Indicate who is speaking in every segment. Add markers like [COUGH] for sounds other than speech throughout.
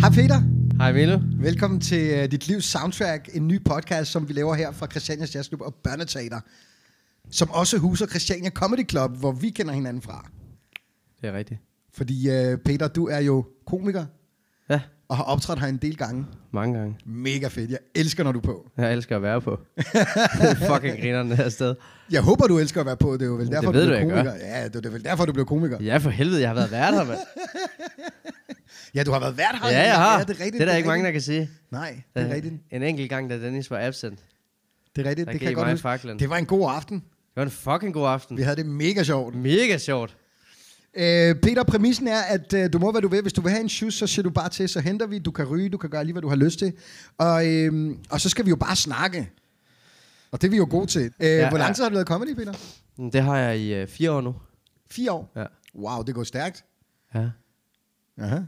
Speaker 1: Hej Peter.
Speaker 2: Hej Mille.
Speaker 1: Velkommen til uh, Dit Livs Soundtrack, en ny podcast, som vi laver her fra Christianias Jazzklub og Børneteater, som også huser Christiania Comedy Club, hvor vi kender hinanden fra.
Speaker 2: Det er rigtigt.
Speaker 1: Fordi uh, Peter, du er jo komiker
Speaker 2: Ja,
Speaker 1: og har optrådt her en del gange.
Speaker 2: mange gange.
Speaker 1: Mega fedt. Jeg elsker, når du er på.
Speaker 2: Jeg elsker at [LAUGHS] være på. Fucking grinerne her sted.
Speaker 1: Jeg håber, du elsker at være på. Det er jo vel
Speaker 2: Det
Speaker 1: derfor,
Speaker 2: ved
Speaker 1: du
Speaker 2: du,
Speaker 1: blev
Speaker 2: jeg gør.
Speaker 1: komiker. Ja, det er det vel derfor, du blev komiker. Ja,
Speaker 2: Ja, for helvede, jeg har været vært her, mand.
Speaker 1: du har været vært her.
Speaker 2: Ja, jeg [LAUGHS] har.
Speaker 1: Ja,
Speaker 2: det, er rigtigt, det er der ikke mange, der kan sige.
Speaker 1: der... Nej, det er
Speaker 2: Øh,
Speaker 1: rigtigt.
Speaker 2: En enkelt gang, da Dennis var absent,
Speaker 1: Det er rigtigt.
Speaker 2: der
Speaker 1: det kan
Speaker 2: det gav
Speaker 1: jeg
Speaker 2: kan mig
Speaker 1: godt
Speaker 2: godt
Speaker 1: huske.
Speaker 2: faklen. Det...
Speaker 1: Det var en god aften.
Speaker 2: var en fucking god aften.
Speaker 1: Vi havde det mega sjovt.
Speaker 2: Mega sjovt.
Speaker 1: Øh, Peter, præmissen er, at øh, du må, hvad du vil. Hvis du vil have en shoes, så siger du bare til, så henter vi. Du kan ryge, du kan gøre lige, hvad du har lyst til. Og, øh, og så skal vi jo bare snakke. Og det er vi jo gode til. Øh, ja,
Speaker 2: Ja,
Speaker 1: hvor lang
Speaker 2: ja.
Speaker 1: tid har du lavet comedy, Peter?
Speaker 2: Mm, Det har jeg i øh, fire år nu.
Speaker 1: Fire år?
Speaker 2: Ja.
Speaker 1: Wow, det går stærkt.
Speaker 2: Ja.
Speaker 1: Aha.
Speaker 2: Eller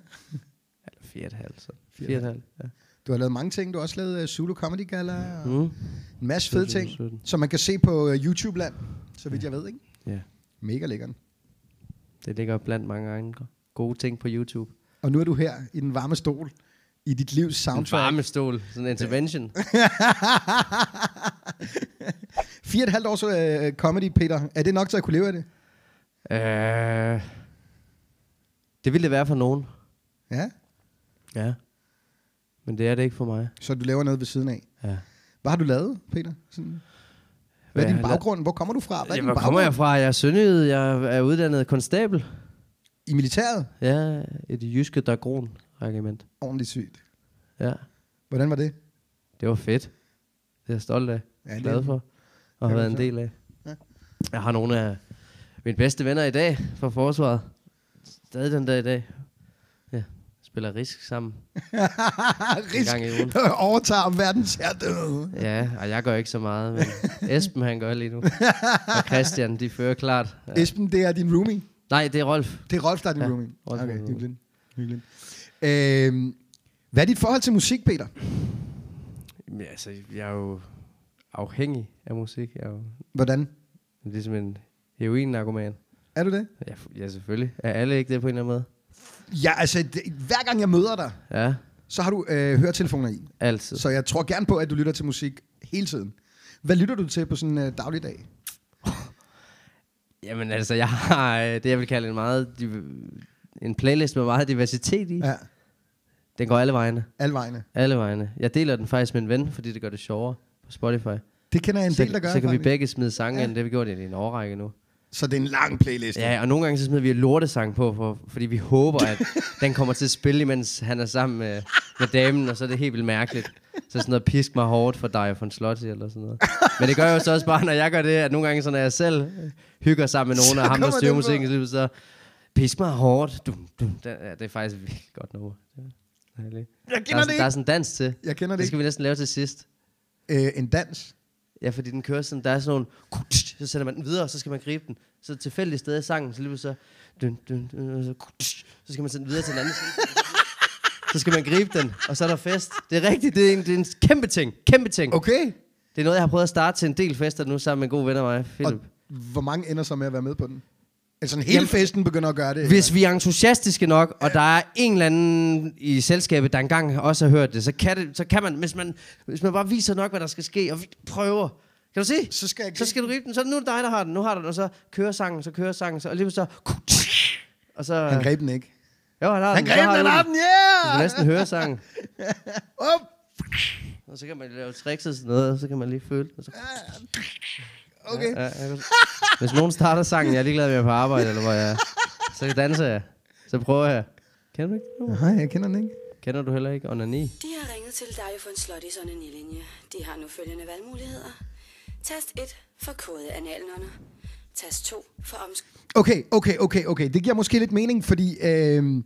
Speaker 2: fire og et halvt, så.
Speaker 1: Fire
Speaker 2: Fire,
Speaker 1: og
Speaker 2: og
Speaker 1: et
Speaker 2: et halvt, ja.
Speaker 1: Du har lavet mange ting. Du har også lavet øh, Zulu Comedy Gala. Mm.
Speaker 2: Mm.
Speaker 1: En masse fede ting,
Speaker 2: 17.
Speaker 1: som man kan se på øh, YouTube-land, så vidt jeg ved. Ikke?
Speaker 2: Ja,
Speaker 1: Mega lækkert.
Speaker 2: det ligger blandt mange andre gode ting på YouTube.
Speaker 1: Og nu er du her i den varme stol i dit livs
Speaker 2: En
Speaker 1: soundtrack.
Speaker 2: varmestol, sådan en intervention.
Speaker 1: Fire og et halvt års øh, comedy, Peter. Er det nok til at kunne leve af det?
Speaker 2: øh, det ville det være for nogen.
Speaker 1: Ja.
Speaker 2: Ja. Men det er det ikke for mig.
Speaker 1: Så du laver noget ved siden af.
Speaker 2: Ja.
Speaker 1: Hvad har du lavet, Peter? Sådan, hvad
Speaker 2: Hvad
Speaker 1: er
Speaker 2: jeg
Speaker 1: din
Speaker 2: har
Speaker 1: baggrund? Hvor kommer du fra? Hvad er
Speaker 2: Ja,
Speaker 1: din
Speaker 2: hvor
Speaker 1: baggrund?
Speaker 2: kommer jeg fra? Jeg er sønderjyde. Jeg er uddannet konstabel.
Speaker 1: I militæret?
Speaker 2: Ja, et jyske dagron regiment.
Speaker 1: Ordentligt sygt.
Speaker 2: Ja,
Speaker 1: Hvordan var det?
Speaker 2: det var fedt. Det er jeg stolt af.
Speaker 1: Ja, det- [LAUGHS]
Speaker 2: Ja, glad for.
Speaker 1: det
Speaker 2: Og har
Speaker 1: er
Speaker 2: været en
Speaker 1: så.
Speaker 2: del af.
Speaker 1: Ja.
Speaker 2: Jeg har nogle af mine bedste venner i dag fra forsvaret. Stadig den dag i dag. Ja, spiller risk sammen.
Speaker 1: Risk [LAUGHS]
Speaker 2: gang i ugen.
Speaker 1: overtager verdens herredøde.
Speaker 2: Ja, og jeg gør ikke så meget,
Speaker 1: [LAUGHS]
Speaker 2: men Esben han gør lige nu. Og Christian, de fører klart. Ja.
Speaker 1: Esben, det er din roomie.
Speaker 2: Nej, det er Rolf.
Speaker 1: Det er Rolf, der er din
Speaker 2: Ja,
Speaker 1: roomie.
Speaker 2: Rolf er
Speaker 1: okay,
Speaker 2: min
Speaker 1: hyggeligt. hyggeligt. Øhm, hvad er dit forhold til musik, Peter?
Speaker 2: Jamen, altså, jeg er jo afhængig af musik. Jeg er jo
Speaker 1: Hvordan?
Speaker 2: ligesom en heroin-narkoman.
Speaker 1: Er du det?
Speaker 2: Ja, f- ja, selvfølgelig. Er alle ikke det på en eller anden måde?
Speaker 1: Ja, altså, det, hver gang jeg møder dig,
Speaker 2: Ja,
Speaker 1: så har du øh, høretelefoner i.
Speaker 2: altid.
Speaker 1: Så jeg tror gerne på, at du lytter til musik hele tiden. Hvad lytter du til på sådan en øh, dagligdag?
Speaker 2: Jamen altså, jeg har øh, det, jeg vil kalde en meget... div- En playlist med meget diversitet i. Ja.
Speaker 1: Ja,
Speaker 2: Den går alle vegne.
Speaker 1: alle vegne.
Speaker 2: Alle vegne. Jeg deler den faktisk med en ven, fordi det gør det sjovere på Spotify.
Speaker 1: Det kender jeg en
Speaker 2: så,
Speaker 1: del, der gør.
Speaker 2: så kan
Speaker 1: faktisk.
Speaker 2: vi begge smide sange
Speaker 1: Ja.
Speaker 2: ja. ind. Det har vi gjort i en årrække nu.
Speaker 1: Så det er en lang playlist.
Speaker 2: Ja, og nogle gange så smider vi et lortesang på, for, fordi vi håber, at
Speaker 1: [LAUGHS]
Speaker 2: den kommer til at spille, mens han er sammen med, med damen, og så er det helt vildt mærkeligt. Så sådan noget, pisk mig hårdt for dig og for en slot eller sådan noget. Men det gør jo så også bare, når jeg gør det, at nogle gange, så når jeg selv hygger sammen med nogen,
Speaker 1: Så
Speaker 2: og ham, der
Speaker 1: kommer
Speaker 2: styrer
Speaker 1: den på.
Speaker 2: musikken, så, lige pludselig så pisk mig hårdt. Dum, dum. Det, ja, det er faktisk et virkelig godt nummer. Ja, det er lidt-
Speaker 1: Jeg
Speaker 2: Der
Speaker 1: kender
Speaker 2: er,
Speaker 1: det
Speaker 2: sådan, der er
Speaker 1: ikke.
Speaker 2: sådan en dans til.
Speaker 1: Jeg kender det
Speaker 2: Det skal vi næsten lave til sidst.
Speaker 1: ikke. Øh, en dans.
Speaker 2: Ja, fordi den kører sådan, der er sådan nogle, så sætter man den videre, så skal man gribe den. Så tilfældigt sted i sangen, så lige pludselig så, dun, dun, dun, og så, så skal man sætte den videre til den anden side. Så skal man gribe den, og så er der fest. Det er rigtigt, det er en, det er en kæmpe ting, kæmpe ting. Okay.
Speaker 1: Okay.
Speaker 2: Det er noget, jeg har prøvet at starte til en del fester nu sammen med en god ven af mig,
Speaker 1: Og
Speaker 2: Philip.
Speaker 1: hvor mange ender så med at være med på den? Altså sådan hele
Speaker 2: Jamen-
Speaker 1: festen begynder at gøre det.
Speaker 2: Hvis vi er entusiastiske nok, og der er en eller anden i selskabet, der engang også har hørt det, så kan, det, så kan man, hvis man, hvis man bare viser nok, hvad der skal ske, og vi prøver. Kan du se?
Speaker 1: Så skal jeg
Speaker 2: Så skal du gribe den. Så nu er det dig, der har den. Nu har du den. Og så kører sangen, så kører sangen. Så, og lige så... Og så...
Speaker 1: Han greb den ikke.
Speaker 2: jo, han har
Speaker 1: Han
Speaker 2: den.
Speaker 1: greb
Speaker 2: så har
Speaker 1: den,
Speaker 2: du
Speaker 1: har den, yeah!
Speaker 2: Du kan næsten høre sangen.
Speaker 1: Op!
Speaker 2: Og så kan man lave tricks og sådan noget, og så kan man lige føle det. Og så,
Speaker 1: Okay.
Speaker 2: ja, ja, hvis nogen starter sangen, jeg er ligeglad med, at jeg er på arbejde, eller hvor jeg er, så danser jeg. Så prøver jeg. Kender du ikke det nummer?
Speaker 1: Nej, jeg kender den ikke.
Speaker 2: Kender du heller ikke Onani?
Speaker 3: De har ringet til dig for en slot i sådan en linje. De har nu følgende valgmuligheder. Tast 1 for kode analnånder. Tast 2 for omsk...
Speaker 1: Okay, okay, okay, okay. Det giver måske lidt mening, fordi øhm,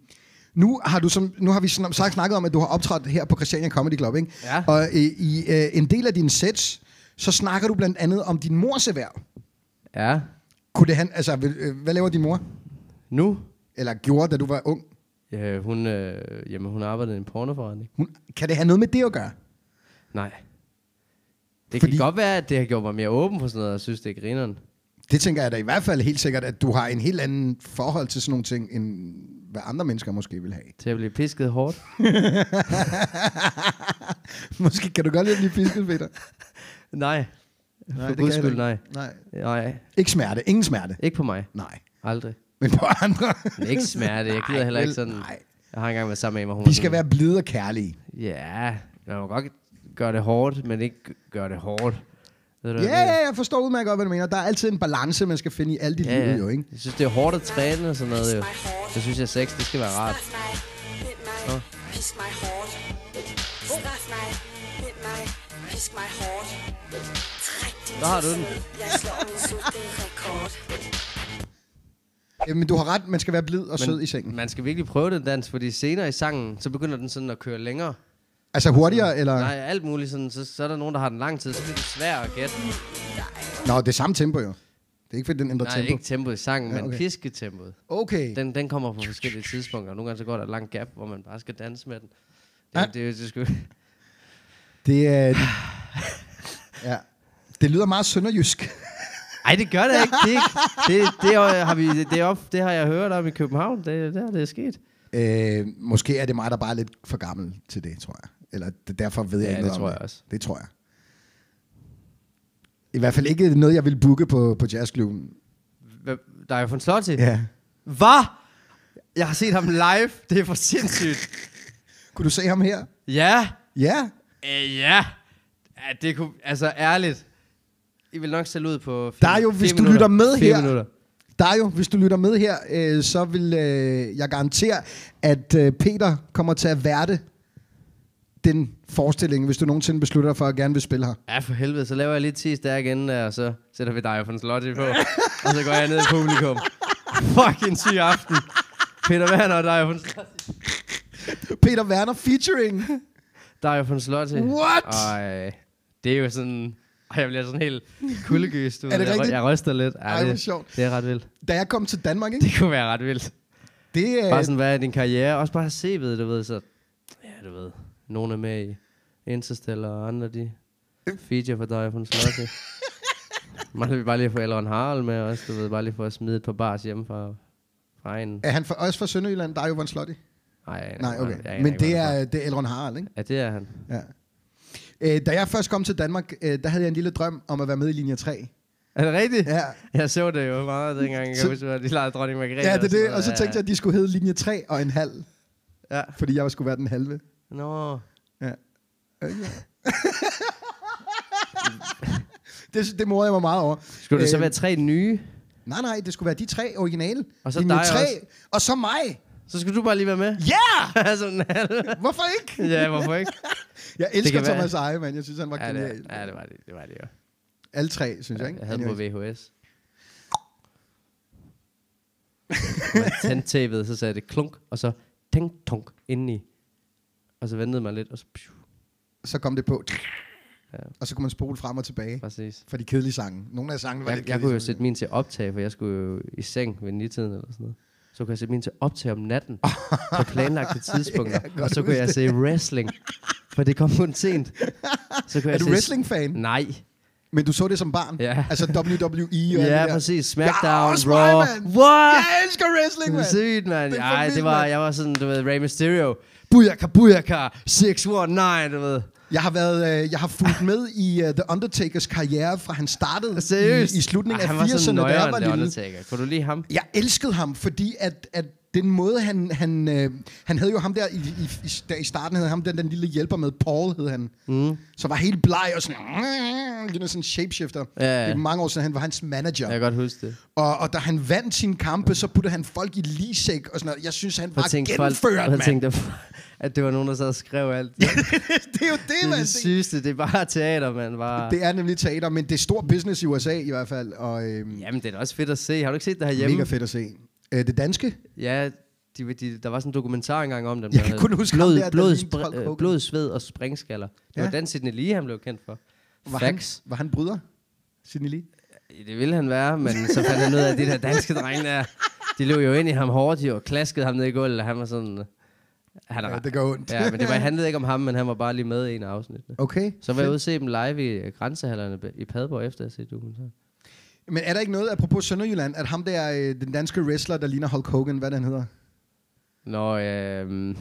Speaker 1: nu har du som nu har vi som sagt snakket om, at du har optrådt her på Christiania Comedy Club, ikke?
Speaker 2: Ja.
Speaker 1: Og øh, i øh, en del af dine sets, så snakker du blandt andet om din mors erhverv.
Speaker 2: Ja.
Speaker 1: Kunne det han, altså, vil- øh, hvad laver din mor?
Speaker 2: Nu?
Speaker 1: Eller gjorde, da du var ung?
Speaker 2: Ja, hun, øh, jamen, hun arbejdede i en pornoforretning.
Speaker 1: Hun, kan det have noget med det at gøre?
Speaker 2: Nej. Det
Speaker 1: Fordi-
Speaker 2: kan godt være, at det har gjort mig mere åben for sådan noget, og synes, det er grineren.
Speaker 1: Det tænker jeg da i hvert fald helt sikkert, at du har en helt anden forhold til sådan nogle ting, end hvad andre mennesker måske vil have. [LAUGHS]
Speaker 2: Til at blive pisket hårdt.
Speaker 1: Måske kan du godt lide at blive pisket, Peter.
Speaker 2: Nej.
Speaker 1: Nej,
Speaker 2: For guds skyld, nej.
Speaker 1: nej.
Speaker 2: Nej,
Speaker 1: Ikke smerte. Ingen smerte.
Speaker 2: ikke på mig.
Speaker 1: Nej.
Speaker 2: Aldrig.
Speaker 1: Men på andre.
Speaker 2: Men ikke smerte. [LAUGHS] Jeg gider
Speaker 1: [LAUGHS] Nej,
Speaker 2: heller ikke
Speaker 1: vel,
Speaker 2: sådan...
Speaker 1: nej.
Speaker 2: Jeg har engang været sammen med en, hvor hun var
Speaker 1: De skal
Speaker 2: sådan-
Speaker 1: være blide og kærlige.
Speaker 2: Ja, man må godt gøre det hårdt, men ikke gøre det hårdt. Ved du, hvad jeg
Speaker 1: Ja,
Speaker 2: mener?
Speaker 1: ja, jeg forstår udmærket godt, hvad du mener. Der er altid en balance, man skal finde i alle de liv, jo, ikke?
Speaker 2: Jeg synes, det er hårdt at træne og sådan noget. Jo. Jeg synes, at sex, det skal være rart.
Speaker 3: Straf mig. Hit mig. Pisk mig hårdt. Straf mig. Hit mig. Pisk mig hårdt. Træk din
Speaker 2: Der har du den.
Speaker 3: tøs ned. Jeg slår min sultne rekord.
Speaker 1: Jamen, Øh, du har ret. Man skal være blid og sød i sengen.
Speaker 2: Man skal virkelig prøve den dans, fordi senere i sangen, så begynder den sådan at køre længere.
Speaker 1: Altså hurtigere, eller...
Speaker 2: Mm. Nej, alt muligt. Sådan, så, så er der nogen, der har den lang tid, så bliver det svært at gætte.
Speaker 1: Nå, det er samme tempo, jo. Det er ikke, fordi den ændrer
Speaker 2: Nej,
Speaker 1: tempo.
Speaker 2: ikke tempoet i sangen,
Speaker 1: Ja,
Speaker 2: men
Speaker 1: okay.
Speaker 2: pisketempoet.
Speaker 1: Okay.
Speaker 2: Den, den kommer på forskellige tidspunkter. Nogle gange så går der et langt gap, hvor man bare skal danse med den. Det,
Speaker 1: Ja.
Speaker 2: det, det, det sgu... [LAUGHS]
Speaker 1: Det
Speaker 2: [SIGHS]
Speaker 1: er... Ja. Det lyder meget sønderjysk.
Speaker 2: Ej, det gør det ikke. Det, er ikke- det, det, har- har, vi, det, er op, det har jeg hørt om i København. Det, der, det er sket.
Speaker 1: Øh, måske er det mig, der bare er lidt for gammel til det, tror jeg. Eller det, derfor ved jeg
Speaker 2: Ja,
Speaker 1: ikke noget
Speaker 2: det tror
Speaker 1: om
Speaker 2: jeg også.
Speaker 1: Det tror jeg. I hvert fald ikke noget, jeg vil booke på, på jazzklubben.
Speaker 2: Hvem- Der er jo von Slotty.
Speaker 1: Ja.
Speaker 2: Hvad? Jeg har set ham live. Det er for sindssygt.
Speaker 1: Kunne du se ham her?
Speaker 2: Ja.
Speaker 1: Ja.
Speaker 2: Øh, ja. ja. Det kunne... Altså, ærligt. I vil nok sælge ud på fire,
Speaker 1: Der er jo,
Speaker 2: fire
Speaker 1: hvis du
Speaker 2: minutter.
Speaker 1: lytter med
Speaker 2: fire
Speaker 1: her-
Speaker 2: Minutter.
Speaker 1: Dario, hvis du lytter med her, øh, så vil øh, jeg garantere, at øh, Peter kommer til at værte den forestilling, hvis du nogensinde beslutter dig for, at gerne vil spille her.
Speaker 2: Ja, for helvede. Så laver jeg lige 10 stærk inden, og så sætter vi dig von Slotty på. og så går jeg ned i
Speaker 1: [LAUGHS]
Speaker 2: publikum. Fucking syg aften. Peter Werner og dig von Slotty.
Speaker 1: Peter Werner featuring.
Speaker 2: Der er jo von Slotte.
Speaker 1: What?
Speaker 2: Ej, det er jo sådan... Ej, jeg bliver sådan helt kuldegøst.
Speaker 1: Er det
Speaker 2: jeg,
Speaker 1: rigtigt?
Speaker 2: Jeg ryster lidt.
Speaker 1: Ej, hvor
Speaker 2: det,
Speaker 1: sjovt.
Speaker 2: Det er ret vildt.
Speaker 1: Da jeg kom til Danmark, ikke?
Speaker 2: Det kunne være ret vildt.
Speaker 1: Det,
Speaker 2: Bare
Speaker 1: øh,
Speaker 2: sådan, hvad er din karriere? Også bare CV'et, du ved. Så, ja, du ved. Nogle er med i Interstellar, og andre de feature for dig, von
Speaker 1: [LAUGHS]
Speaker 2: Slotte. Man vil bare lige få Elrond Harald med også, du ved. Bare lige for at smide et par bars hjemme fra, fra egen...
Speaker 1: er han for, også fra Sønderjylland, Dario Van Slotty?
Speaker 2: Ej,
Speaker 1: Nej,
Speaker 2: jeg aner
Speaker 1: okay.
Speaker 2: ikke,
Speaker 1: Men det
Speaker 2: hvor han
Speaker 1: er, det er Elrond Harald, ikke?
Speaker 2: fra. Ja, det er han.
Speaker 1: Ja. Øh, da jeg først kom til Danmark, øh, der havde jeg en lille drøm om at være med i linje 3.
Speaker 2: Er det rigtigt?
Speaker 1: Ja.
Speaker 2: Jeg så det
Speaker 1: [LAUGHS]
Speaker 2: jo meget dengang, jeg
Speaker 1: Så-
Speaker 2: kan huske, at de legede dronning Margrethe.
Speaker 1: Ja, det er
Speaker 2: sådan
Speaker 1: det.
Speaker 2: noget.
Speaker 1: Og så tænkte jeg, at de skulle hedde linje 3 og en halv,
Speaker 2: Ja.
Speaker 1: fordi jeg skulle være den halve.
Speaker 2: Nå.
Speaker 1: Ja. Okay. det, det morede jeg mig meget over.
Speaker 2: Skulle det så
Speaker 1: Øh,
Speaker 2: være tre nye?
Speaker 1: Nej, nej, det skulle være de tre originale.
Speaker 2: Og så
Speaker 1: Linje
Speaker 2: dig
Speaker 1: tre,
Speaker 2: også.
Speaker 1: og så mig.
Speaker 2: Så skulle du bare lige være
Speaker 1: [LAUGHS]
Speaker 2: med. [LAUGHS]
Speaker 1: Ja!
Speaker 2: Sådan er det.
Speaker 1: Hvorfor ikke?
Speaker 2: ja, hvorfor ikke?
Speaker 1: Jeg elsker
Speaker 2: kan være-
Speaker 1: Thomas Eje, mand. Jeg synes, han var
Speaker 2: ja,
Speaker 1: genial.
Speaker 2: det, ja, det var det. Det var det jo.
Speaker 1: Alle tre, synes jeg, ikke?
Speaker 2: Jeg havde den på
Speaker 1: Anyway.
Speaker 2: VHS. Tændtæppet, så sagde det klunk, og så tænk tunk indeni. Og så ventede man lidt, og så pju,
Speaker 1: Så kom det på.
Speaker 2: Ja.
Speaker 1: Og så kunne man spole frem og tilbage
Speaker 2: præcis.
Speaker 1: for de kedelige sange. Nogle af sangene var
Speaker 2: Jeg,
Speaker 1: lidt
Speaker 2: jeg kunne jo
Speaker 1: kedelige,
Speaker 2: sætte min til optag, for jeg skulle jo i seng ved nitiden eller sådan noget. Så kunne jeg sætte min til optag om natten
Speaker 1: [LAUGHS]
Speaker 2: på planlagte tidspunkter.
Speaker 1: godt
Speaker 2: og så kunne
Speaker 1: huske
Speaker 2: jeg
Speaker 1: det.
Speaker 2: se wrestling, for det kom kun sent. Så kunne
Speaker 1: Er
Speaker 2: jeg
Speaker 1: du
Speaker 2: se-
Speaker 1: wrestling-fan?
Speaker 2: Nej.
Speaker 1: Men du så det som barn?
Speaker 2: Ja.
Speaker 1: [LAUGHS] Altså WWE og alt
Speaker 2: Ja,
Speaker 1: det der.
Speaker 2: præcis.
Speaker 1: Jeg er
Speaker 2: Smackdown,
Speaker 1: også mig,
Speaker 2: Raw.
Speaker 1: mand.
Speaker 2: What?
Speaker 1: Jeg elsker wrestling,
Speaker 2: Det er
Speaker 1: mand!
Speaker 2: sygt, mand.
Speaker 1: Det er for
Speaker 2: Ej,
Speaker 1: vildt,
Speaker 2: det var,
Speaker 1: mand.
Speaker 2: jeg var sådan, du ved, Rey Mysterio. Booyaka, booyaka, 619, du ved.
Speaker 1: Jeg har, været, øh, jeg har fulgt med i uh, The Undertakers karriere, fra han startede
Speaker 2: Seriøst?
Speaker 1: I, i slutningen
Speaker 2: Ej,
Speaker 1: af
Speaker 2: han var
Speaker 1: 80'erne,
Speaker 2: sådan
Speaker 1: da jeg
Speaker 2: nøjeren,
Speaker 1: var
Speaker 2: The
Speaker 1: lille.
Speaker 2: Undertaker. Kunne du lige ham?
Speaker 1: Jeg elskede ham, fordi at, at den måde, han, han, øh, han havde jo ham der i, i, i, der i starten, havde ham den, den lille hjælper med, Paul hed han, mm. så var helt bleg og sådan, you know, sådan shapeshifter.
Speaker 2: Ja, ja.
Speaker 1: Det er mange år siden, han var hans manager.
Speaker 2: Jeg kan godt huske det.
Speaker 1: Og, og da han vandt sine kampe, så puttede han folk i ligesæk og sådan noget. Jeg synes, han var
Speaker 2: Jeg tænkte,
Speaker 1: gennemført,
Speaker 2: jeg
Speaker 1: mand.
Speaker 2: tænkte, [LAUGHS] at det var nogen, der sad og skrev alt. Det
Speaker 1: [LAUGHS] det er jo det,
Speaker 2: er
Speaker 1: man.
Speaker 2: det
Speaker 1: Det,
Speaker 2: sygeste. Det er bare teater, mand. Bare...
Speaker 1: det er nemlig teater, men det er stor business i USA i hvert fald. Og øhm,
Speaker 2: Jamen, det er da også fedt at se. Har du ikke set det herhjemme?
Speaker 1: mega fedt at se. Øh, det danske?
Speaker 2: Ja, de, de, der var sådan en dokumentar engang om dem.
Speaker 1: Jeg
Speaker 2: der
Speaker 1: kan
Speaker 2: hed
Speaker 1: kun huske ham
Speaker 2: blod,
Speaker 1: der, der
Speaker 2: blod,
Speaker 1: lignede Hulk
Speaker 2: spr- øh,
Speaker 1: Hogan.
Speaker 2: blod, sved og springskaller. Det
Speaker 1: Ja.
Speaker 2: var den Sidney Lee, han blev kendt for.
Speaker 1: Var han,
Speaker 2: Fax.
Speaker 1: var han bryder? Sidney Lee?
Speaker 2: Det ville han være, men så fandt han ud af, at de der danske drenge der, de løb jo ind i ham hårdt, jo, og klaskede ham ned i gulvet, og han var sådan... øh, Han er,
Speaker 1: Ja, det gør ondt.
Speaker 2: Ja, men det var, handlede ikke om ham, men han var bare lige med i en af afsnittene.
Speaker 1: Okay.
Speaker 2: Så var jeg ude og se dem live i øh, grænsehallerne i Padborg efter at se dokumentaren.
Speaker 1: Men er der ikke noget, apropos Sønderjylland, at ham der, øh, den danske wrestler, der ligner Hulk Hogan, hvad den hedder? [LAUGHS]
Speaker 2: Nå, øh,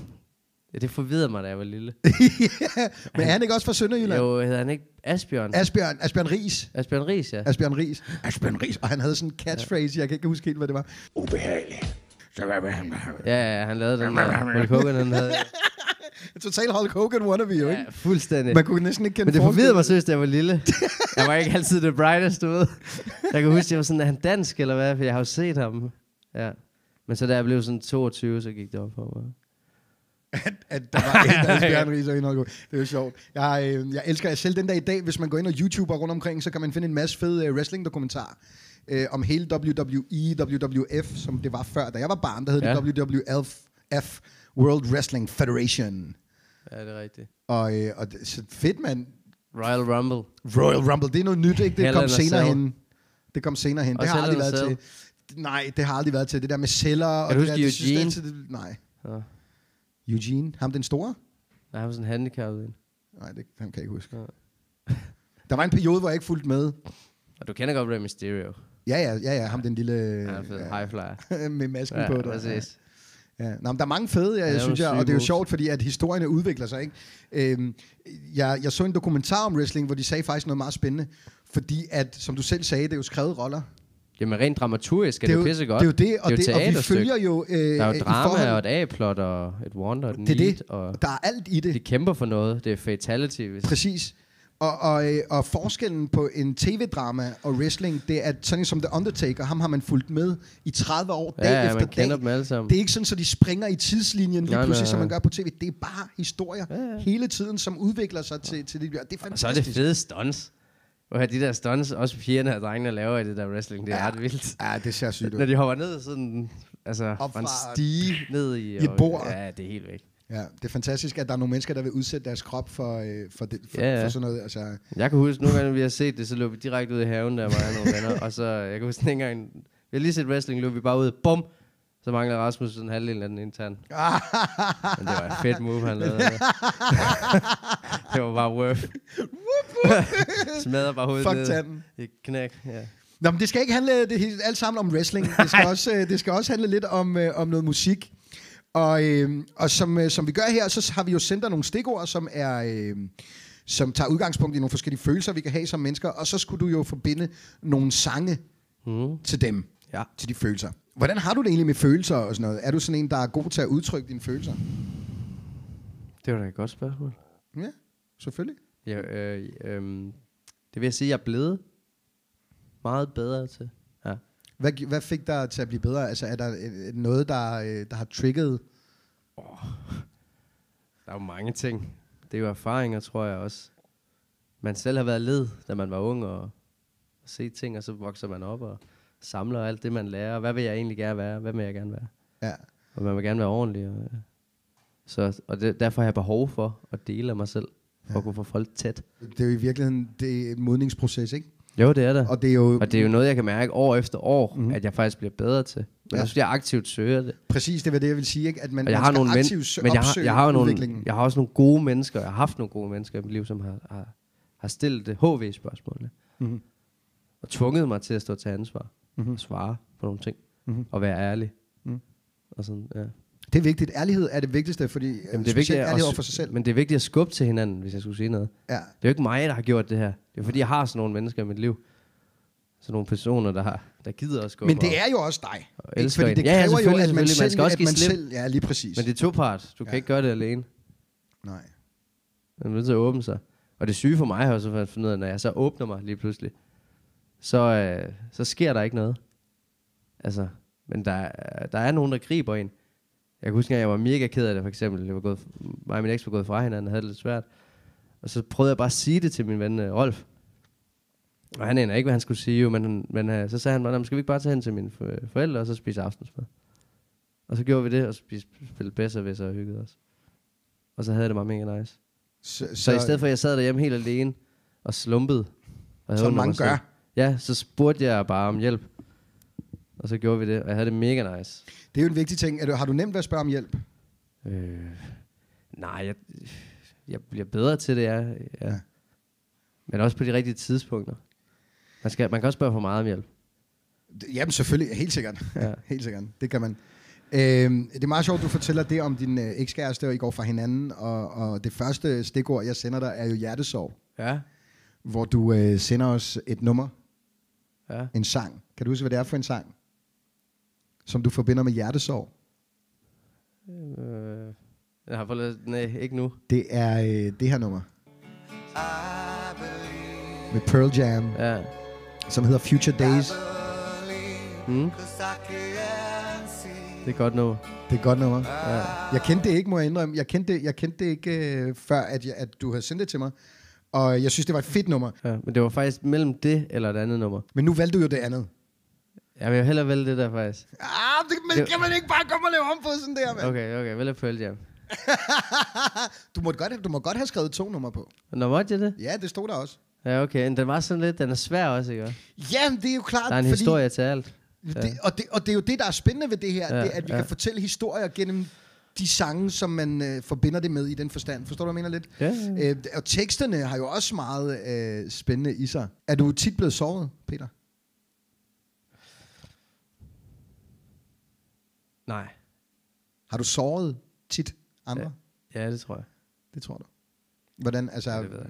Speaker 2: ja, det forvirrede mig, da jeg var lille.
Speaker 1: ja, men er han ikke også fra Sønderjylland? Jo.
Speaker 2: Jo, hedder han ikke Asbjørn?
Speaker 1: Asbjørn, Asbjørn Ries.
Speaker 2: Asbjørn Ries, ja.
Speaker 1: Asbjørn Ries. Asbjørn Ries. Og han havde sådan en catchphrase, jeg kan ikke huske helt, hvad det var.
Speaker 4: ubehagelig. Så hvad vil han have?
Speaker 2: Ja, ja, han lavede den der. Hulk Hogan, han havde.
Speaker 1: Total Hulk Hogan wannabe, jo ikke?
Speaker 2: Ja, fuldstændig.
Speaker 1: Man kunne næsten ikke kende
Speaker 2: Men det forvirrede
Speaker 1: forskel.
Speaker 2: mig seriøst, da jeg var [LAUGHS] lille. Jeg var ikke altid the brightest, du ved. Jeg kan huske, jeg var sådan, er han dansk eller hvad? For jeg har jo set ham. Ja. Men så da jeg blev sådan 22, så gik det op for mig.
Speaker 1: at, at der var en
Speaker 2: [LAUGHS]
Speaker 1: Asbjørn Ries og en Holger. Det er jo sjovt. Jeg, øh, jeg elsker jer selv den dag i dag. Hvis man går ind og YouTuber rundt omkring, så kan man finde en masse fede øh, wrestling-dokumentarer øh, om hele E, WWE, WWF, som det var før. Da jeg var barn, der hed
Speaker 2: Ja.
Speaker 1: det WWF, World Wrestling Federation.
Speaker 2: Ja, det er rigtigt.
Speaker 1: Og, øh, og det, så fedt, mand.
Speaker 2: Royal Rumble.
Speaker 1: Royal Rumble, det er noget nyt, ikke? Det
Speaker 2: Hell
Speaker 1: kom
Speaker 2: in a
Speaker 1: senere
Speaker 2: Cell.
Speaker 1: hen. Det kom senere hen.
Speaker 2: Også
Speaker 1: det har
Speaker 2: Hell
Speaker 1: aldrig
Speaker 2: in a
Speaker 1: været til. Nej, det har aldrig været til. Det der med celler. og
Speaker 2: du
Speaker 1: det
Speaker 2: huske
Speaker 1: der, det synes jeg
Speaker 2: Eugene?
Speaker 1: altid, det, nej.
Speaker 2: Ja.
Speaker 1: Eugene? Ham den store?
Speaker 2: Nej, han var sådan handicappet. en.
Speaker 1: Nej, det han kan jeg ikke huske.
Speaker 2: Ja.
Speaker 1: [LAUGHS] Der var en periode, hvor jeg ikke fulgte med.
Speaker 2: Og du kender godt Rey Mysterio.
Speaker 1: Ja, ja, ja, ja ham den lille...
Speaker 2: Han er fed.
Speaker 1: ja,
Speaker 2: High
Speaker 1: [LAUGHS]
Speaker 2: flyer.
Speaker 1: med masken
Speaker 2: Ja,
Speaker 1: på. Der.
Speaker 2: præcis.
Speaker 1: Ja. Nå, men der er mange fede, jeg,
Speaker 2: Ja,
Speaker 1: ja, synes
Speaker 2: det er
Speaker 1: jeg,
Speaker 2: nogle
Speaker 1: og det er jo
Speaker 2: syge
Speaker 1: sjovt, fordi at historierne udvikler sig. Ikke? Øhm, jeg, jeg så en dokumentar om wrestling, hvor de sagde faktisk noget meget spændende, fordi at, som du selv sagde, det er jo skrevet roller.
Speaker 2: Jamen rent dramaturgisk er det,
Speaker 1: jo,
Speaker 2: det pisse godt.
Speaker 1: det er jo det, og,
Speaker 2: jo
Speaker 1: det, og vi
Speaker 2: teaterstykke.
Speaker 1: følger jo... Øh,
Speaker 2: Der er
Speaker 1: i
Speaker 2: jo drama
Speaker 1: forhold-
Speaker 2: og et A-plot og et want og et
Speaker 1: det er
Speaker 2: need.
Speaker 1: det.
Speaker 2: Og
Speaker 1: Der er alt i det.
Speaker 2: de kæmper for noget. Det er fatality. Hvis...
Speaker 1: Præcis. Og, og, øh, og forskellen på en tv-drama og wrestling, det er, at sådan en som The Undertaker, ham har man fulgt med i 30 år, dag
Speaker 2: Ja, ja,
Speaker 1: efter
Speaker 2: man
Speaker 1: dag.
Speaker 2: kender dem alle sammen.
Speaker 1: Det er ikke sådan, at de springer i tidslinjen lige
Speaker 2: Nej,
Speaker 1: pludselig,
Speaker 2: nej,
Speaker 1: som man
Speaker 2: nej.
Speaker 1: gør på tv. Det er bare historier
Speaker 2: Ja, ja.
Speaker 1: hele tiden, som udvikler sig til, til det, de bliver. Det er
Speaker 2: Og så er det
Speaker 1: fantastisk.
Speaker 2: fede stunts. Hvor her de der stunts, også pigerne og drengene laver i det der wrestling, det er ret vildt.
Speaker 1: Ja, det ser sygt
Speaker 2: Når
Speaker 1: ud.
Speaker 2: de hopper ned sådan, altså
Speaker 1: Op
Speaker 2: fra en
Speaker 1: fra-
Speaker 2: stige ned i,
Speaker 1: et
Speaker 2: og-
Speaker 1: bord.
Speaker 2: Ja, det er helt væk.
Speaker 1: Ja, det er fantastisk, at der er nogle mennesker, der vil udsætte deres krop for, øh, for, det, for,
Speaker 2: Ja, ja.
Speaker 1: for sådan noget. Altså,
Speaker 2: Jeg kan huske, nogle gange, når vi har set det, så løb vi direkte ud i haven, der var nogle venner. Og så, jeg kan huske, dengang, vi har lige set wrestling, løb vi bare ud, bum, så mangler Rasmus sådan halvdelen af den intern. Men det var et fedt move, han
Speaker 1: [LAUGHS]
Speaker 2: lavede. det var bare worth. [LAUGHS] Smadrer bare hovedet
Speaker 1: Fuck
Speaker 2: ned.
Speaker 1: tanden.
Speaker 2: I et knæk, ja.
Speaker 1: Nå, men det skal ikke handle det, hele- alt sammen om wrestling. Det skal, også, øh, det skal også handle lidt om, øh, om noget musik. Og, øh, og som, øh, som vi gør her, så har vi jo sendt dig nogle stikord, som er... Øh, som tager udgangspunkt i nogle forskellige følelser, vi kan have som mennesker, og så skulle du jo forbinde nogle sange mm. til dem,
Speaker 2: Ja.
Speaker 1: til de følelser. Hvordan har du det egentlig med følelser og sådan noget? Er du sådan en, der er god til at udtrykke dine følelser?
Speaker 2: Det var da et godt spørgsmål.
Speaker 1: Ja, selvfølgelig.
Speaker 2: Ja, øh, øh, det vil jeg sige, jeg er blevet meget bedre til. Ja.
Speaker 1: Hvad, gi- hvad fik dig til at blive bedre? Altså, er der øh, noget, der, øh, der har trigget?
Speaker 2: Der er jo mange ting. Det er jo erfaringer, tror jeg også. Man selv har været led, da man var ung, og, og se ting, og så vokser man op og samler alt det, man lærer. Hvad vil jeg egentlig gerne være? Hvad vil jeg gerne være?
Speaker 1: Ja.
Speaker 2: Og man vil gerne være ordentlig. Og, ja. så, og det, derfor har jeg behov for at dele af mig selv, for at kunne få folk tæt.
Speaker 1: Det er jo i virkeligheden det er en modningsproces, ikke?
Speaker 2: Jo, det er det.
Speaker 1: Og det er jo
Speaker 2: Og det er jo noget, jeg kan mærke år efter år, mm. at jeg faktisk bliver bedre til. Men
Speaker 1: Ja.
Speaker 2: ja. jeg synes, jeg aktivt søger det.
Speaker 1: præcis det, var det jeg vil sige, ikke? at man,
Speaker 2: Og jeg
Speaker 1: man
Speaker 2: har
Speaker 1: skal
Speaker 2: nogle men,
Speaker 1: aktivt sø-
Speaker 2: men jeg, har,
Speaker 1: opsøge
Speaker 2: jeg, har jo nogle,
Speaker 1: udviklingen.
Speaker 2: jeg har også nogle gode mennesker, jeg har haft nogle gode mennesker i mit liv, som har, har, har stillet det HV-spørgsmålene.
Speaker 1: Mhm.
Speaker 2: Og tvunget mig til at stå til ansvar mm-hmm. og svare på nogle ting. Mm-hmm. Og være ærlig.
Speaker 1: Mhm.
Speaker 2: Og sådan, ja.
Speaker 1: Det er vigtigt. Ærlighed er det vigtigste, fordi
Speaker 2: Jamen,
Speaker 1: Jamen,
Speaker 2: det er vigtigt,
Speaker 1: vigtigt,
Speaker 2: at-
Speaker 1: ærlighed
Speaker 2: og-
Speaker 1: over for sig selv. Men,
Speaker 2: Men det er vigtigt at skubbe til hinanden, hvis jeg skulle sige noget.
Speaker 1: ja.
Speaker 2: Det er jo ikke mig, der har gjort det her. Det er fordi, jeg har sådan nogle mennesker i mit liv. Sådan nogle personer, der, har, der gider at skubbe
Speaker 1: men
Speaker 2: mig.
Speaker 1: det er jo også dig.
Speaker 2: Og
Speaker 1: Ikke?
Speaker 2: elsker
Speaker 1: Fordi
Speaker 2: en.
Speaker 1: det
Speaker 2: Ja, ja,
Speaker 1: kræver jo,
Speaker 2: selvfølgelig,
Speaker 1: at man
Speaker 2: selvfølgelig. Man
Speaker 1: selv...
Speaker 2: skal også
Speaker 1: at
Speaker 2: give
Speaker 1: man
Speaker 2: slip.
Speaker 1: selv ja, lige præcis.
Speaker 2: Men det er topart. Du kan
Speaker 1: Ja.
Speaker 2: ikke gøre det alene.
Speaker 1: Nej.
Speaker 2: Man er nødt til at åbne sig. Og det syge for mig har jeg så fundet ud af, når jeg så åbner mig lige pludselig, så, øh, så sker der ikke noget. Altså, men der, er- der er nogen, der griber en. Jeg kan huske, at jeg var mega ked af det, for eksempel. Jeg var gået, mig og min eks var gået fra hinanden og havde det lidt svært. Og så prøvede jeg bare at sige det til min ven øh, Rolf. Og han aner ikke, hvad han skulle sige, jo, men, men øh, så sagde han bare, "Nå, men skal vi ikke bare tage hen til mine for- forældre, og så spise aftensmad? Og så gjorde vi det, og spiste, spillede bedre ved sig og hyggede os. Og så havde jeg det bare mega nice.
Speaker 1: Så,
Speaker 2: Så, så i stedet for, at jeg sad derhjemme helt alene og slumpede. Og havde
Speaker 1: Som
Speaker 2: ondt af
Speaker 1: mange
Speaker 2: mig selv,
Speaker 1: gør.
Speaker 2: Ja, så spurgte jeg bare om hjælp. Og så gjorde vi det, og jeg havde det mega nice.
Speaker 1: Det er jo en vigtig ting. Er du, har du nemt ved at spørge om hjælp?
Speaker 2: Øh, nej, jeg, jeg bliver bedre til det, ja. ja.
Speaker 1: Ja.
Speaker 2: Men også på de rigtige tidspunkter. Man, skal, man kan også spørge for meget om hjælp.
Speaker 1: Jamen selvfølgelig, helt sikkert. [LAUGHS] Ja.
Speaker 2: Ja.
Speaker 1: helt sikkert, det kan man. Øhm, det er meget sjovt, du fortæller det om din øh, ekskæreste, og I går fra hinanden, og, og det første stikord, jeg sender dig, er jo hjertesorg,
Speaker 2: Ja,
Speaker 1: hvor du øh, sender os et nummer,
Speaker 2: ja.
Speaker 1: en sang. Kan du huske, hvad det er for en sang, som du forbinder med hjertesorg?
Speaker 2: Øh, jeg har fået lidt- nej, ikke nu.
Speaker 1: Det er øh, det her nummer. Med Pearl Jam,
Speaker 2: Ja.
Speaker 1: som hedder Future Days.
Speaker 2: Mm. Det er godt nu.
Speaker 1: Det er et godt nummer. Ja. Jeg kendte det ikke, må jeg indrømme. Jeg kendte det, jeg kendte det ikke øh, før, at, jeg, at du havde sendt det til mig. Og jeg synes, det var et fedt nummer.
Speaker 2: Ja, men det var faktisk mellem det eller et andet nummer.
Speaker 1: Men nu valgte du jo det andet.
Speaker 2: Ja, men jeg vil hellere vælge det der faktisk.
Speaker 1: Ah, det, men
Speaker 2: Det-
Speaker 1: kan man ikke bare komme og lave om på sådan der, mand?
Speaker 2: Okay, okay, vælge Pearl Jam.
Speaker 1: [LAUGHS] du, må godt, du må godt have skrevet to numre på.
Speaker 2: Nå, måtte jeg det?
Speaker 1: Ja, det stod der også.
Speaker 2: Ja, okay. Men den var sådan lidt, den er svær også, ikke? Der
Speaker 1: Ja, men det er jo klart,
Speaker 2: er en
Speaker 1: fordi...
Speaker 2: historie til alt.
Speaker 1: Det, og, det, og det er jo det, der er spændende ved det her, ja,
Speaker 2: Ja,
Speaker 1: det, er, at vi ja.
Speaker 2: ja.
Speaker 1: kan fortælle historier gennem de sange, som man øh, forbinder det med i den forstand. Forstår du, hvad jeg mener lidt?
Speaker 2: Ja,
Speaker 1: Øh, og teksterne har jo også meget øh, spændende i sig. Er du tit blevet såret, Peter?
Speaker 2: Nej.
Speaker 1: Har du såret tit andre? Ja.
Speaker 2: Ja. Ja, det tror jeg.
Speaker 1: Det tror du. Hvordan, altså...
Speaker 2: Ja, det ved jeg.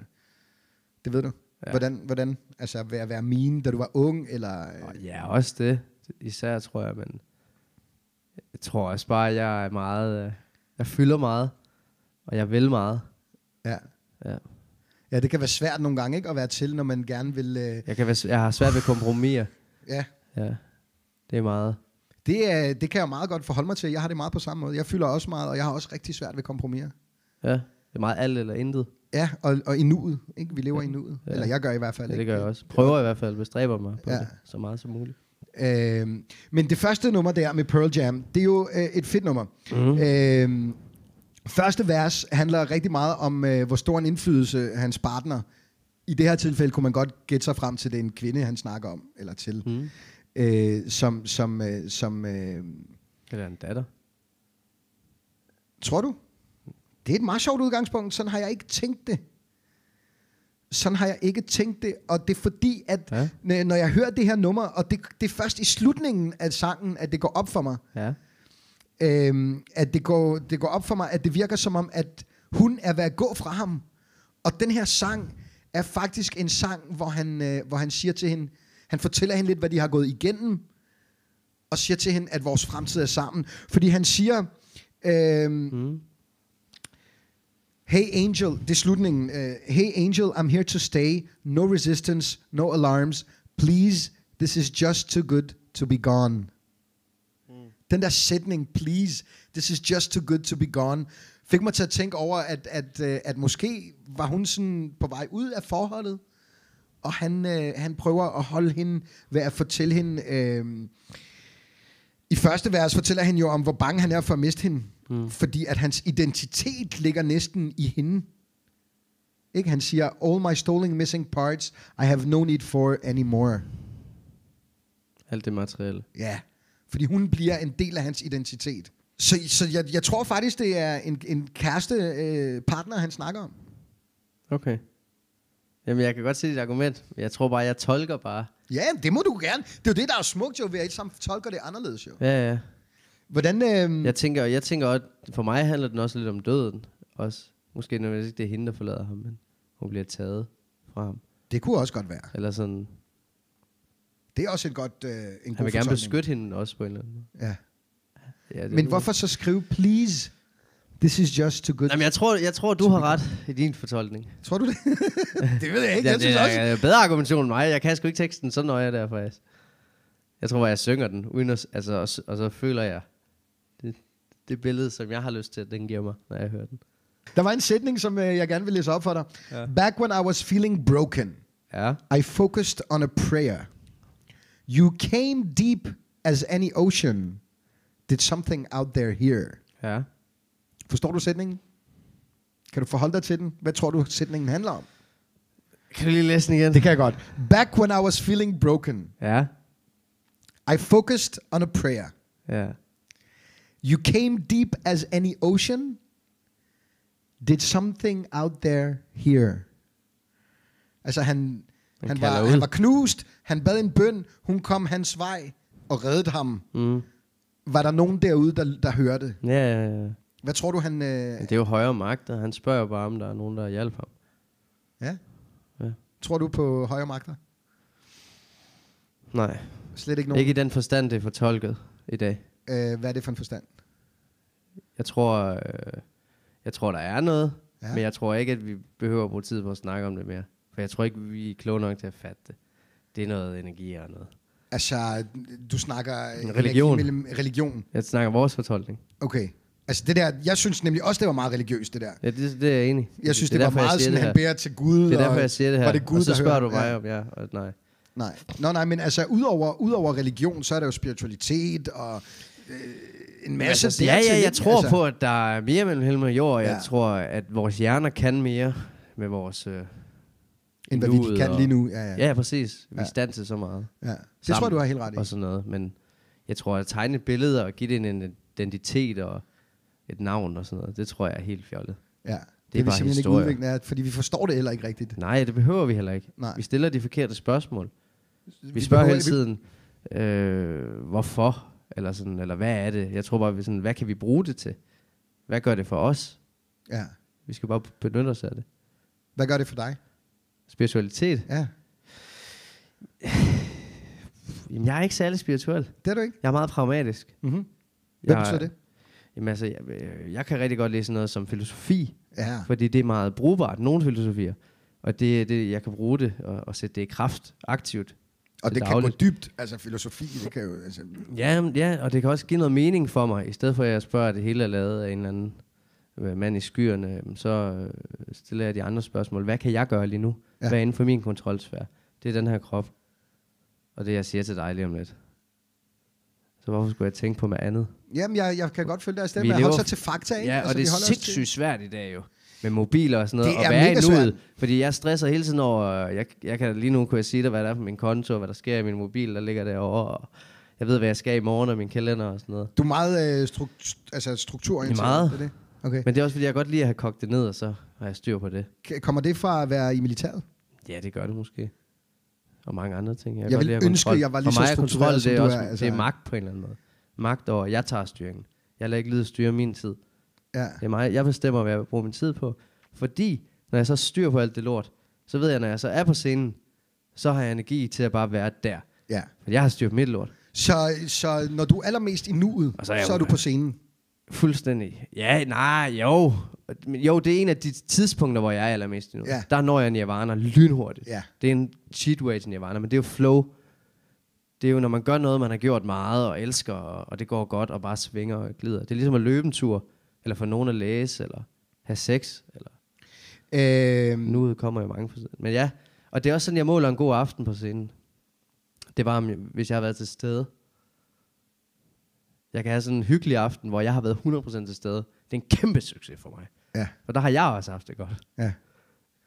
Speaker 1: Det ved du. Ja.
Speaker 2: Ja.
Speaker 1: Hvordan, hvordan, altså ved at være mean, da du var ung, eller... Øh,
Speaker 2: Og ja, også det. Især tror jeg, men jeg tror også bare, at jeg er meget, øh, jeg fylder meget, og jeg vil meget.
Speaker 1: ja.
Speaker 2: Ja.
Speaker 1: ja, det kan være svært nogle gange, ikke, at være til, når man gerne vil... Øh,
Speaker 2: Jeg, kan være, s- jeg har svært ved kompromiser.
Speaker 1: ja,
Speaker 2: Ja, det er meget.
Speaker 1: Det, er, det kan jeg meget godt forholde mig til. Jeg har det meget på samme måde. Jeg fylder også meget, og jeg har også rigtig svært ved kompromiser.
Speaker 2: Ja, det er meget alt eller intet.
Speaker 1: Ja, og, og i nuet. Ikke? Vi lever i nuet. Ja.
Speaker 2: Ja.
Speaker 1: Eller jeg gør i hvert fald.
Speaker 2: Ja, det
Speaker 1: ikke?
Speaker 2: gør jeg også. Prøver i hvert fald, bestræber mig på
Speaker 1: Ja.
Speaker 2: ja. det, så meget som muligt.
Speaker 1: Øhm, men det første nummer der med Pearl Jam, det er jo øh, et fedt nummer. Mm. Øhm, første vers handler rigtig meget om, øh, hvor stor en indflydelse hans partner. I det her tilfælde kunne man godt gætte sig frem til, det er en kvinde, han snakker om, eller til. Mm. Øh, som, som, øh, som øh,
Speaker 2: Eller en datter.
Speaker 1: Tror du? Det er et meget sjovt udgangspunkt. Sådan har jeg ikke tænkt det. Sådan har jeg ikke tænkt det. Og det er fordi, at ja.
Speaker 2: Ja.
Speaker 1: når jeg hører det her nummer, og det, det er først i slutningen af sangen, at det går op for mig,
Speaker 2: Ja.
Speaker 1: øhm, at det går, det går op for mig, at det virker som om, at hun er ved at gå fra ham. Og den her sang er faktisk en sang, hvor han, øh, hvor han siger til hende, han fortæller hende lidt, hvad de har gået igennem, og siger til hende, at vores fremtid er sammen. Fordi han siger, øhm, mm. Hey Angel, det er slutningen. Øh, hey Angel, I'm here to stay. No resistance, no alarms. Please, this is just too good to be gone. Den der sætning, please, this is just too good to be gone, fik mig til at tænke over, at, at, øh, at måske var hun sådan på vej ud af forholdet, og han, øh, han prøver at holde hende ved at fortælle hende... Øh, i første vers fortæller han jo om, hvor bange han er for at miste hende. Mm. Fordi at hans identitet ligger næsten i hende. Ikke? Han siger, all my stolen missing parts, I have no need for anymore.
Speaker 2: Alt det materielle.
Speaker 1: Ja, fordi hun bliver en del af hans identitet. Så, så jeg, jeg tror faktisk, det er en, en kæreste øh, partner, han snakker om.
Speaker 2: Okay. Jamen, jeg kan godt se dit argument. men Jeg tror bare, jeg tolker bare.
Speaker 1: Ja, det må du gerne. Det er jo det, der er smukt jo, ved at alle sammen tolker det anderledes jo.
Speaker 2: Ja, ja.
Speaker 1: Hvordan, øh,
Speaker 2: Mm. Jeg tænker, jeg tænker også, for mig handler den også lidt om døden. Også. Måske nødvendigvis ikke det er hende, der forlader ham, men hun bliver taget fra ham.
Speaker 1: det kunne også godt være.
Speaker 2: Eller sådan,
Speaker 1: Det er også et godt, øh, en god
Speaker 2: han vil gerne
Speaker 1: fortolkning.
Speaker 2: beskytte hende også på en eller anden måde.
Speaker 1: Ja.
Speaker 2: Ja, det
Speaker 1: Men hvorfor så skrive, please, this is just too good?
Speaker 2: Jamen, jeg tror, jeg tror, du har ret i din fortolkning.
Speaker 1: Tror du det? [LAUGHS] det ved jeg ikke. Jeg
Speaker 2: det,
Speaker 1: synes
Speaker 2: er,
Speaker 1: også...
Speaker 2: er bedre argumentation end mig. Jeg kan sgu ikke teksten så nøje der, faktisk. Jeg tror bare, jeg synger den, uden at, s- altså, og, s- og så føler jeg det, det billede, som jeg har lyst til, at den giver mig, når jeg hører den.
Speaker 1: Der var en sætning, som øh, jeg gerne vil læse op for dig. Back when I was feeling broken,
Speaker 2: Ja.
Speaker 1: I focused on a prayer. You came deep as any ocean. Did something out there here.
Speaker 2: Ja.
Speaker 1: Forstår du sætningen? Kan du forholde dig til den? Hvad tror du, sætningen handler om?
Speaker 2: Kan du lige læse den igen?
Speaker 1: Det kan jeg godt. Back when I was feeling broken,
Speaker 2: Ja.
Speaker 1: I focused on a prayer.
Speaker 2: Ja.
Speaker 1: You came deep as any ocean. Did something out there here? Altså han, Han
Speaker 2: kalder
Speaker 1: var,
Speaker 2: ud.
Speaker 1: han var knust, han bad en bøn, hun kom hans vej og reddede ham. Mm. Var der nogen derude, der, der hørte?
Speaker 2: Ja, ja, ja.
Speaker 1: Hvad tror du, han... Øh,
Speaker 2: Men det er jo højere magter. Han spørger jo bare, om der er nogen, der hjælper ham.
Speaker 1: ja?
Speaker 2: Ja.
Speaker 1: Tror du på højere magter?
Speaker 2: Nej,
Speaker 1: Slet ikke
Speaker 2: no.
Speaker 1: nogen.
Speaker 2: ikke
Speaker 1: Ikke.
Speaker 2: i den forstand, det er fortolket i dag.
Speaker 1: Øh, hvad er det for en forstand?
Speaker 2: Jeg tror, øh, jeg tror der er noget,
Speaker 1: Ja.
Speaker 2: ja. men jeg tror ikke, at vi behøver at bruge tid på at snakke om det mere. For jeg tror ikke, vi er kloge nok til at fatte det. Det er noget energi og noget.
Speaker 1: Altså, du snakker...
Speaker 2: religion.
Speaker 1: Mellem, religion,
Speaker 2: Jeg snakker vores fortolkning.
Speaker 1: okay. Altså det der, jeg synes nemlig også, det var meget religiøst, det der.
Speaker 2: Ja, det, det er jeg enig. i.
Speaker 1: Jeg synes, det, det var
Speaker 2: derfor, jeg
Speaker 1: meget
Speaker 2: siger
Speaker 1: sådan,
Speaker 2: det
Speaker 1: han
Speaker 2: her.
Speaker 1: beder til Gud.
Speaker 2: Det er derfor,
Speaker 1: og
Speaker 2: jeg siger det her.
Speaker 1: Var det Gud,
Speaker 2: og så
Speaker 1: der
Speaker 2: spørger
Speaker 1: hørte?
Speaker 2: du mig
Speaker 1: Ja.
Speaker 2: om, ja, og nej.
Speaker 1: Nej. Nå, nej, men altså, udover, udover religion, så er der jo spiritualitet og øh, en masse...
Speaker 2: altså, ja,
Speaker 1: dertil,
Speaker 2: ja, jeg
Speaker 1: ikke?
Speaker 2: tror altså. på, at der er mere mellem himmel og jord. Jeg
Speaker 1: Ja.
Speaker 2: tror, at vores hjerner kan mere med vores... Øh,
Speaker 1: End hvad vi
Speaker 2: nuet
Speaker 1: kan
Speaker 2: og-
Speaker 1: lige nu. Ja, ja.
Speaker 2: ja. ja, præcis. Vi
Speaker 1: Ja.
Speaker 2: er i stand til så meget.
Speaker 1: ja. Det
Speaker 2: sammen
Speaker 1: tror jeg, du har helt ret i.
Speaker 2: Og sådan noget. Men jeg tror, at tegne billeder og give det en identitet og et navn og sådan noget, det tror jeg er helt fjollet.
Speaker 1: Ja. Det,
Speaker 2: Det
Speaker 1: vi
Speaker 2: er bare
Speaker 1: simpelthen ikke
Speaker 2: historier.
Speaker 1: udviklet af, fordi vi forstår det heller ikke rigtigt.
Speaker 2: Nej, det behøver vi heller ikke.
Speaker 1: Nej.
Speaker 2: Vi stiller de forkerte spørgsmål. Vi, vi
Speaker 1: behøver-
Speaker 2: spørger hele tiden, øh, hvorfor? Eller, sådan, eller hvad er det? Jeg tror bare, vi sådan, hvad kan vi bruge det til? Hvad gør det for os?
Speaker 1: Ja.
Speaker 2: Vi skal bare benytte os af det.
Speaker 1: Hvad gør det for dig?
Speaker 2: Spiritualitet?
Speaker 1: Ja,
Speaker 2: Jamen, jeg er ikke særlig spirituel.
Speaker 1: det er du ikke.
Speaker 2: Jeg er meget pragmatisk.
Speaker 1: Mm-hmm. Hvad
Speaker 2: jeg,
Speaker 1: betyder det?
Speaker 2: Jamen, altså, jeg, øh, jeg kan rigtig godt læse noget som filosofi,
Speaker 1: Ja.
Speaker 2: fordi det er meget brugbart, nogle filosofier. Og det, det jeg kan bruge det og, og sætte det i kraft aktivt.
Speaker 1: Og
Speaker 2: til
Speaker 1: det kan gå
Speaker 2: dagligt.
Speaker 1: dybt. Altså filosofi, det kan jo... Altså,
Speaker 2: Ja, men- ja, og det kan også give noget mening for mig. I stedet for at jeg spørger, at det hele er lavet af en eller anden øh, mand i skyerne, jamen, så øh, stiller jeg de andre spørgsmål. Hvad kan jeg gøre lige nu?
Speaker 1: Ja.
Speaker 2: Ja. Hvad er inden for min kontrolsfære? Det er den her krop. Og det, jeg siger til dig lige om lidt. Så hvorfor skulle jeg tænke på med andet?
Speaker 1: jamen, jeg, jeg kan godt følge dig stemme.
Speaker 2: Vi
Speaker 1: Jeg holder
Speaker 2: lever-
Speaker 1: sig til fakta, ikke?
Speaker 2: Ja, og
Speaker 1: altså,
Speaker 2: det
Speaker 1: vi
Speaker 2: er
Speaker 1: holder os til-
Speaker 2: sindssygt svært i dag jo. Med mobiler og sådan noget.
Speaker 1: Det
Speaker 2: og
Speaker 1: er
Speaker 2: være i
Speaker 1: mega
Speaker 2: nuet. Fordi jeg stresser hele tiden over... øh, Jeg, jeg kan lige nu kunne jeg sige dig, hvad der er på min konto, og hvad der sker i min mobil, der ligger derovre. Og jeg ved, hvad jeg skal i morgen, og min kalender og sådan noget.
Speaker 1: Du er meget øh, struk- altså, strukturorienteret.
Speaker 2: Meget.
Speaker 1: Det er det. Okay.
Speaker 2: Men det er også, fordi jeg godt lige at have kogt det ned, og så har jeg styr på det.
Speaker 1: Men, kommer det fra at være i militæret?
Speaker 2: Ja, det gør det måske. Og mange andre ting.
Speaker 1: Jeg
Speaker 2: kan godt
Speaker 1: ville
Speaker 2: lide at have
Speaker 1: ønske,
Speaker 2: kontrol.
Speaker 1: jeg var lige
Speaker 2: For mig
Speaker 1: så
Speaker 2: er
Speaker 1: struktureret,
Speaker 2: kontrol,
Speaker 1: som
Speaker 2: det er,
Speaker 1: du
Speaker 2: også,
Speaker 1: er, altså.
Speaker 2: det er magt på en eller anden måde. Magt over, jeg tager styringen. Jeg lader ikke lyde styre min tid.
Speaker 1: Ja.
Speaker 2: Det er mig. Jeg bestemmer, hvad jeg vil bruge min tid på. Fordi, når jeg så styr på alt det lort, så ved jeg, når jeg så er på scenen, så har jeg energi til at bare være der.
Speaker 1: ja.
Speaker 2: For jeg har styr på mit lort.
Speaker 1: Så, så når du er allermest i nuet, så
Speaker 2: Og så er
Speaker 1: er,
Speaker 2: jeg
Speaker 1: så er du
Speaker 2: jo-
Speaker 1: på scenen.
Speaker 2: Fuldstændig. Ja, nej, jo. Men Jo, det er en af de tidspunkter, hvor jeg er allermest nu.
Speaker 1: Ja.
Speaker 2: Der når jeg nirvana lynhurtigt.
Speaker 1: Ja.
Speaker 2: Det er en cheat way til nirvana, men det er jo flow. Det er jo, når man gør noget, man har gjort meget og elsker, og og det går godt og bare svinger og glider. Det er ligesom at løbe en tur, eller få nogen at læse, eller have sex, eller
Speaker 1: Øhm,
Speaker 2: nu kommer jo mange på scenen. Men ja, og det er også sådan, jeg måler en god aften på scenen. Det er bare, om jeg- hvis jeg har været til stede. Jeg kan have sådan en hyggelig aften, hvor jeg har været 100% til stede. Det er en kæmpe succes for mig.
Speaker 1: Ja.
Speaker 2: Og der har jeg også haft det godt.
Speaker 1: Ja.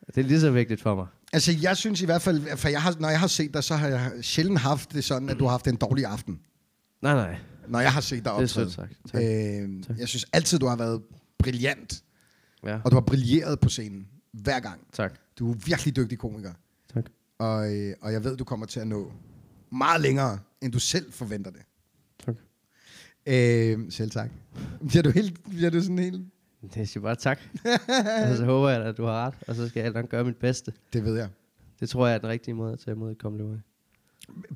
Speaker 2: Det er lige så vigtigt for mig.
Speaker 1: Altså, jeg synes i hvert fald, for jeg har, når jeg har set dig, så har jeg sjældent haft det sådan, at du har haft en dårlig aften.
Speaker 2: Nej, nej.
Speaker 1: Når jeg har set dig
Speaker 2: Det er
Speaker 1: optræde.
Speaker 2: sødt sagt. Tak.
Speaker 1: Øhm, jeg synes altid, du har været brillant,
Speaker 2: Ja.
Speaker 1: og du har brilleret på scenen hver gang.
Speaker 2: Tak.
Speaker 1: Du er virkelig dygtig komiker,
Speaker 2: tak.
Speaker 1: og, øh, og jeg ved, du kommer til at nå meget længere, end du selv forventer det.
Speaker 2: Tak. Øhm,
Speaker 1: Øh, selv tak. Bliver du, helt, bliver du sådan helt...
Speaker 2: Det siger bare
Speaker 1: [LAUGHS]
Speaker 2: tak. og så håber jeg, da, at du har ret, og så skal jeg nok gøre mit bedste.
Speaker 1: Det ved jeg.
Speaker 2: Det tror jeg er den rigtige måde at tage imod et kompliment.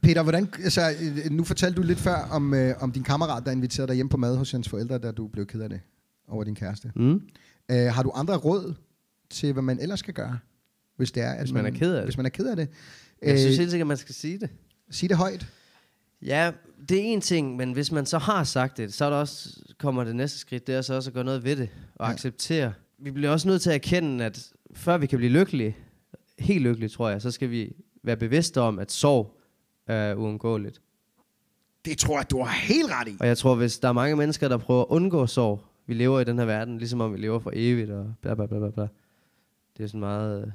Speaker 1: Peter, hvordan, altså, øh, nu fortalte du lidt før om, øh, om din kammerat, der inviterede dig hjem på mad hos hans forældre, da du blev ked af det over din kæreste.
Speaker 2: Mm?
Speaker 1: Øh, har du andre råd til, hvad man ellers skal gøre, hvis det er, at
Speaker 2: Hvis man er ked af det.
Speaker 1: Hvis man er ked af det.
Speaker 2: Jeg synes
Speaker 1: øh,
Speaker 2: helt sikkert, at man skal sige det.
Speaker 1: sig det højt.
Speaker 2: Ja, det er en ting, men hvis man så har sagt det, så er der også, kommer det næste skridt, det er så også at gøre noget ved det
Speaker 1: Ja.
Speaker 2: og ja. acceptere. Vi bliver også nødt til at erkende, at før vi kan blive lykkelige, helt lykkelige tror jeg, så skal vi være bevidste om, at sorg er uundgåeligt.
Speaker 1: Det tror jeg, du har helt ret i.
Speaker 2: Og jeg tror, hvis der er mange mennesker, der prøver at undgå sorg, vi lever i den her verden, ligesom om vi lever for evigt og bla bla bla bla. bla. Det er sådan meget øh,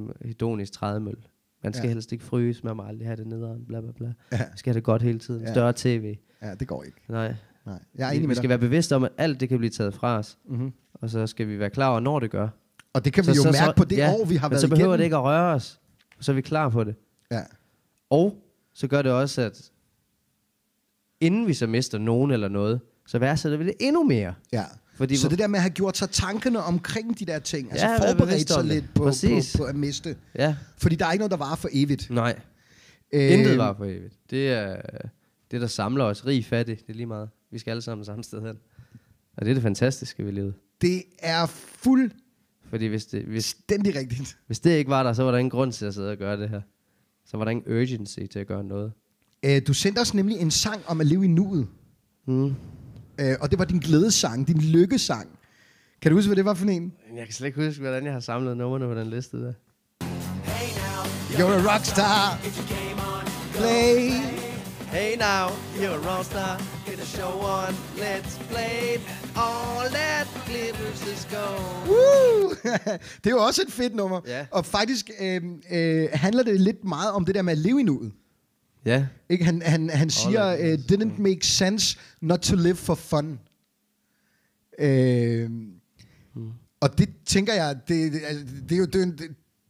Speaker 2: det er hedonisk trædemølle. Man skal
Speaker 1: Ja.
Speaker 2: ja. helst ikke fryse, man må aldrig have det nederen, bla bla bla.
Speaker 1: Ja.
Speaker 2: Man skal have det godt hele tiden.
Speaker 1: Ja.
Speaker 2: Større tv.
Speaker 1: Ja, det går ikke.
Speaker 2: Nej,
Speaker 1: Nej, jeg er
Speaker 2: vi,
Speaker 1: enig
Speaker 2: vi
Speaker 1: med
Speaker 2: skal
Speaker 1: dig.
Speaker 2: være bevidste om, at alt det kan blive taget fra os.
Speaker 1: Mhm.
Speaker 2: Og så skal vi være klar over, når det gør.
Speaker 1: Og det kan vi jo mærke på det år, vi har
Speaker 2: men
Speaker 1: været
Speaker 2: så behøver
Speaker 1: igennem.
Speaker 2: det ikke at røre os. så er vi klar på det.
Speaker 1: Ja.
Speaker 2: Og så gør det også, at inden vi så mister nogen eller noget, så værdsætter vi det endnu mere.
Speaker 1: Ja.
Speaker 2: Fordi
Speaker 1: så
Speaker 2: hvor-
Speaker 1: det der med at have gjort sig tankerne omkring de der ting, altså
Speaker 2: Ja, være
Speaker 1: forberedt
Speaker 2: bevidst
Speaker 1: sig
Speaker 2: om det.
Speaker 1: lidt på,
Speaker 2: Præcis.
Speaker 1: på, på at miste.
Speaker 2: Ja,
Speaker 1: Fordi der er ikke noget, der varer for evigt.
Speaker 2: nej.
Speaker 1: Øh,
Speaker 2: Intet var for evigt. Det er det, der samler os. Rig, fattig, det er lige meget. Vi skal alle sammen samme sted hen. Og det er det fantastiske ved livet.
Speaker 1: Det er fuldstændig
Speaker 2: Fordi hvis det, hvis,
Speaker 1: rigtigt.
Speaker 2: hvis det ikke var der, så var der ingen grund til at sidde og gøre det her. Så var der ingen urgency til at gøre noget.
Speaker 1: Øh, du sendte os nemlig en sang om at leve i nuet.
Speaker 2: Mm.
Speaker 1: Øh, og det var din glædesang, din lykkesang. Kan du huske, hvad det var for en?
Speaker 2: Jeg kan slet ikke huske, hvordan jeg har samlet numrene på den liste der.
Speaker 1: You're a rockstar. Play.
Speaker 2: Hey now, you're a rockstar. Get a show on. Let's play it. All that glitters is gold.
Speaker 1: Woo! [LAUGHS] det er jo også et fedt nummer.
Speaker 2: Ja.
Speaker 1: Og faktisk øh, øh, handler det lidt meget om det der med at leve i nuet.
Speaker 2: Ja,
Speaker 1: Ikke? Han, han, han siger,
Speaker 2: that
Speaker 1: uh, didn't make sense not to live for fun. Øh,
Speaker 2: Hmm.
Speaker 1: og det tænker jeg, det, det- altså, det, er jo, det, er jo en- det,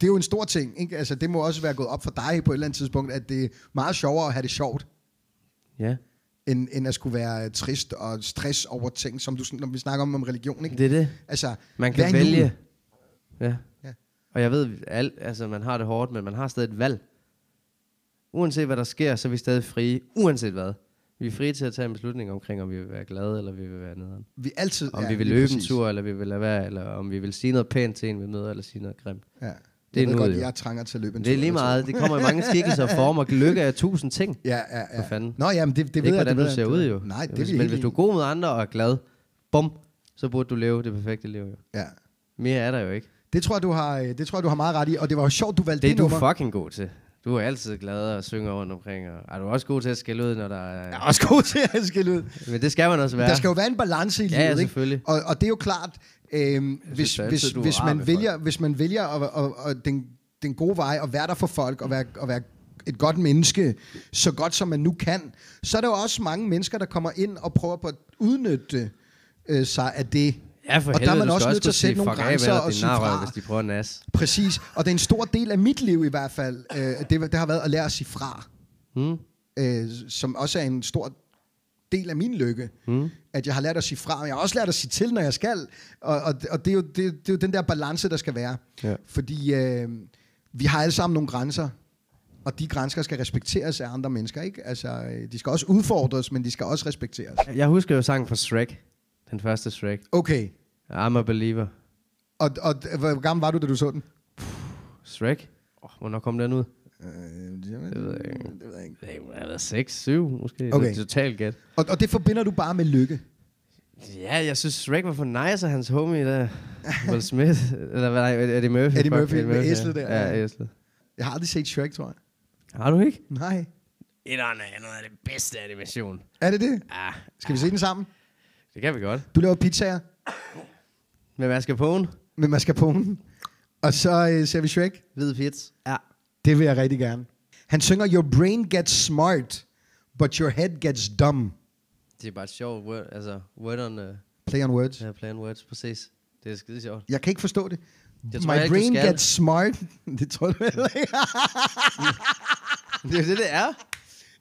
Speaker 1: det er jo en stor ting. Ikke? Altså, det må også være gået op for dig på et eller andet tidspunkt, at det er meget sjovere at have det sjovt,
Speaker 2: ja.
Speaker 1: end, end at skulle være øh, trist og stress over ting, som du, sn- når vi snakker om, om religion. Ikke?
Speaker 2: Det er det.
Speaker 1: altså,
Speaker 2: Man
Speaker 1: vær i
Speaker 2: kan
Speaker 1: nuet.
Speaker 2: vælge. Ja.
Speaker 1: Ja.
Speaker 2: ja. Og jeg ved, alt, altså man har det hårdt, men man har stadig et valg. Uanset hvad der sker, så er vi stadig frie. Uanset hvad. Vi er frie til at tage en beslutning omkring, om vi vil være glade, eller vi vil være nederen.
Speaker 1: Vi altid,
Speaker 2: Om
Speaker 1: ja,
Speaker 2: vi vil
Speaker 1: lige
Speaker 2: løbe en
Speaker 1: præcis.
Speaker 2: tur, eller vi vil lade være, eller om vi vil sige noget pænt til en, vi møder, eller sige noget grimt.
Speaker 1: Ja. Det
Speaker 2: Det er
Speaker 1: jeg ved
Speaker 2: nuet,
Speaker 1: godt,
Speaker 2: jo.
Speaker 1: jeg trænger til at løbe en tur.
Speaker 2: Det er lige
Speaker 1: eller to.
Speaker 2: meget. Det kommer i
Speaker 1: [LAUGHS]
Speaker 2: mange skikkelser og former. Lykke er tusind ting. Det,
Speaker 1: Ja, ja, ja.
Speaker 2: For fanden.
Speaker 1: Nå, jamen, det, det,
Speaker 2: det
Speaker 1: ved
Speaker 2: ikke,
Speaker 1: jeg, det
Speaker 2: hvordan
Speaker 1: ved
Speaker 2: du
Speaker 1: jeg,
Speaker 2: ser
Speaker 1: det
Speaker 2: ud
Speaker 1: ved-
Speaker 2: jo.
Speaker 1: Nej, det er
Speaker 2: Hvis-
Speaker 1: vi
Speaker 2: Men
Speaker 1: helt
Speaker 2: hvis du er
Speaker 1: enige
Speaker 2: god mod andre og er glad, bum, så burde du leve det perfekte liv jo.
Speaker 1: i. Ja.
Speaker 2: Mere er der jo ikke.
Speaker 1: Det tror, jeg, du har, øh, det tror jeg, du har meget ret i, og det var jo sjovt, du valgte
Speaker 2: Det
Speaker 1: det,
Speaker 2: er du
Speaker 1: nummer.
Speaker 2: fucking god til. Du er altid glad og synger rundt omkring. Og er du også god til at skælde ud, når der er...
Speaker 1: Jeg er også god til at skille ud.
Speaker 2: Men det skal man også være.
Speaker 1: Der skal jo være en balance i
Speaker 2: Ja,
Speaker 1: livet,
Speaker 2: ja,
Speaker 1: ikke?
Speaker 2: selvfølgelig.
Speaker 1: Og, og det er jo klart, øhm, hvis,
Speaker 2: altid,
Speaker 1: hvis,
Speaker 2: du er
Speaker 1: hvis,
Speaker 2: rar
Speaker 1: man
Speaker 2: ved
Speaker 1: vælger, hvis man vælger at, at, at, at den, den gode vej og være der for folk og være, og være et godt menneske, så godt som man nu kan, så er der jo også mange mennesker, der kommer ind og prøver på at udnytte øh, sig af det.
Speaker 2: Ja, for
Speaker 1: og der
Speaker 2: helvede,
Speaker 1: er man
Speaker 2: du
Speaker 1: også
Speaker 2: skal
Speaker 1: nødt til
Speaker 2: kunne
Speaker 1: at sætte
Speaker 2: sige,
Speaker 1: nogle
Speaker 2: "Fuck af
Speaker 1: grænser
Speaker 2: med dig,
Speaker 1: og
Speaker 2: din
Speaker 1: sige
Speaker 2: narrøv,
Speaker 1: fra.
Speaker 2: Hvis de prøver at nas.
Speaker 1: Præcis, og det er en stor del af mit liv i hvert fald, øh, det, det har været at lære at sige fra.
Speaker 2: Hmm?
Speaker 1: øh, som også er en stor del af min lykke, mm. at jeg har lært at sige fra, men jeg har også lært at sige til, når jeg skal, og, og, og det, er jo, det, det er jo den der balance, der skal være.
Speaker 2: Ja.
Speaker 1: Fordi øh, vi har alle sammen nogle grænser, og de grænser skal respekteres af andre mennesker, ikke? Altså, øh, de skal også udfordres, men de skal også respekteres.
Speaker 2: Jeg husker jo sangen fra Shrek. Den første Shrek.
Speaker 1: Okay,
Speaker 2: I'm a believer.
Speaker 1: og, og d- hvor gammel var du, da du så den?
Speaker 2: Shrek? Oh, hvornår kom den ud?
Speaker 1: Øh, det
Speaker 2: ved jeg ikke.
Speaker 1: Det ved jeg ikke.
Speaker 2: Det har været 6, 7 måske.
Speaker 1: Okay.
Speaker 2: Det er totalt gæt.
Speaker 1: Og, og det forbinder du bare med lykke.
Speaker 2: Ja, jeg synes Shrek var for nice, og hans homie
Speaker 1: [LAUGHS]
Speaker 2: der, Will Smith, eller hvad nej, Eddie Murphy.
Speaker 1: Eddie
Speaker 2: fuck,
Speaker 1: Murphy med
Speaker 2: ja.
Speaker 1: æslet der, ja.
Speaker 2: Ja, æslet.
Speaker 1: Jeg har aldrig set Shrek, tror jeg.
Speaker 2: Har du ikke?
Speaker 1: Nej.
Speaker 2: Et andet er noget af det bedste animation.
Speaker 1: Er det det?
Speaker 2: Ja,
Speaker 1: Skal vi se den sammen?
Speaker 2: det kan vi godt.
Speaker 1: Du laver pizzaer.
Speaker 2: Med mascarpone,
Speaker 1: med mascarponen. Og så øh, ser vi Shrek.
Speaker 2: hvid pits. Ja.
Speaker 1: Det vil jeg rigtig gerne. Han synger, Your brain gets smart, but your head gets dumb.
Speaker 2: Det er bare et sjovt word, altså word on uh,
Speaker 1: Play on words.
Speaker 2: uh, plan words, præcis. Det er skide sjovt.
Speaker 1: Jeg kan ikke forstå det.
Speaker 2: Det tror
Speaker 1: My
Speaker 2: jeg ikke, du
Speaker 1: brain
Speaker 2: skal.
Speaker 1: gets smart. [LAUGHS] Det tror du heller ikke.
Speaker 2: [LAUGHS] det er jo det, det er.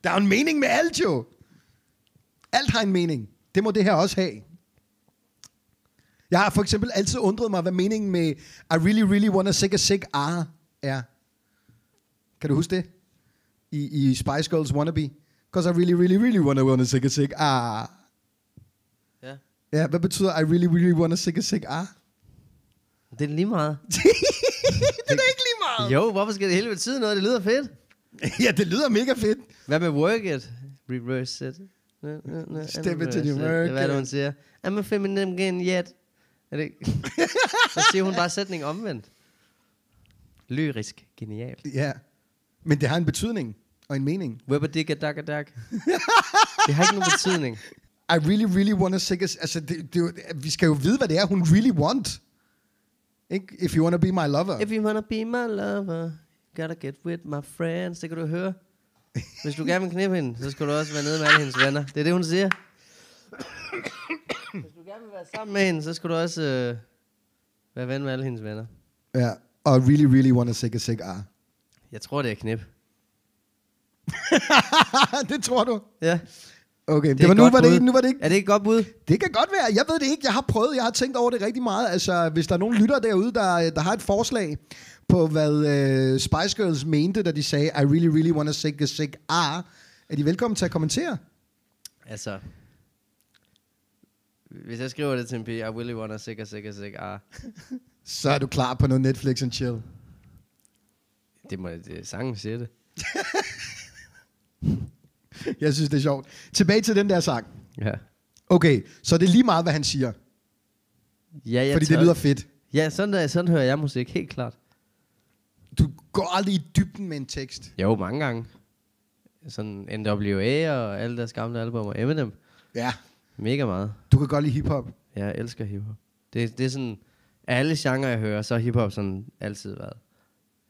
Speaker 1: Der er jo en mening med alt jo. Alt har en mening. Det må det her også have. Jeg har for eksempel altid undret mig, hvad meningen med I really, really wanna sick a sick are er. Kan du huske det? I, i Spice Girls Wannabe. Because I really, really, really wanna, wanna sick a sick are.
Speaker 2: Ja.
Speaker 1: Ja, hvad betyder I really, really wanna sick a sick [LAUGHS] are?
Speaker 2: Det er lige meget.
Speaker 1: det er da ikke lige meget.
Speaker 2: Jo, hvorfor skal det hele betyde noget? Det lyder fedt.
Speaker 1: ja, det lyder mega fedt.
Speaker 2: Hvad med work it? Reverse it.
Speaker 1: Step into
Speaker 2: Reverse
Speaker 1: the
Speaker 2: it.
Speaker 1: work
Speaker 2: Hvad er det, hun
Speaker 1: it.
Speaker 2: siger? I'm a feminine again yet. Er det
Speaker 1: [LAUGHS]
Speaker 2: ikke? Så siger hun bare sætning omvendt. Lyrisk. Genialt.
Speaker 1: Ja. Men det har en betydning og en mening.
Speaker 2: Webber dak dak. Det har ikke nogen betydning.
Speaker 1: I really, really want to sick us. Altså, det, det, er jo- vi skal jo vide, hvad det er, hun really want. Ikke? If you want to be my lover.
Speaker 2: If you wanna be my lover, gotta get with my friends. Det kan du høre. Hvis du gerne vil knippe hende, så skal du også være nede med alle hendes venner. Det er det, hun siger. Hvis du gerne vil være sammen med hende, så skal du også øh, være ven med alle hendes venner.
Speaker 1: Ja. Og really, really want to sick us, sick ah.
Speaker 2: Jeg tror, det er knip.
Speaker 1: [LAUGHS] det tror du.
Speaker 2: Ja.
Speaker 1: Okay, det, det
Speaker 2: er
Speaker 1: var,
Speaker 2: et
Speaker 1: nu,
Speaker 2: godt
Speaker 1: var det,
Speaker 2: bud.
Speaker 1: ikke, nu var det ikke
Speaker 2: Er det ikke et godt bud?
Speaker 1: Det kan godt være. Jeg ved det ikke. Jeg har prøvet. Jeg har tænkt over det rigtig meget. Altså, hvis der er nogen lytter derude, der, der har et forslag på, hvad uh, Spice Girls mente, da de sagde, I really, really wanna sing a sing ah, er de velkommen til at kommentere?
Speaker 2: Altså... Hvis jeg skriver det til en pige, I really wanna sikker, sikker, sikker, ah.
Speaker 1: Så er du klar på noget Netflix and chill.
Speaker 2: Det må det, sangen siger det.
Speaker 1: Jeg synes, det er sjovt. Tilbage til den der sang.
Speaker 2: Ja.
Speaker 1: Okay, så det er lige meget, hvad han siger.
Speaker 2: Ja, jeg
Speaker 1: fordi det
Speaker 2: tør-
Speaker 1: lyder fedt.
Speaker 2: Ja, sådan, der, sådan hører jeg musik, helt klart.
Speaker 1: Du går aldrig i dybden med en tekst.
Speaker 2: Jo, mange gange. Sådan NWA og alle deres gamle albumer. Eminem.
Speaker 1: Ja,
Speaker 2: Mega meget.
Speaker 1: du kan godt lide hiphop.
Speaker 2: Jeg elsker hiphop. Det, det er sådan... af Alle genrer, jeg hører, så har hiphop sådan altid været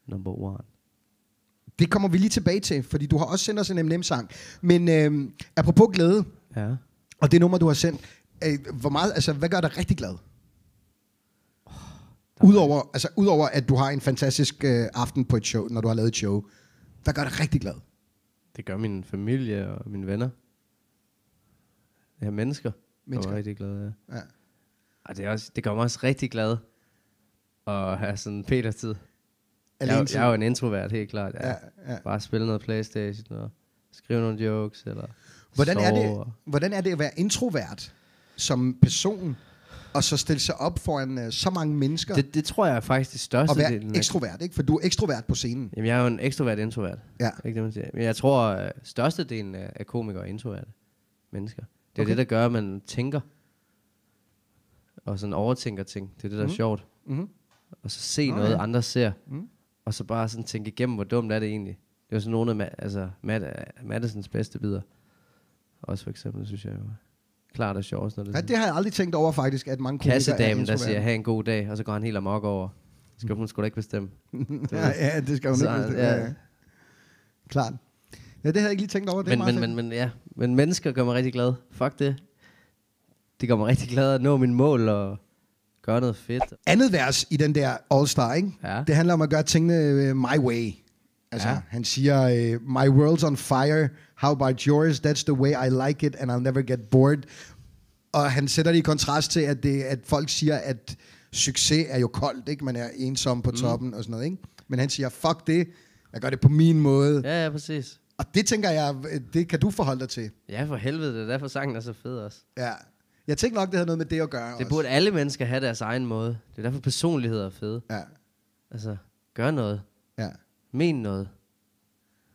Speaker 2: number one.
Speaker 1: Det kommer vi lige tilbage til, fordi du har også sendt os en M&M-sang. Men øh, apropos glæde,
Speaker 2: Ja.
Speaker 1: Og det nummer, du har sendt, øh, hvor meget, altså, hvad gør dig rigtig glad? Udover, altså, udover at du har en fantastisk øh, aften på et show, når du har lavet et show. Hvad gør dig rigtig glad?
Speaker 2: Det gør min familie og mine venner. Ja, mennesker.
Speaker 1: Mennesker.
Speaker 2: Jeg er rigtig glad, ja.
Speaker 1: Ja.
Speaker 2: Og det, er også, det gør mig også rigtig glad at have sådan Peter-tid.
Speaker 1: Alene
Speaker 2: jeg,
Speaker 1: tid.
Speaker 2: jeg er jo en introvert, helt klart. Ja.
Speaker 1: Ja, ja.
Speaker 2: Bare spille noget Playstation og skrive nogle jokes. Eller
Speaker 1: Hvordan er,
Speaker 2: sove
Speaker 1: det,
Speaker 2: og-
Speaker 1: hvordan er det at være introvert som person, og så stille sig op foran øh, så mange mennesker,
Speaker 2: Det, det tror jeg er faktisk det største.
Speaker 1: og
Speaker 2: delen
Speaker 1: være
Speaker 2: af-
Speaker 1: ekstrovert, ikke? For du er ekstrovert på scenen.
Speaker 2: Jamen, jeg er jo en ekstrovert introvert.
Speaker 1: Ja.
Speaker 2: Ikke det, man siger. Men jeg tror, at størstedelen af, af komikere er introverte mennesker. Det er
Speaker 1: Okay.
Speaker 2: okay. det, der gør, at man tænker. Og sådan overtænker ting. Det er det, der er mm. sjovt.
Speaker 1: Mhm.
Speaker 2: Og så se
Speaker 1: Nå,
Speaker 2: noget,
Speaker 1: ja.
Speaker 2: andre ser.
Speaker 1: Mm.
Speaker 2: Mm. Og så bare sådan tænke igennem, hvor dumt er det egentlig. Det var sådan nogle af Ma- altså, Matt, Madisons bedste bidder. Også for eksempel, synes jeg jo. er Klart og sjovt, når det,
Speaker 1: Ja,
Speaker 2: sådan-
Speaker 1: det har jeg aldrig tænkt over faktisk, at mange komikere er
Speaker 2: kassedamen, der siger,
Speaker 1: introverte.
Speaker 2: have en god dag, og så går han helt amok over. Skal hun skulle da ikke
Speaker 1: [LAUGHS]
Speaker 2: bestemme.
Speaker 1: ja, ja, det skal jo
Speaker 2: Så,
Speaker 1: ikke. Ja.
Speaker 2: ja.
Speaker 1: Ja. Klart. Ja, det havde jeg ikke lige tænkt over. Det er
Speaker 2: Men,
Speaker 1: meget
Speaker 2: men,
Speaker 1: fedt.
Speaker 2: men, men, ja. men mennesker gør mig rigtig glad. Fuck det. Det gør mig rigtig glad at nå mine mål og gøre noget fedt.
Speaker 1: andet vers i den der All Star, ikke?
Speaker 2: Ja.
Speaker 1: det handler om at gøre tingene øh, my way. Altså, ja.
Speaker 2: Ja.
Speaker 1: han siger, øh, my world's on fire, how about yours, that's the way I like it, and I'll never get bored. Og han sætter det i kontrast til, at, det, at folk siger, at succes er jo koldt, ikke? man er ensom på toppen mm. og sådan noget. Ikke? Men han siger, fuck det, jeg gør det på min måde. Ja.
Speaker 2: Ja, ja, præcis.
Speaker 1: Og det tænker jeg, øh, det kan du forholde dig til.
Speaker 2: Ja, for helvede, det er derfor sangen er så fed også.
Speaker 1: Ja. Jeg tænkte nok, det havde noget med det at gøre
Speaker 2: Det
Speaker 1: også.
Speaker 2: burde alle mennesker have deres egen måde. Det er derfor personligheder er fede.
Speaker 1: Ja,
Speaker 2: Altså, gør noget.
Speaker 1: ja.
Speaker 2: Men noget.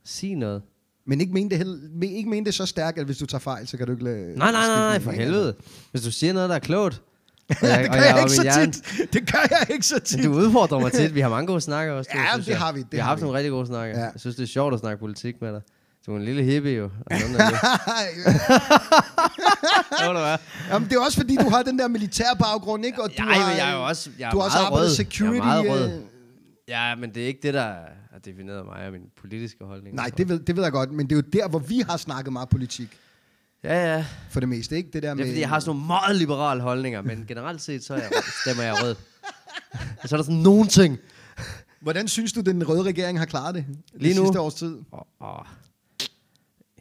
Speaker 2: Sig noget.
Speaker 1: Men ikke mene det, hel- men ikke mene det så stærkt, at hvis du tager fejl, så kan du ikke lade...
Speaker 2: Nej, nej, nej, nej,
Speaker 1: skifte
Speaker 2: for
Speaker 1: mening,
Speaker 2: helvede. Hvis du siger noget, der er
Speaker 1: [LAUGHS]
Speaker 2: klogt. Og
Speaker 1: Ja, det
Speaker 2: og
Speaker 1: gør jeg,
Speaker 2: er
Speaker 1: ikke
Speaker 2: oppe i
Speaker 1: så
Speaker 2: hjernen.
Speaker 1: tit. Det gør jeg ikke så tit.
Speaker 2: Men du udfordrer mig tit. Vi har mange gode snakker også.
Speaker 1: Ja,
Speaker 2: synes
Speaker 1: det
Speaker 2: jeg.
Speaker 1: har vi, det
Speaker 2: vi har
Speaker 1: har
Speaker 2: haft
Speaker 1: vi.
Speaker 2: nogle rigtig gode snakker.
Speaker 1: Ja.
Speaker 2: Ja. Jeg synes, det er sjovt at snakke politik med dig. Du er en lille hippie jo. Og sådan er det.
Speaker 1: [LAUGHS]
Speaker 2: Ved du hvad?
Speaker 1: Jamen, det er også fordi, du har den der militær baggrund, ikke? Og du
Speaker 2: Nej,
Speaker 1: har,
Speaker 2: men jeg er jo også, jeg er
Speaker 1: du har
Speaker 2: meget
Speaker 1: også arbejdet
Speaker 2: rød.
Speaker 1: security.
Speaker 2: Jeg er meget rød.
Speaker 1: øh,
Speaker 2: Ja, men det er ikke det, der har defineret mig og min politiske holdning.
Speaker 1: Nej, det ved, det ved jeg godt, men det er jo der, hvor vi har snakket meget politik.
Speaker 2: Ja, ja.
Speaker 1: For det meste, ikke? Det der
Speaker 2: Det
Speaker 1: med...
Speaker 2: er fordi, jeg har sådan nogle meget liberale holdninger, men generelt set, så er jeg, stemmer jeg
Speaker 1: [LAUGHS]
Speaker 2: rød. Og så er der sådan nogle ting.
Speaker 1: Hvordan synes du, den røde regering har klaret det?
Speaker 2: Lige
Speaker 1: det
Speaker 2: nu?
Speaker 1: sidste års tid?
Speaker 2: Åh, åh.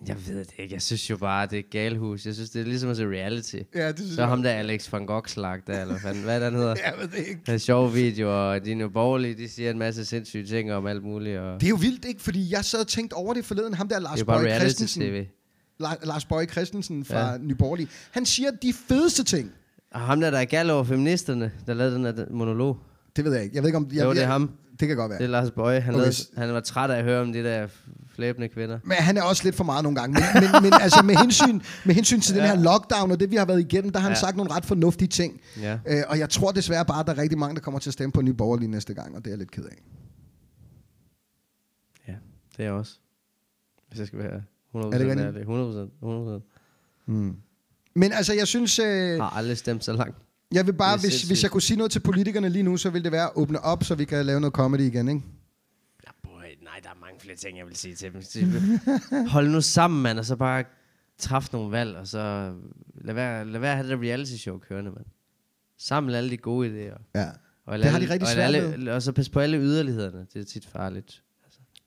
Speaker 2: Jeg ved det ikke. Jeg synes jo bare, det er et galhus. Jeg synes, det er ligesom at se reality.
Speaker 1: Ja, det synes
Speaker 2: Så
Speaker 1: jeg
Speaker 2: ham der Alex van Gogh slag der, eller fanden, hvad
Speaker 1: [LAUGHS]
Speaker 2: er det, han hedder?
Speaker 1: Jeg ved det ikke.
Speaker 2: Det er sjove videoer, og de er borgerlige, de siger en masse sindssyge ting om alt muligt. Og
Speaker 1: Det er jo vildt, ikke? Fordi jeg sad og tænkte over det forleden. Ham der
Speaker 2: det
Speaker 1: Lars
Speaker 2: er bare
Speaker 1: Bøge
Speaker 2: reality-tv.
Speaker 1: Christensen. La- Lars Bøge Christensen fra ja.
Speaker 2: Ja.
Speaker 1: Nyborgerlig. Han siger de fedeste ting.
Speaker 2: Og ham der, der er gal over feministerne, der lavede den der monolog.
Speaker 1: Det ved jeg ikke. Jeg ved ikke, om... Jeg,
Speaker 2: Det var det
Speaker 1: jeg,
Speaker 2: ham.
Speaker 1: Det kan godt være.
Speaker 2: Det er Lars Bøje. Han,
Speaker 1: Okay,
Speaker 2: lavede,
Speaker 1: s-
Speaker 2: han var træt af at høre om de der flæbende kvinder.
Speaker 1: Men han er også lidt for meget nogle gange. Men, men, men altså med hensyn, med hensyn til ja. den her lockdown og det, vi har været igennem, der har han ja.
Speaker 2: Ja.
Speaker 1: sagt nogle ret fornuftige ting.
Speaker 2: Ja.
Speaker 1: Øh, og jeg tror desværre bare, at der er rigtig mange, der kommer til at stemme på Nye Borgerlige næste gang, og det er jeg lidt ked af.
Speaker 2: Ja, det er jeg også. Hvis jeg skal være 100%
Speaker 1: Er det rigtigt?
Speaker 2: ærlig. 100%, 100%.
Speaker 1: Men altså, jeg synes, øh,
Speaker 2: Har aldrig stemt så langt.
Speaker 1: jeg vil bare,
Speaker 2: Ah, det er
Speaker 1: hvis, hvis jeg
Speaker 2: sindssygt.
Speaker 1: kunne sige noget til politikerne lige nu, så ville det være at åbne op, så vi kan lave noget comedy igen, ikke?
Speaker 2: Ja, boy, nej, der er mange flere ting, jeg vil sige til dem. Hold nu sammen, mand, og så bare træf nogle valg, og så lad være, lad være at have det der reality show kørende, mand. Samle alle de gode idéer.
Speaker 1: Ja.
Speaker 2: Og
Speaker 1: Det
Speaker 2: lad
Speaker 1: har de rigtig
Speaker 2: alle- og lad
Speaker 1: svært
Speaker 2: alle, Og så pas på alle yderlighederne. Det er tit farligt.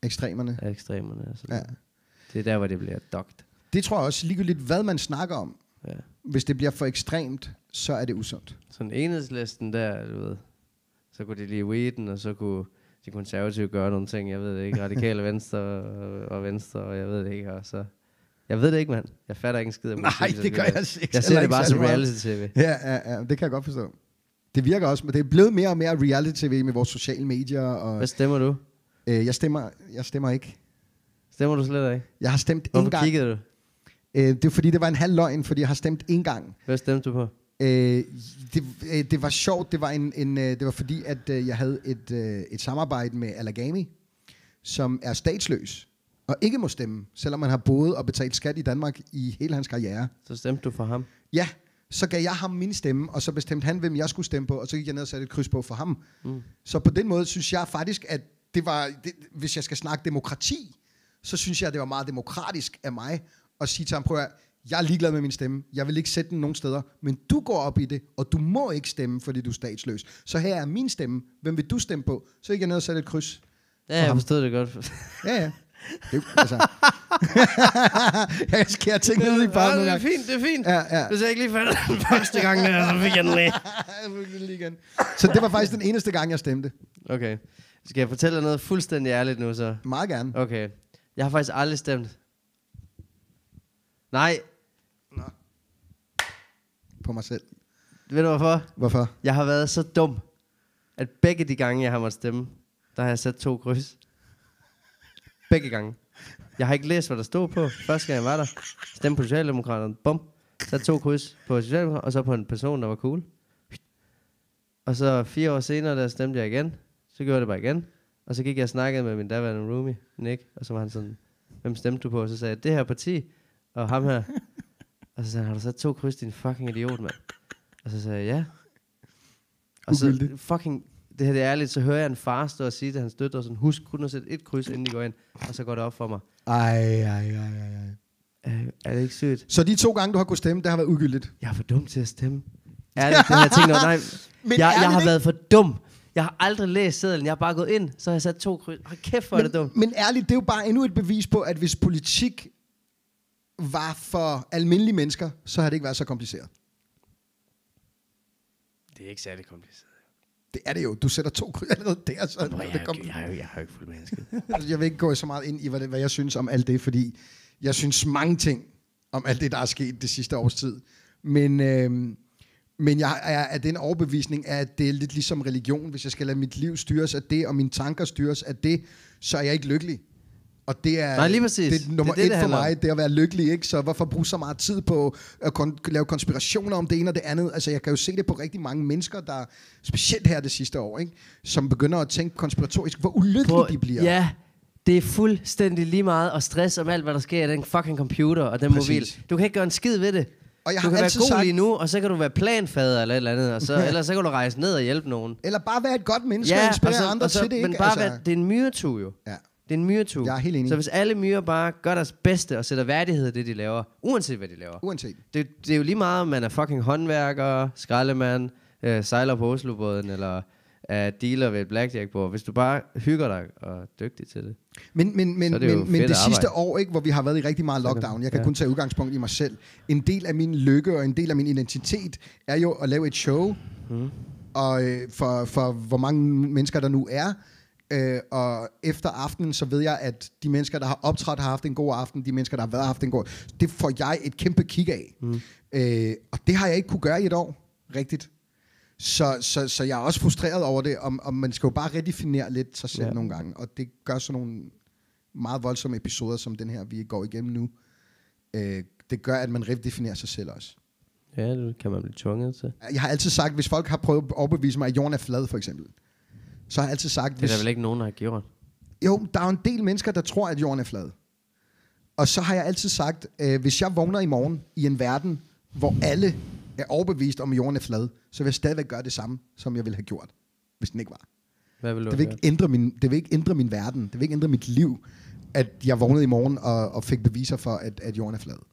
Speaker 1: ekstremerne.
Speaker 2: af ekstremerne. Og sådan
Speaker 1: Ja.
Speaker 2: ja. Det er der, hvor det bliver dogt.
Speaker 1: Det tror jeg også, ligegyldigt hvad man snakker om,
Speaker 2: Ja.
Speaker 1: hvis det bliver for ekstremt, så er det usundt.
Speaker 2: Sådan enhedslisten der, du ved, så kunne de lige weeden, og så kunne de konservative gøre nogle ting, jeg ved det ikke, radikale venstre og, og venstre, og jeg ved det ikke, og så... Jeg ved det ikke, mand. Jeg fatter ikke en skid af
Speaker 1: Nej,
Speaker 2: politik, så
Speaker 1: det gør
Speaker 2: vidt
Speaker 1: jeg altså ikke
Speaker 2: Jeg
Speaker 1: heller
Speaker 2: ser det
Speaker 1: ikke
Speaker 2: bare som
Speaker 1: særlig meget.
Speaker 2: reality-tv.
Speaker 1: Ja, ja, ja, det kan jeg godt forstå. Det virker også, men det er blevet mere og mere reality-tv med vores sociale medier. Og,
Speaker 2: Hvad stemmer du?
Speaker 1: øh, jeg, stemmer, jeg stemmer ikke.
Speaker 2: Stemmer du slet ikke?
Speaker 1: Jeg har stemt én
Speaker 2: Hvorfor
Speaker 1: gang.
Speaker 2: kiggede du?
Speaker 1: Øh, det er fordi, det var en halv løgn, fordi jeg har stemt én gang.
Speaker 2: Hvad stemte du på?
Speaker 1: Øh, det, øh, det var sjovt, det var, en, en, øh, det var fordi, at øh, jeg havde et, øh, et samarbejde med Allergami, som er statsløs og ikke må stemme, selvom man har boet og betalt skat i Danmark i hele hans karriere.
Speaker 2: Så stemte du for ham.
Speaker 1: Ja, så gav jeg ham min stemme, og så bestemte han, hvem jeg skulle stemme på, og så gik jeg ned og satte et kryds på for ham. Mm. Så på den måde synes jeg faktisk, at det var, det, hvis jeg skal snakke demokrati, så synes jeg, at det var meget demokratisk af mig at sige til ham, prøv at høre, jeg er ligeglad med min stemme, jeg vil ikke sætte den nogen steder, men du går op i det, og du må ikke stemme, fordi du er statsløs. Så her er min stemme, hvem vil du stemme på? Så gik jeg ned og satte et kryds.
Speaker 2: Ja, jeg forstod det godt.
Speaker 1: Ja, ja. Det, er jo- altså. [LAUGHS] jeg skærer ting ned i bare nogle
Speaker 2: det er
Speaker 1: gange.
Speaker 2: fint, det er fint.
Speaker 1: Ja, ja.
Speaker 2: Hvis jeg ikke lige fandt den første
Speaker 1: [LAUGHS]
Speaker 2: gang, der, så fik jeg den lige.
Speaker 1: Jeg fik det lige igen. Så det var faktisk den eneste gang, jeg stemte.
Speaker 2: Okay. Skal jeg fortælle dig noget fuldstændig ærligt nu, så?
Speaker 1: Meget gerne.
Speaker 2: Okay. Jeg har faktisk aldrig stemt. Nej.
Speaker 1: På mig selv.
Speaker 2: Ved du hvorfor?
Speaker 1: Hvorfor?
Speaker 2: Jeg har været så dum, at begge de gange, jeg har måttet stemme, der har jeg sat to kryds. Begge gange. Jeg har ikke læst, hvad der stod på. Første gang, jeg var der, stemte på Socialdemokraterne. Bum. Sat to kryds på Socialdemokraterne, og så på en person, der var cool. Og så fire år senere, der stemte jeg igen. Så gjorde jeg det bare igen. Og så gik jeg og snakkede med min daværende roomie, Nick. Og så var han sådan, hvem stemte du på? Og så sagde jeg, det her parti, og ham her. Og så sagde han, har du sat to kryds, din fucking idiot, mand? Og så sagde jeg, ja. Og så
Speaker 1: Ugyldigt.
Speaker 2: fucking, det her det er ærligt, så hører jeg en far stå og sige til hans døtre, sådan, husk kun at sætte et kryds, inden de går ind. Og så går det op for mig.
Speaker 1: Ej, ej, ej, ej, ej.
Speaker 2: Øh, er det ikke sygt?
Speaker 1: Så de to gange, du har kunnet stemme, det har været ugyldigt.
Speaker 2: Jeg er for dum til at stemme. Ærligt, det har jeg tænkt over. Nej,
Speaker 1: [LAUGHS] Men
Speaker 2: Men jeg,
Speaker 1: ærligt,
Speaker 2: jeg har
Speaker 1: ikke?
Speaker 2: været for dum. Jeg har aldrig læst sædlen. Jeg har bare gået ind, så har jeg sat to kryds. Hold kæft, hvor er det dumt.
Speaker 1: Men ærligt, det er jo bare endnu et bevis på, at hvis politik var for almindelige mennesker, så havde det ikke været så kompliceret.
Speaker 2: Det er ikke særlig kompliceret.
Speaker 1: Det er det jo. Du sætter to kryds allerede der, så
Speaker 2: Bro, jeg,
Speaker 1: det
Speaker 2: har
Speaker 1: kom,
Speaker 2: jo, ikke- jeg, har jo, jeg har jo ikke fuldt menneske.
Speaker 1: Altså, [LAUGHS] jeg vil ikke gå så meget ind i, hvad, det, hvad jeg synes om alt det, fordi jeg synes mange ting om alt det, der er sket det sidste års tid. Men, øh, men jeg er af den overbevisning, at det er lidt ligesom religion. Hvis jeg skal lade mit liv styres af det, og mine tanker styres af det, så er jeg ikke lykkelig. Og det er,
Speaker 2: Nej, lige præcis.
Speaker 1: det er nummer
Speaker 2: Det er det,
Speaker 1: et
Speaker 2: det
Speaker 1: for
Speaker 2: handler om.
Speaker 1: mig, det er at være lykkelig, ikke? Så hvorfor bruge så meget tid på at kon- lave konspirationer om det ene og det andet? Altså, jeg kan jo se det på rigtig mange mennesker, der specielt her det sidste år, ikke? Som begynder at tænke konspiratorisk, hvor ulykkelige de bliver.
Speaker 2: Ja, det er fuldstændig lige meget og stress om alt, hvad der sker i den fucking computer og den
Speaker 1: Præcis.
Speaker 2: Præcis. mobil. Du kan ikke gøre en skid ved det.
Speaker 1: Og jeg
Speaker 2: du
Speaker 1: har
Speaker 2: kan være
Speaker 1: altid
Speaker 2: god
Speaker 1: sagt-
Speaker 2: lige nu, og så kan du være planfader eller et eller andet, og så,
Speaker 1: [LAUGHS]
Speaker 2: eller så kan du rejse ned og hjælpe nogen.
Speaker 1: Eller bare være et godt menneske ja, og inspirere andre og så, til det,
Speaker 2: altså, men
Speaker 1: ikke? Altså,
Speaker 2: bare være, det er en myretue jo.
Speaker 1: ja.
Speaker 2: Det er en myretue.
Speaker 1: Jeg er helt enig.
Speaker 2: Så hvis alle myrer bare gør deres bedste og sætter værdighed i det, de laver, uanset hvad de laver.
Speaker 1: Uanset.
Speaker 2: Det, det er jo lige meget, om man er fucking håndværker, skraldemand, øh, sejler på Oslobåden, eller er dealer ved et blackjackbord. Hvis du bare hygger dig og er dygtig til det.
Speaker 1: Men, men, men,
Speaker 2: Så er det
Speaker 1: det
Speaker 2: jo
Speaker 1: men, men
Speaker 2: fedt
Speaker 1: det
Speaker 2: at
Speaker 1: sidste
Speaker 2: arbejde.
Speaker 1: år, ikke, hvor vi har været i rigtig meget lockdown, jeg kan ja.
Speaker 2: ja.
Speaker 1: kun tage udgangspunkt i mig selv. En del af min lykke og en del af min identitet er jo at lave et show, mm. og øh, for, for hvor mange mennesker der nu er. Øh, og efter aftenen, så ved jeg, at de mennesker, der har optrådt, har haft en god aften. De mennesker, der har været, har haft en god Det får jeg et kæmpe kig af. Mm. Øh, og det har jeg ikke kunne gøre i et år, rigtigt. Så, så, så jeg er også frustreret over det, og, og man skal jo bare redefinere lidt sig selv ja.
Speaker 2: Ja.
Speaker 1: nogle gange, og det gør sådan nogle meget voldsomme episoder, som den her, vi går igennem nu. Øh, det gør, at man redefinerer sig selv også.
Speaker 2: Ja, det kan man blive tvunget til.
Speaker 1: Jeg har altid sagt, hvis folk har prøvet at overbevise mig, at jorden er flad, for eksempel, så har jeg altid sagt,
Speaker 2: Det er
Speaker 1: hvis,
Speaker 2: der vel ikke nogen, der har gjort.
Speaker 1: jo, der er jo en del mennesker, der tror, at jorden er flad. Og så har jeg altid sagt, øh, hvis jeg vågner i morgen i en verden, hvor alle er overbevist om, at jorden er flad, så vil jeg stadigvæk gøre det samme, som jeg ville have gjort, hvis den ikke var.
Speaker 2: Hvad vil du
Speaker 1: Det vil,
Speaker 2: have
Speaker 1: ikke ændre min, det vil ikke ændre min verden. Det vil ikke ændre mit liv, at jeg vågnede i morgen og, og fik beviser for, at, at jorden er flad.
Speaker 2: gjort?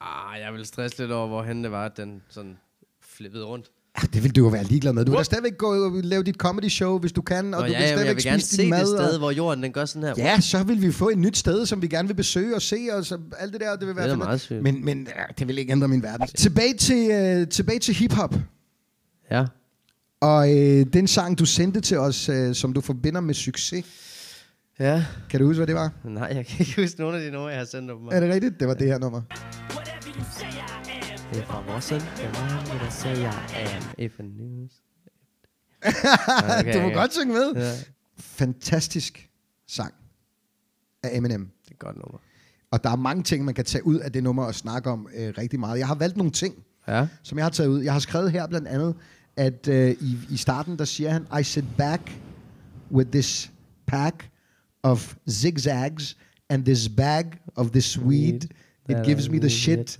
Speaker 2: Ah, jeg vil stresse lidt over, hvorhen det var, at den sådan flippede rundt.
Speaker 1: Ja, det vil du jo være ligeglad med. Du vil da stadigvæk gå og lave dit comedy show, hvis du kan, og du
Speaker 2: Nå, ja,
Speaker 1: vil
Speaker 2: jamen, jeg
Speaker 1: stadigvæk
Speaker 2: vil gerne
Speaker 1: spise
Speaker 2: se
Speaker 1: din mad.
Speaker 2: det
Speaker 1: og-
Speaker 2: sted, hvor jorden den gør sådan her.
Speaker 1: Ja, så vil vi få et nyt sted, som vi gerne vil besøge og se, og så, alt det der, og det vil være
Speaker 2: Det er
Speaker 1: fedt.
Speaker 2: meget sygt.
Speaker 1: Men, men ja, det vil ikke ændre min verden. Tilbage til, øh, tilbage til hiphop,
Speaker 2: ja.
Speaker 1: og øh, den sang, du sendte til os, øh, som du forbinder med succes.
Speaker 2: Ja.
Speaker 1: Kan du huske, hvad det var?
Speaker 2: [LAUGHS] Nej, jeg kan ikke huske nogen af de numre, jeg har sendt dem.
Speaker 1: Er det rigtigt? Det var det her nummer.
Speaker 2: Det er fra Watson. Det var ham, der sagde, jeg er if a news.
Speaker 1: [LAUGHS] du må godt synge med.
Speaker 2: Ja.
Speaker 1: Fantastisk sang af Eminem.
Speaker 2: Det er et godt nummer.
Speaker 1: Og der er mange ting, man kan tage ud af det nummer og snakke om øh, rigtig meget. Jeg har valgt nogle ting,
Speaker 2: Ja.
Speaker 1: som jeg har taget ud. Jeg har skrevet her blandt andet, at øh, i, i starten, der siger han, I sit back with this pack of zigzags and this bag of this weed. It gives me the shit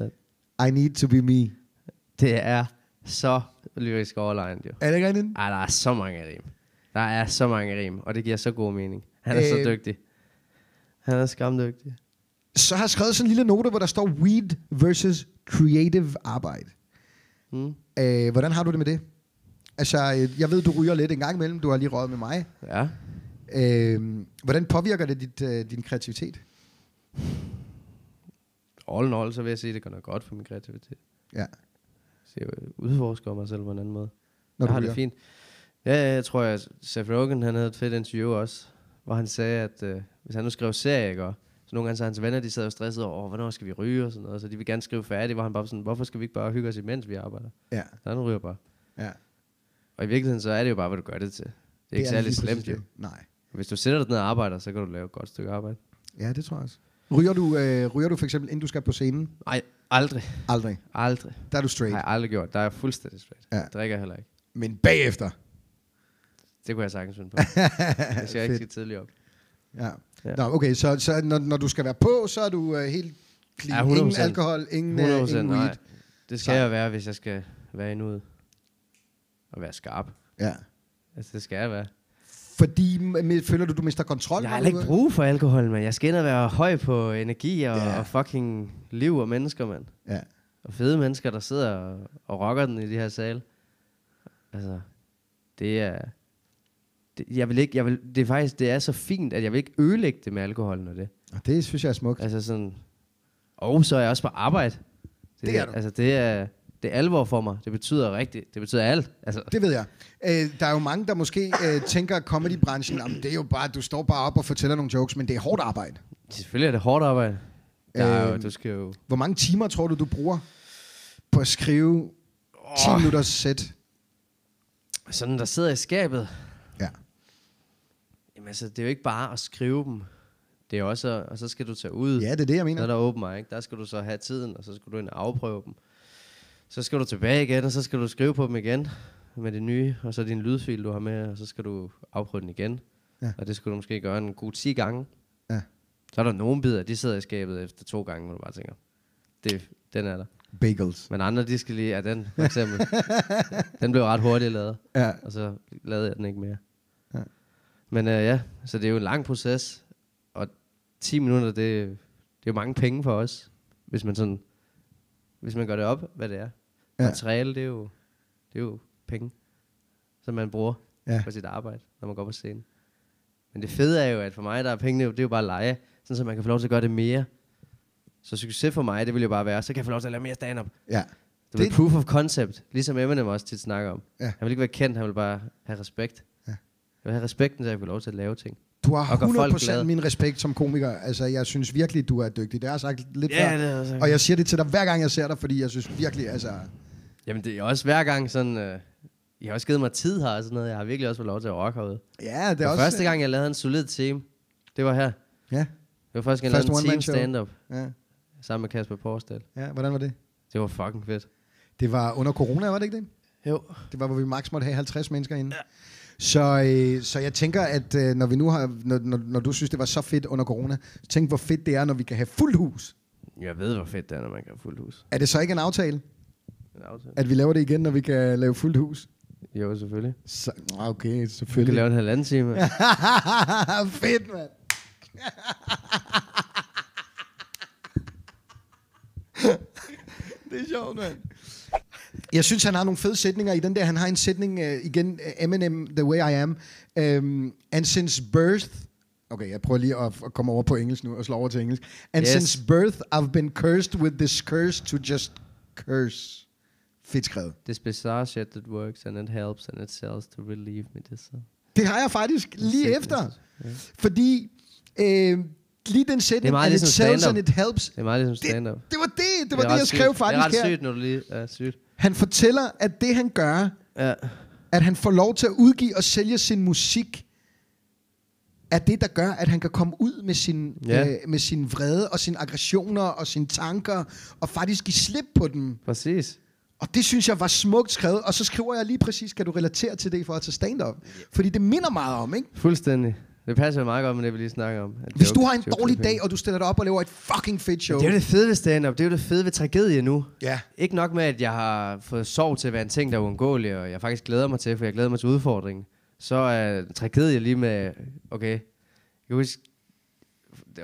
Speaker 1: I need to be me.
Speaker 2: Det er så lyrisk overlegnet, jo.
Speaker 1: Er det ikke rigtigt?
Speaker 2: Ej, der er så mange rim. Der er så mange rim, og det giver så god mening. Han er øh. så
Speaker 1: Øh.
Speaker 2: dygtig. Han er skamdygtig.
Speaker 1: Så har jeg skrevet sådan en lille note, hvor der står weed versus creative arbejde.
Speaker 2: Mm.
Speaker 1: Øh, hvordan har du det med det? Altså, øh, jeg ved, du ryger lidt en gang imellem. Du har lige røget med mig.
Speaker 2: Ja.
Speaker 1: Øh, hvordan påvirker det dit, øh, din kreativitet?
Speaker 2: All in all, så vil jeg sige, at det gør noget godt for min kreativitet.
Speaker 1: Ja.
Speaker 2: Så jeg udforsker mig selv på en anden måde.
Speaker 1: Når
Speaker 2: Når
Speaker 1: du
Speaker 2: jeg har
Speaker 1: ryger.
Speaker 2: det fint. Ja, ja, jeg tror, at Seth Rogen han havde et fedt interview også, hvor han sagde, at øh, hvis han nu skrev serie, ikke, og så nogle gange så hans venner, de sad og stressede over, "Åh, hvornår skal vi ryge og sådan noget, så de vil gerne skrive færdigt, hvor han bare var sådan, hvorfor skal vi ikke bare hygge os imens vi arbejder?
Speaker 1: Ja,
Speaker 2: Så han ryger bare.
Speaker 1: ja.
Speaker 2: Og i virkeligheden, så er det jo bare, hvad du gør det til. Det er ikke
Speaker 1: lige
Speaker 2: særlig
Speaker 1: præcis
Speaker 2: slemt,
Speaker 1: det.
Speaker 2: jo.
Speaker 1: Nej.
Speaker 2: Hvis du sætter dig ned og arbejder, så kan du lave et godt stykke arbejde.
Speaker 1: Ja, det tror jeg også. Ryger du, øh, ryger du for eksempel, inden du skal på scenen?
Speaker 2: Nej, aldrig.
Speaker 1: Aldrig.
Speaker 2: Aldrig.
Speaker 1: Der er du
Speaker 2: Har
Speaker 1: straight.
Speaker 2: jeg aldrig gjort. Der er jeg fuldstændig straight.
Speaker 1: Ja.
Speaker 2: Ja. Drikker jeg heller ikke.
Speaker 1: Men bagefter.
Speaker 2: Det kunne jeg
Speaker 1: [LAUGHS]
Speaker 2: sagtens finde på. Det skal jeg ikke
Speaker 1: Fedt.
Speaker 2: skal tidligt op.
Speaker 1: Ja.
Speaker 2: Ja.
Speaker 1: Nå, okay, så, så når, når du skal være på, så er du øh, helt clean.
Speaker 2: Ja,
Speaker 1: ingen
Speaker 2: 100%.
Speaker 1: alkohol, ingen,
Speaker 2: 100
Speaker 1: øh,
Speaker 2: procent,
Speaker 1: ingen
Speaker 2: nej.
Speaker 1: weed.
Speaker 2: Det skal
Speaker 1: Nej.
Speaker 2: jeg være, hvis jeg skal være i nuet. Og være skarp.
Speaker 1: Ja.
Speaker 2: Altså, det skal jeg være.
Speaker 1: Fordi m- føler du, du mister kontrol?
Speaker 2: Jeg
Speaker 1: når
Speaker 2: har
Speaker 1: du
Speaker 2: heller ikke
Speaker 1: er-
Speaker 2: brug for alkohol, mand. Jeg skal ind og være høj på energi og,
Speaker 1: Ja.
Speaker 2: yeah. og fucking liv og mennesker, mand.
Speaker 1: Ja.
Speaker 2: Og fede mennesker, der sidder og, og rocker den i de her sale. Altså, det er... Det, jeg vil ikke, jeg vil, det er faktisk, det er så fint, at jeg vil ikke ødelægge det med alkoholen og det.
Speaker 1: Og det synes jeg er smukt.
Speaker 2: Altså sådan... Og så er jeg også på arbejde.
Speaker 1: Det er du.
Speaker 2: Altså, det er, det er alvor for mig. Det betyder rigtigt. Det betyder alt. Altså,
Speaker 1: Det ved jeg. Øh, der er jo mange, der måske øh, tænker, at comedybranchen, jamen, det er jo bare, du står bare op og fortæller nogle jokes, men det er hårdt arbejde.
Speaker 2: Selvfølgelig er det hårdt arbejde. Der er jo,
Speaker 1: Øhm.
Speaker 2: du skal jo...
Speaker 1: Hvor mange timer tror du, du bruger på at skrive 10 oh. minutters sæt?
Speaker 2: Sådan, der sidder i skabet.
Speaker 1: Ja.
Speaker 2: Jamen altså, det er jo ikke bare at skrive dem. Det er jo også... at- Og så skal du tage ud.
Speaker 1: ja, det er det, jeg
Speaker 2: Så er
Speaker 1: mener.
Speaker 2: der åben mig, ikke? Der skal du så have tiden, og så skal du ind og afprøve dem. Så skal du tilbage igen, og så skal du skrive på dem igen med det nye, og så din lydfil, du har med, og så skal du afprøve den igen.
Speaker 1: Ja.
Speaker 2: Ja. Og det skal du måske gøre en god 10 gange.
Speaker 1: Ja.
Speaker 2: Så er der nogle bidder, de sidder i skabet efter to gange, hvor du bare tænker, det, den er der.
Speaker 1: Bagels.
Speaker 2: Men andre, de skal lige, ja, den for eksempel. den blev ret hurtigt lavet,
Speaker 1: Ja.
Speaker 2: og så lavede jeg den ikke mere.
Speaker 1: Ja.
Speaker 2: Ja. Men øh, ja, så det er jo en lang proces, og 10 minutter, det, det er jo mange penge for os, hvis man sådan, hvis man gør det op, hvad det er.
Speaker 1: Ja.
Speaker 2: Ja. Materiale, det er jo, det er jo penge, som man bruger
Speaker 1: Ja.
Speaker 2: ja. på sit arbejde, når man går på scenen. Men det fede er jo, at for mig, der er pengene, jo- det er jo bare leje, sådan så man kan få lov til at gøre det mere. Så succes for mig, det vil jo bare være, så kan jeg få lov til at lave mere stand-up.
Speaker 1: Ja.
Speaker 2: Det var
Speaker 1: Det-
Speaker 2: proof of concept, ligesom Eminem også tit snakker om.
Speaker 1: Ja.
Speaker 2: Ja. Han vil ikke være kendt, han vil bare have respekt.
Speaker 1: Ja.
Speaker 2: Ja. Jeg vil have respekten, så jeg får lov til at lave ting.
Speaker 1: Du har
Speaker 2: Og gør folk
Speaker 1: 100%
Speaker 2: glade.
Speaker 1: min respekt som komiker. Altså, jeg synes virkelig, du er dygtig. Det har jeg sagt lidt
Speaker 2: Ja,
Speaker 1: før.
Speaker 2: det har jeg sagt.
Speaker 1: Og jeg siger det til dig hver gang, jeg ser dig, fordi jeg synes virkelig, altså...
Speaker 2: Jamen det er også hver gang sådan, øh, I har også givet mig tid her og sådan noget. Jeg har virkelig også fået lov til at rocke herude.
Speaker 1: Ja, det
Speaker 2: Det
Speaker 1: er
Speaker 2: var
Speaker 1: også...
Speaker 2: også... første gang, jeg lavede en solid team, det var her. Det
Speaker 1: Ja,
Speaker 2: var første gang,
Speaker 1: Første
Speaker 2: jeg lavede en
Speaker 1: one-man-show.
Speaker 2: team stand-up
Speaker 1: ja,
Speaker 2: sammen med Kasper Porsdal.
Speaker 1: ja. Hvordan var det?
Speaker 2: Det var fucking fedt.
Speaker 1: Det var under corona, var det ikke det?
Speaker 2: Jo.
Speaker 1: Det var, hvor vi maks måtte have 50 mennesker inde. Ja. Så, øh, så jeg tænker, at øh, når, vi nu har, når, når, når du synes, det var så fedt under corona, så tænk, hvor fedt det er, når vi kan have fuldt hus.
Speaker 2: Jeg ved, hvor fedt det er, når man kan have fuldt hus.
Speaker 1: Er det så ikke en aftale,
Speaker 2: En aftale.
Speaker 1: at vi laver det igen, når vi kan lave fuldt hus?
Speaker 2: Jo, selvfølgelig.
Speaker 1: Så, Nå, okay,
Speaker 2: Vi kan
Speaker 1: selvfølgelig.
Speaker 2: lave en halvanden time. Ja.
Speaker 1: [LAUGHS] fedt, mand. det er sjovt, mand. Jeg synes, han har nogle fede sætninger i den der. Han har en sætning, øh, igen, øh, Eminem, The Way I Am. Øhm, and since birth... Okay, jeg prøver lige at, at komme over på engelsk nu og slå over til engelsk. And yes.
Speaker 2: Yes.
Speaker 1: since birth, I've been cursed with this curse to just curse. Fedt skrevet.
Speaker 2: This bizarre shit that works and it helps and it sells to relieve me. This, uh.
Speaker 1: Det har jeg faktisk lige
Speaker 2: Sick,
Speaker 1: efter.
Speaker 2: altså.
Speaker 1: Fordi øh, lige den sætning,
Speaker 2: Det er meget
Speaker 1: and it
Speaker 2: ligesom
Speaker 1: sells and
Speaker 2: stand-up.
Speaker 1: it helps.
Speaker 2: Det er meget ligesom
Speaker 1: Det,
Speaker 2: stand-up.
Speaker 1: det var det, det, var det, det jeg skrev faktisk
Speaker 2: Det er ret
Speaker 1: her.
Speaker 2: sygt, når du lige er sygt.
Speaker 1: Han fortæller, at det han gør,
Speaker 2: Ja.
Speaker 1: at han får lov til at udgive og sælge sin musik, er det, der gør, at han kan komme ud med sin,
Speaker 2: Ja.
Speaker 1: øh, med sin vrede og sine aggressioner og sine tanker, og faktisk give slip på dem.
Speaker 2: Præcis.
Speaker 1: Og det synes jeg var smukt skrevet. Og så skriver jeg lige præcis, kan du relatere til det i forhold til stand-up? Fordi det minder meget om, ikke?
Speaker 2: Fuldstændig. Det passer jo meget godt med det, vi lige snakker om. At
Speaker 1: Hvis
Speaker 2: joke-
Speaker 1: du har en
Speaker 2: joke-
Speaker 1: dårlig
Speaker 2: joking.
Speaker 1: dag, og du stiller dig op og laver et fucking fedt show.
Speaker 2: Det er jo det fede ved stand-up. Det er jo det fede ved tragedie nu.
Speaker 1: Ja.
Speaker 2: Ikke nok med, at jeg har fået sorg til at være en ting, der er uundgåelig, og jeg faktisk glæder mig til, for jeg glæder mig til udfordringen. Så er tragedie lige med, okay, jeg kan huske,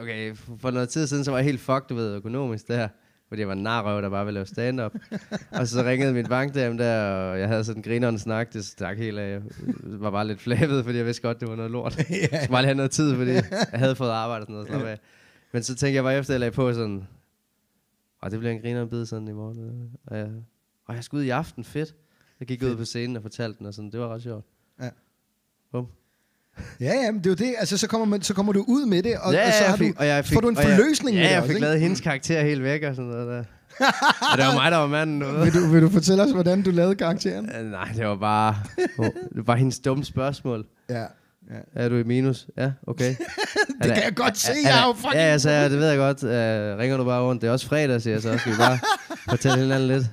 Speaker 2: okay, for noget tid siden, så var jeg helt fucked, du ved, økonomisk der, fordi jeg var en narrøv, der bare ville lave stand-up. og så ringede min bankdame der, og jeg havde sådan en grineren snak, det stak helt af. Jeg var bare lidt flævet, fordi jeg vidste godt, det var noget lort. Jeg skulle bare lige have noget tid, fordi jeg havde fået arbejde og sådan noget. Slap af. Men så tænkte jeg bare efter, jeg lagde på sådan, og det bliver en griner bid sådan i morgen. øh. Og jeg, og jeg skulle ud i aften, fedt. Jeg gik ud på scenen og fortalte den, og sådan, det var ret sjovt.
Speaker 1: Ja.
Speaker 2: Bum.
Speaker 1: Ja, ja, men det er jo det. Altså, så kommer, man, så kommer du ud med det, og,
Speaker 2: ja,
Speaker 1: og så
Speaker 2: jeg
Speaker 1: har
Speaker 2: fik,
Speaker 1: du,
Speaker 2: og jeg fik,
Speaker 1: får du en
Speaker 2: og jeg-
Speaker 1: forløsning
Speaker 2: Ja,
Speaker 1: med det
Speaker 2: jeg
Speaker 1: også,
Speaker 2: fik
Speaker 1: ikke?
Speaker 2: lavet hendes karakter helt væk og sådan noget
Speaker 1: [LAUGHS]
Speaker 2: der. og det var mig, der var manden. Du ved.
Speaker 1: Vil du, vil du fortælle os, hvordan du lavede karakteren?
Speaker 2: Øh, Nej, det var
Speaker 1: [LAUGHS]
Speaker 2: bare, det var bare hendes dumme spørgsmål.
Speaker 1: Ja.
Speaker 2: Er du i minus? Ja,
Speaker 1: [LAUGHS]
Speaker 2: okay.
Speaker 1: Det kan jeg godt se,
Speaker 2: Er-
Speaker 1: jeg
Speaker 2: er-
Speaker 1: er jo fucking...
Speaker 2: Ja, jeg sagde, det ved jeg godt. Øh, ringer du bare rundt? Det er også fredag, siger jeg så. Skal vi bare
Speaker 1: [LAUGHS]
Speaker 2: fortælle hinanden lidt?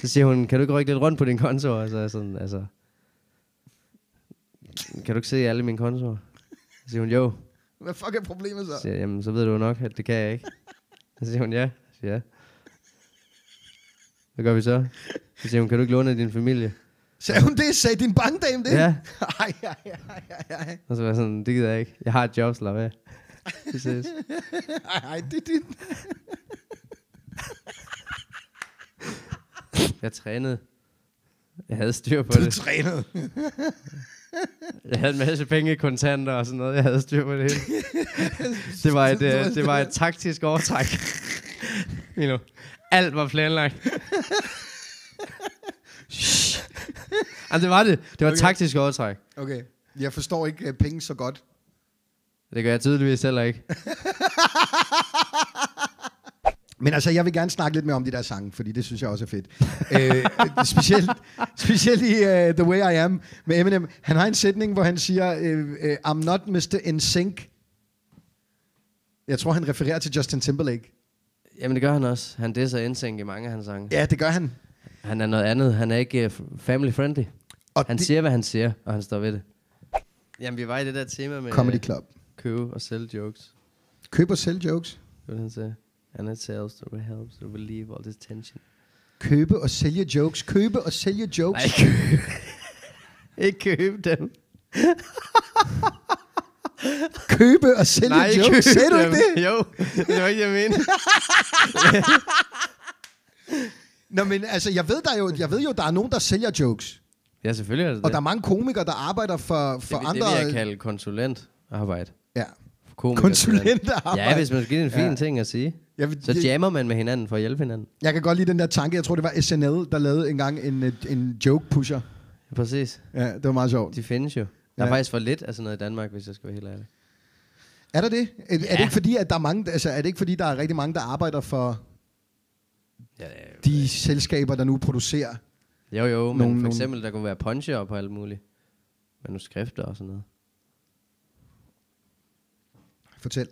Speaker 2: Så siger hun, kan du ikke rykke lidt rundt på din konto? Og så er jeg sådan, altså... Kan du ikke se alle mine kontorer? Så siger hun, jo.
Speaker 1: Hvad fuck er problemet så?
Speaker 2: Så siger jeg, jamen, så ved du jo nok, at det kan jeg ikke. Så siger hun, ja. Så siger jeg, ja. Hvad gør vi så? Så siger hun, kan du ikke låne af din familie?
Speaker 1: Sagde hun det? Sagde din bankdame det?
Speaker 2: Ja.
Speaker 1: [LAUGHS] Ej, ej, ej, ej, ej.
Speaker 2: Og så var jeg sådan, det gider jeg ikke. Jeg har et job, slap af. [LAUGHS] Vi ses.
Speaker 1: Ej, ej, det er din...
Speaker 2: Jeg trænede. Jeg havde styr på
Speaker 1: Du
Speaker 2: det.
Speaker 1: trænede.
Speaker 2: Jeg havde en masse penge i kontanter og sådan noget. Jeg havde styr på
Speaker 1: [LAUGHS]
Speaker 2: det hele. det, var et, øh, det var et taktisk overtræk. Milo, alt var planlagt. Shh. Jamen, det var det. Det var et
Speaker 1: Okay.
Speaker 2: taktisk overtræk.
Speaker 1: Okay, jeg forstår ikke uh, penge så godt.
Speaker 2: Det gør jeg tydeligvis heller ikke.
Speaker 1: Men altså, jeg vil gerne snakke lidt mere om de der sange, fordi det synes jeg også er fedt. øh, specielt, specielt i uh, The Way I Am med Eminem. Han har en sætning, hvor han siger, øh, øh, I'm not Mr. NSYNC. Jeg tror, han refererer til Justin Timberlake.
Speaker 2: Jamen, det gør han også. Han disser indsænk i mange af hans sange.
Speaker 1: Ja, det gør han.
Speaker 2: Han er noget andet. Han er ikke uh, family friendly.
Speaker 1: Og
Speaker 2: Han
Speaker 1: det-
Speaker 2: siger, hvad han siger, og han står ved det. Jamen, vi var i det der tema med øh,
Speaker 1: Comedy Club.
Speaker 2: købe og sælge jokes.
Speaker 1: Køb og sælg jokes.
Speaker 2: Hvad han sagde? And it sells to helps to relieve all this tension.
Speaker 1: Købe og sælge jokes. Købe og sælge jokes.
Speaker 2: [LAUGHS] Nej, ikke købe. ikke købe dem.
Speaker 1: Købe og sælge
Speaker 2: Nej, ikke
Speaker 1: jokes.
Speaker 2: købe
Speaker 1: Sagde du
Speaker 2: dem.
Speaker 1: ikke det?
Speaker 2: Jo, det var ikke, jeg mente.
Speaker 1: Nå, men altså, jeg ved, der er jo, jeg ved jo, der er nogen, der sælger jokes.
Speaker 2: [LAUGHS] ja, selvfølgelig er det
Speaker 1: Og
Speaker 2: det.
Speaker 1: der er mange komikere, der arbejder for, for
Speaker 2: det,
Speaker 1: andre...
Speaker 2: Det vil jeg kalde konsulentarbejde.
Speaker 1: ja.
Speaker 2: For komikere.
Speaker 1: Konsulenterarbejde.
Speaker 2: Ja, hvis man skal give det en fin
Speaker 1: Ja.
Speaker 2: ja. ting at sige.
Speaker 1: Jeg vil-
Speaker 2: Så
Speaker 1: jeg-
Speaker 2: jammer man med hinanden for at hjælpe hinanden.
Speaker 1: Jeg kan godt lide den der tanke. Jeg tror, det var SNL, der lavede engang en, øh, en joke pusher.
Speaker 2: Ja, Præcis.
Speaker 1: Ja, det var meget sjovt.
Speaker 2: De findes jo. Der er
Speaker 1: Ja.
Speaker 2: faktisk for lidt af sådan noget i Danmark, hvis jeg skal være helt ærlig.
Speaker 1: Er der det? Er, er det
Speaker 2: Ja.
Speaker 1: ikke fordi, at der er mange, altså, er det ikke fordi, der er rigtig mange, der arbejder for
Speaker 2: Ja, det er-
Speaker 1: de selskaber, der nu producerer?
Speaker 2: Jo, jo, men
Speaker 1: Nogle-
Speaker 2: for
Speaker 1: nogle-
Speaker 2: eksempel, der kunne være puncher på alt muligt. Manuskrifter og sådan noget.
Speaker 1: Fortæl.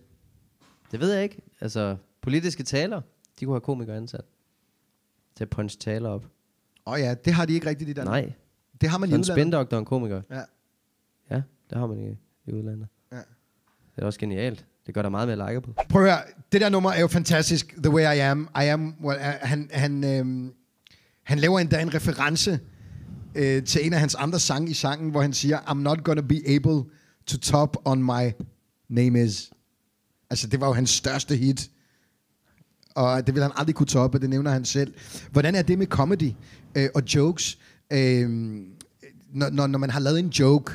Speaker 2: Det ved jeg ikke. Altså, politiske taler, de kunne have komikere ansat. Til at punche taler op.
Speaker 1: Åh oh, ja, det har de ikke rigtigt i Danmark.
Speaker 2: Nej,
Speaker 1: Det har man i
Speaker 2: sådan en
Speaker 1: udlandet.
Speaker 2: spændoktor og en komiker.
Speaker 1: Ja.
Speaker 2: Ja, det har man i, i udlandet.
Speaker 1: Ja.
Speaker 2: Det er også genialt. Det gør der meget med at like på.
Speaker 1: Prøv at høre, det der nummer er jo fantastisk. The Way I Am. I am well, uh, han, han, øhm, han laver endda en reference øh, til en af hans andre sange i sangen, hvor han siger, I'm not gonna be able to top on my name is. Altså, det var jo hans største hit. og det vil han aldrig kunne toppe, det nævner han selv. Hvordan er det med comedy øh, og jokes, øh, når, når, når man har lavet en joke,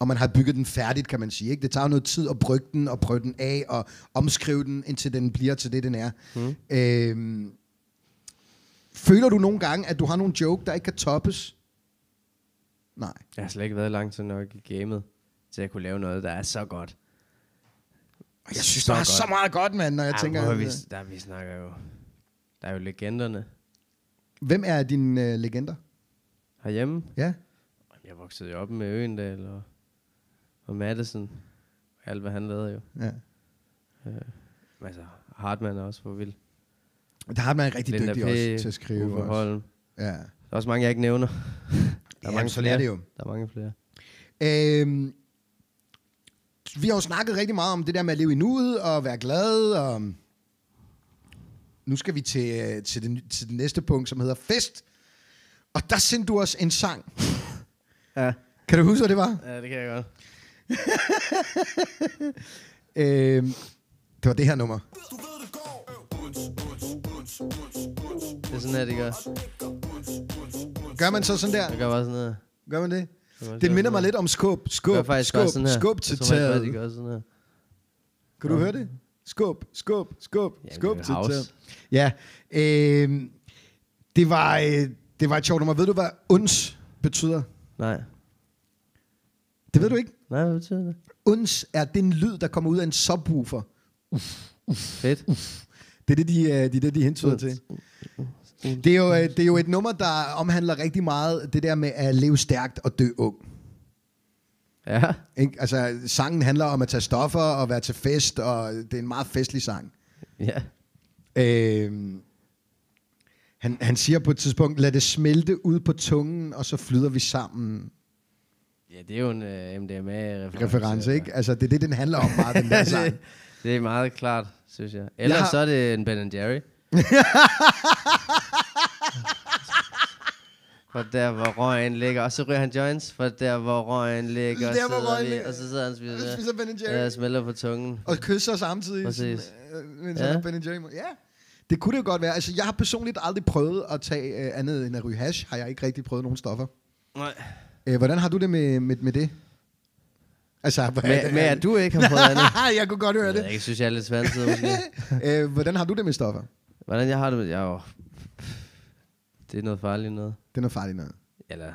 Speaker 1: og man har bygget den færdigt, kan man sige. Ikke? Det tager jo noget tid at brygge den og prøve den af og omskrive den, indtil den bliver til det, den er. Mm. Øh, føler du nogle gange, at du har nogle joke, der ikke kan toppes? Nej.
Speaker 2: Jeg har slet ikke været lang tid nok i gamet, til at kunne lave noget, der er så godt.
Speaker 1: Og jeg synes, du har
Speaker 2: godt.
Speaker 1: så meget godt, mand, når jeg tænker...
Speaker 2: hvor er vi,
Speaker 1: øh,
Speaker 2: der vi snakker jo... Der er jo legenderne
Speaker 1: Hvem er dine øh, legender?
Speaker 2: herhjemme.
Speaker 1: Ja.
Speaker 2: Jeg voksede jo op med Øgendal og, og Madison. og Alt, hvad han lavede jo.
Speaker 1: ja.
Speaker 2: Men altså, Hartmann er også for vild.
Speaker 1: Der har man en rigtig
Speaker 2: Linda
Speaker 1: dygtig
Speaker 2: P,
Speaker 1: også til at skrive.
Speaker 2: Uffe
Speaker 1: for os.
Speaker 2: Holm.
Speaker 1: Ja.
Speaker 2: Der er også mange, jeg ikke nævner. Der
Speaker 1: Jamen, sådan er det jo.
Speaker 2: Der er mange flere.
Speaker 1: Øhm, vi har jo snakket rigtig meget om det der med at leve i nuet og være glad. Og nu skal vi til, øh, til, det, til det næste punkt, som hedder fest. Og der sendte du os en sang.
Speaker 2: [LAUGHS] Ja.
Speaker 1: Kan du huske, hvad det var?
Speaker 2: ja, det kan jeg godt.
Speaker 1: Øhm, det var det her nummer.
Speaker 2: Det er sådan her, det gør.
Speaker 1: Gør man så sådan der?
Speaker 2: Jeg gør bare sådan her.
Speaker 1: Gør man det?
Speaker 2: Det var også
Speaker 1: Det minder
Speaker 2: sådan
Speaker 1: mig
Speaker 2: her.
Speaker 1: lidt om skub,
Speaker 2: Det
Speaker 1: skub,
Speaker 2: gør faktisk
Speaker 1: skub,
Speaker 2: også sådan her.
Speaker 1: skub til
Speaker 2: Jeg tror faktisk godt, de
Speaker 1: taget.
Speaker 2: gør sådan her.
Speaker 1: Kan du høre det? Skub, skub, skub,
Speaker 2: det er
Speaker 1: skub
Speaker 2: jo
Speaker 1: til
Speaker 2: house.
Speaker 1: taget. Ja, øh, det, var, øh, det var et sjovt nummer. Ved du, hvad uns betyder?
Speaker 2: Nej.
Speaker 1: Det ved du ikke.
Speaker 2: Nej, hvad betyder det?
Speaker 1: Uns er den lyd, der kommer ud af en subwoofer. [LAUGHS]
Speaker 2: Fedt.
Speaker 1: Det er det, de, øh, det, er det, de hentyder til. Det er, jo, øh, det er jo et nummer, der omhandler rigtig meget det der med at leve stærkt og dø ung.
Speaker 2: Ja.
Speaker 1: Ikke? Altså, sangen handler om at tage stoffer og være til fest, og det er en meget festlig sang.
Speaker 2: Ja.
Speaker 1: Øh, han, han siger på et tidspunkt, lad det smelte ud på tungen, og så flyder vi sammen.
Speaker 2: Ja, det er jo en uh, MDMA-reference.
Speaker 1: Reference, ikke? Altså, det er det, den handler om meget,
Speaker 2: [LAUGHS]
Speaker 1: den der sang.
Speaker 2: det, det er meget klart, synes jeg. Ellers
Speaker 1: Jeg har-
Speaker 2: så er det en Ben
Speaker 1: [LAUGHS]
Speaker 2: Jerry. For der, hvor røgen ligger. Og så ryger han joints. For der, hvor røgen ligger.
Speaker 1: Der, hvor
Speaker 2: sidder
Speaker 1: røgen
Speaker 2: vi-
Speaker 1: ligger.
Speaker 2: Og så sidder han og
Speaker 1: Og
Speaker 2: spiser,
Speaker 1: spiser Ben Jerry.
Speaker 2: Ja, smelter på tungen.
Speaker 1: Og kysser samtidig.
Speaker 2: Præcis.
Speaker 1: Sådan, øh, mens ja. han
Speaker 2: Ja.
Speaker 1: er Ben Jerry. Ja, det kunne det jo godt være. Altså, jeg har personligt aldrig prøvet at tage øh, andet end at ryge hash. Har jeg ikke rigtig prøvet nogen stoffer.
Speaker 2: Nej.
Speaker 1: Øh, hvordan har du det med, med, med det? Altså,
Speaker 2: Med, med, at du ikke
Speaker 1: [LAUGHS]
Speaker 2: har prøvet andet.
Speaker 1: jeg kunne godt høre
Speaker 2: Jeg ved
Speaker 1: det.
Speaker 2: ikke, synes jeg er lidt
Speaker 1: [LAUGHS]
Speaker 2: svanset måske.
Speaker 1: øh, hvordan har du det med stoffer?
Speaker 2: Hvordan jeg har det med... Jeg er jo... Det er noget farligt noget.
Speaker 1: Det er noget farligt noget.
Speaker 2: Eller...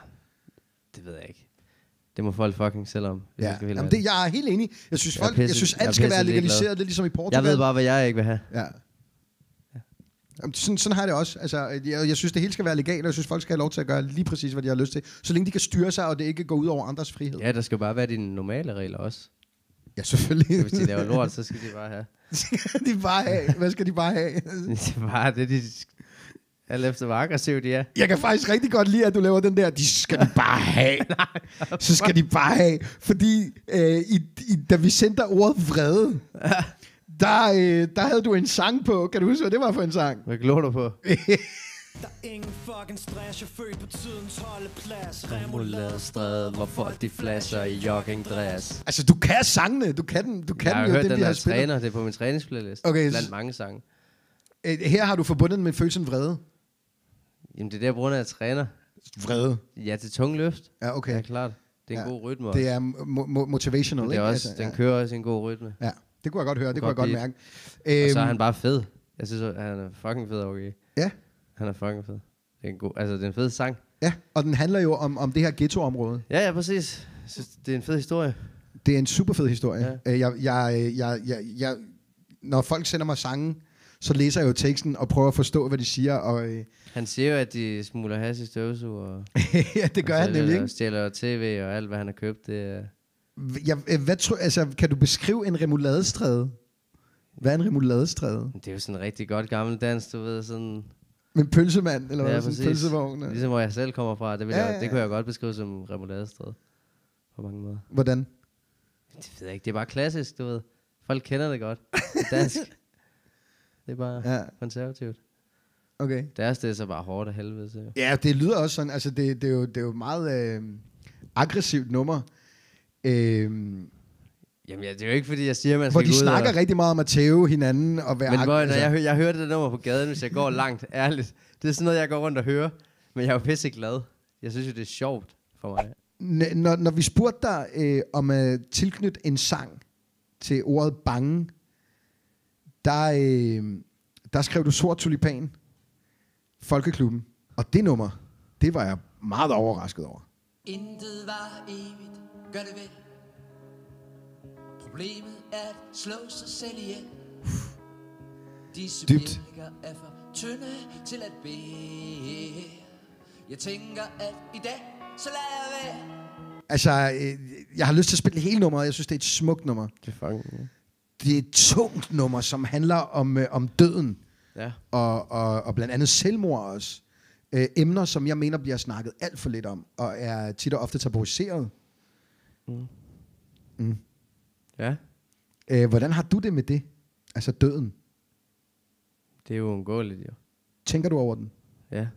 Speaker 2: Det ved jeg ikke. Det må folk fucking selv om. hvis
Speaker 1: Ja.
Speaker 2: jeg skal være
Speaker 1: Jamen,
Speaker 2: helt ærlig.
Speaker 1: det, jeg er helt enig. Jeg synes,
Speaker 2: Jeg er
Speaker 1: folk, jeg
Speaker 2: pisse-
Speaker 1: synes
Speaker 2: jeg er
Speaker 1: alt skal
Speaker 2: pisse
Speaker 1: være
Speaker 2: ligeglad.
Speaker 1: legaliseret. Det er ligesom i Portugal.
Speaker 2: Jeg ved bare, hvad jeg ikke vil have.
Speaker 1: Ja. Jamen, sådan, sådan har jeg det også. Altså, jeg, jeg synes, det hele skal være legalt, og jeg synes, folk skal have lov til at gøre lige præcis, hvad de har lyst til. Så længe de kan styre sig, og det ikke går ud over andres frihed.
Speaker 2: Ja, der skal bare være dine normale regler også.
Speaker 1: Ja, selvfølgelig. [LAUGHS]
Speaker 2: Hvis de laver lort, så skal de bare have.
Speaker 1: skal de bare have? Hvad skal de bare have?
Speaker 2: Det er bare det, de... Alt efter, hvor aggressiv de er.
Speaker 1: Jeg kan faktisk rigtig godt lide, at du laver den der, de skal de bare
Speaker 2: [LAUGHS]
Speaker 1: have. Så skal de bare have. Fordi øh, i, i, da vi sendte dig ordet vrede, der, øh, der havde du en sang på. Kan du huske, hvad det var for en sang?
Speaker 2: Hvad glor du på?
Speaker 5: Der er ingen fucking stress, jeg født på tidens holdeplads
Speaker 2: Muladestræde, hvor folk de flasher i joggingdress.
Speaker 1: Altså, du kan sangene. Du kan den, du kan
Speaker 2: Jeg har
Speaker 1: den jo,
Speaker 2: hørt
Speaker 1: den,
Speaker 2: den,
Speaker 1: vi
Speaker 2: når
Speaker 1: har
Speaker 2: jeg
Speaker 1: spillet.
Speaker 2: træner. Det er på min træningsplaylist.
Speaker 1: Okay,
Speaker 2: Blandt
Speaker 1: så-
Speaker 2: mange sange.
Speaker 1: Øh, Her har du forbundet den med følelsen vrede.
Speaker 2: Jamen, det er der, på grund af, at jeg træner.
Speaker 1: Vrede.
Speaker 2: Ja, til tungløft.
Speaker 1: Ja, okay.
Speaker 2: Ja, klart. Det er en
Speaker 1: Ja.
Speaker 2: god rytme også.
Speaker 1: Det er mo- mo- motivational,
Speaker 2: Det
Speaker 1: ikke? Altså,
Speaker 2: er også, den
Speaker 1: ja.
Speaker 2: kører også i en god rytme.
Speaker 1: ja, det kunne jeg godt høre, det kunne jeg
Speaker 2: Godt
Speaker 1: godt
Speaker 2: beat.
Speaker 1: mærke.
Speaker 2: Og så er
Speaker 1: Øhm,
Speaker 2: han bare fed. Jeg synes, at han er fucking fed, okay?
Speaker 1: Ja,
Speaker 2: Han er fucking fed. Det er en god, altså, det er en fed sang.
Speaker 1: ja, og den handler jo om, om det her ghettoområde.
Speaker 2: Ja, ja, præcis. Jeg synes, det er en fed historie.
Speaker 1: Det er en super fed historie. Ja. Jeg, jeg, øh, jeg, jeg, jeg, når folk sender mig sange, så læser jeg jo teksten og prøver at forstå, hvad de siger. Og, øh, [LAUGHS]
Speaker 2: Han siger jo, at de smugler has i støvsuger. Og
Speaker 1: ja, det gør
Speaker 2: og
Speaker 1: han nemlig,
Speaker 2: Og
Speaker 1: ikke?
Speaker 2: stjæler tv og alt, hvad han har købt. Det er...
Speaker 1: Jeg, øh, hvad tror, altså, kan du beskrive en remoladestræde? Hvad er en remoladestræde?
Speaker 2: Det er jo sådan en rigtig godt gammel dans, du ved. Sådan...
Speaker 1: Med en pølsemand, eller ja, hvad? Sådan en pølsevogn? eller-
Speaker 2: Ligesom hvor jeg selv kommer fra. Det, vil
Speaker 1: Ja,
Speaker 2: ja, jeg,
Speaker 1: ja,
Speaker 2: det
Speaker 1: ja.
Speaker 2: kunne jeg godt beskrive som remouladestræde. På mange måder.
Speaker 1: Hvordan?
Speaker 2: Det ved jeg ikke. Det er bare klassisk, du ved. Folk kender det godt. Det
Speaker 1: [LAUGHS]
Speaker 2: er dansk. det er bare
Speaker 1: Ja.
Speaker 2: ja. konservativt.
Speaker 1: Okay.
Speaker 2: Deres det er så bare hårdt af helvede. Så.
Speaker 1: Ja, det lyder også sådan. Altså, det, det, er, jo, det er jo meget øh, aggressivt nummer. Øh,
Speaker 2: Jamen, ja, det er jo ikke, fordi jeg siger, at man
Speaker 1: Hvor
Speaker 2: skal
Speaker 1: de
Speaker 2: gå ud
Speaker 1: snakker
Speaker 2: og...
Speaker 1: rigtig meget om at tæve hinanden og være...
Speaker 2: Men hvor, når
Speaker 1: altså,
Speaker 2: jeg, hø- jeg hørte det nummer på gaden, hvis jeg går langt, ærligt. Det er sådan noget, jeg går rundt og hører. Men jeg er jo pisse glad. Jeg synes jo, det er sjovt for mig.
Speaker 1: N- når, når vi spurgte dig øh, om at tilknytte en sang til ordet bange, der, øh, der skrev du Sort Tulipan, Folkeklubben. Og det nummer, det var jeg meget overrasket over.
Speaker 6: Intet var evigt, gør det vel. Problemet er at slå sig selv ihjel. Disse
Speaker 1: Dybt.
Speaker 6: bjælker er for tynde til at bære. Jeg tænker, at i dag, så lader jeg være.
Speaker 1: Altså, øh, jeg har lyst til at spille hele nummeret. Jeg synes, det er et smukt nummer.
Speaker 2: Det er fucking...
Speaker 1: Det er et tungt nummer, som handler om, øh, om døden.
Speaker 2: Ja.
Speaker 1: og, og, og blandt andet selvmord også. Øh, emner, som jeg mener bliver snakket alt for lidt om, og er tit og ofte tabuiseret.
Speaker 2: Ja.
Speaker 1: Øh, hvordan har du det med det? Altså døden.
Speaker 2: Det er jo uundgåeligt, jo.
Speaker 1: Tænker du over den?
Speaker 2: Ja.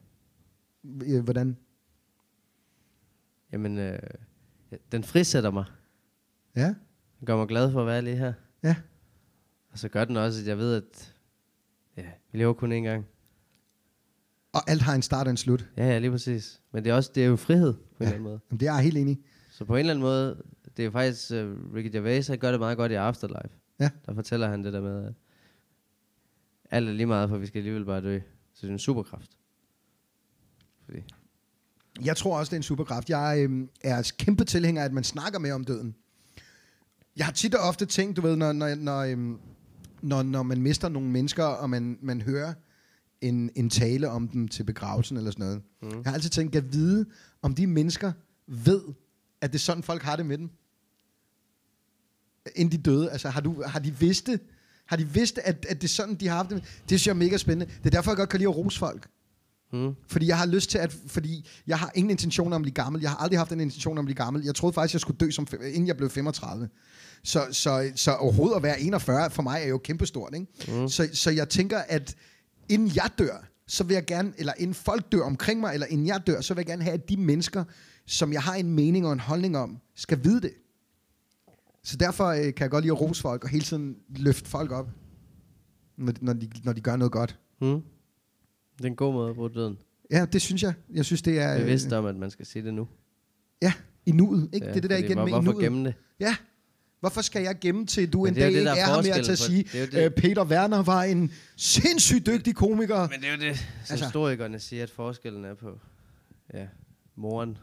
Speaker 1: Øh, Hvordan?
Speaker 2: Jamen, øh, den frisætter mig.
Speaker 1: Ja?
Speaker 2: Den gør mig glad for at være lige her.
Speaker 1: Ja.
Speaker 2: Og så gør den også, at jeg ved, at ja, vi lever kun én gang.
Speaker 1: Og alt har en start og en slut.
Speaker 2: Ja, ja, lige præcis. Men det er, også, det er jo frihed på en eller [LAUGHS] anden måde.
Speaker 1: Jamen, det er jeg helt enig i.
Speaker 2: Så på en eller anden måde, det er jo faktisk, uh, Ricky Gervais han gør det meget godt i Afterlife.
Speaker 1: Ja.
Speaker 2: Der fortæller han det der med, at alt er lige meget, for vi skal alligevel bare dø. Så det er en superkraft. Fordi,
Speaker 1: Jeg tror også, det er en superkraft. Jeg øh, er kæmpe tilhænger af, at man snakker mere om døden. Jeg har tit og ofte tænkt, du ved, når, når, når, øhm, når, når man mister nogle mennesker, og man, man hører en, en tale om dem til begravelsen eller sådan noget. Mm. Jeg har altid tænkt, at vide, om de mennesker ved, at det er sådan, folk har det med dem. Inden de døde. Altså, har, du, har de vidst det? Har de vidst, at, at det er sådan, de har haft det? med- Det synes jeg er mega spændende. Det er derfor, jeg godt kan lide at rose folk.
Speaker 2: mm,
Speaker 1: Fordi jeg har lyst til at... Fordi jeg har ingen intention om at blive gammel. Jeg har aldrig haft den intention om at blive gammel. Jeg troede faktisk, jeg skulle dø, som, fe- inden jeg blev 35. Så, så, så overhovedet at være 41 for mig er jo kæmpestort. Ikke? Mm. Så, så jeg tænker, at inden jeg dør, så vil jeg gerne, eller inden folk dør omkring mig, eller inden jeg dør, så vil jeg gerne have, at de mennesker, som jeg har en mening og en holdning om, skal vide det. Så derfor øh, kan jeg godt lide at rose folk, og hele tiden løfte folk op, når, de- når, de, når de gør noget godt.
Speaker 2: mm. Det er en god måde at bruge døden.
Speaker 1: Ja, det synes jeg. Jeg synes, det er... øh,
Speaker 2: Bevidst om, at man skal sige det nu.
Speaker 1: Ja, i nuet. Ikke? Ja, det er det der
Speaker 2: fordi
Speaker 1: igen
Speaker 2: hvor-
Speaker 1: med i
Speaker 2: Hvorfor
Speaker 1: nuet.
Speaker 2: gemme det?
Speaker 1: Ja. Hvorfor skal jeg gemme til, du
Speaker 2: Men
Speaker 1: en
Speaker 2: det er
Speaker 1: dag
Speaker 2: jo det,
Speaker 1: ikke
Speaker 2: der er
Speaker 1: er her mere til
Speaker 2: forskellen
Speaker 1: at
Speaker 2: på-
Speaker 1: sige,
Speaker 2: det er jo det.
Speaker 1: øh, Peter Werner var en sindssygt dygtig komiker?
Speaker 2: Men det er jo det, som
Speaker 1: Altså-
Speaker 2: altså, historikerne siger, at forskellen er på ja, moren,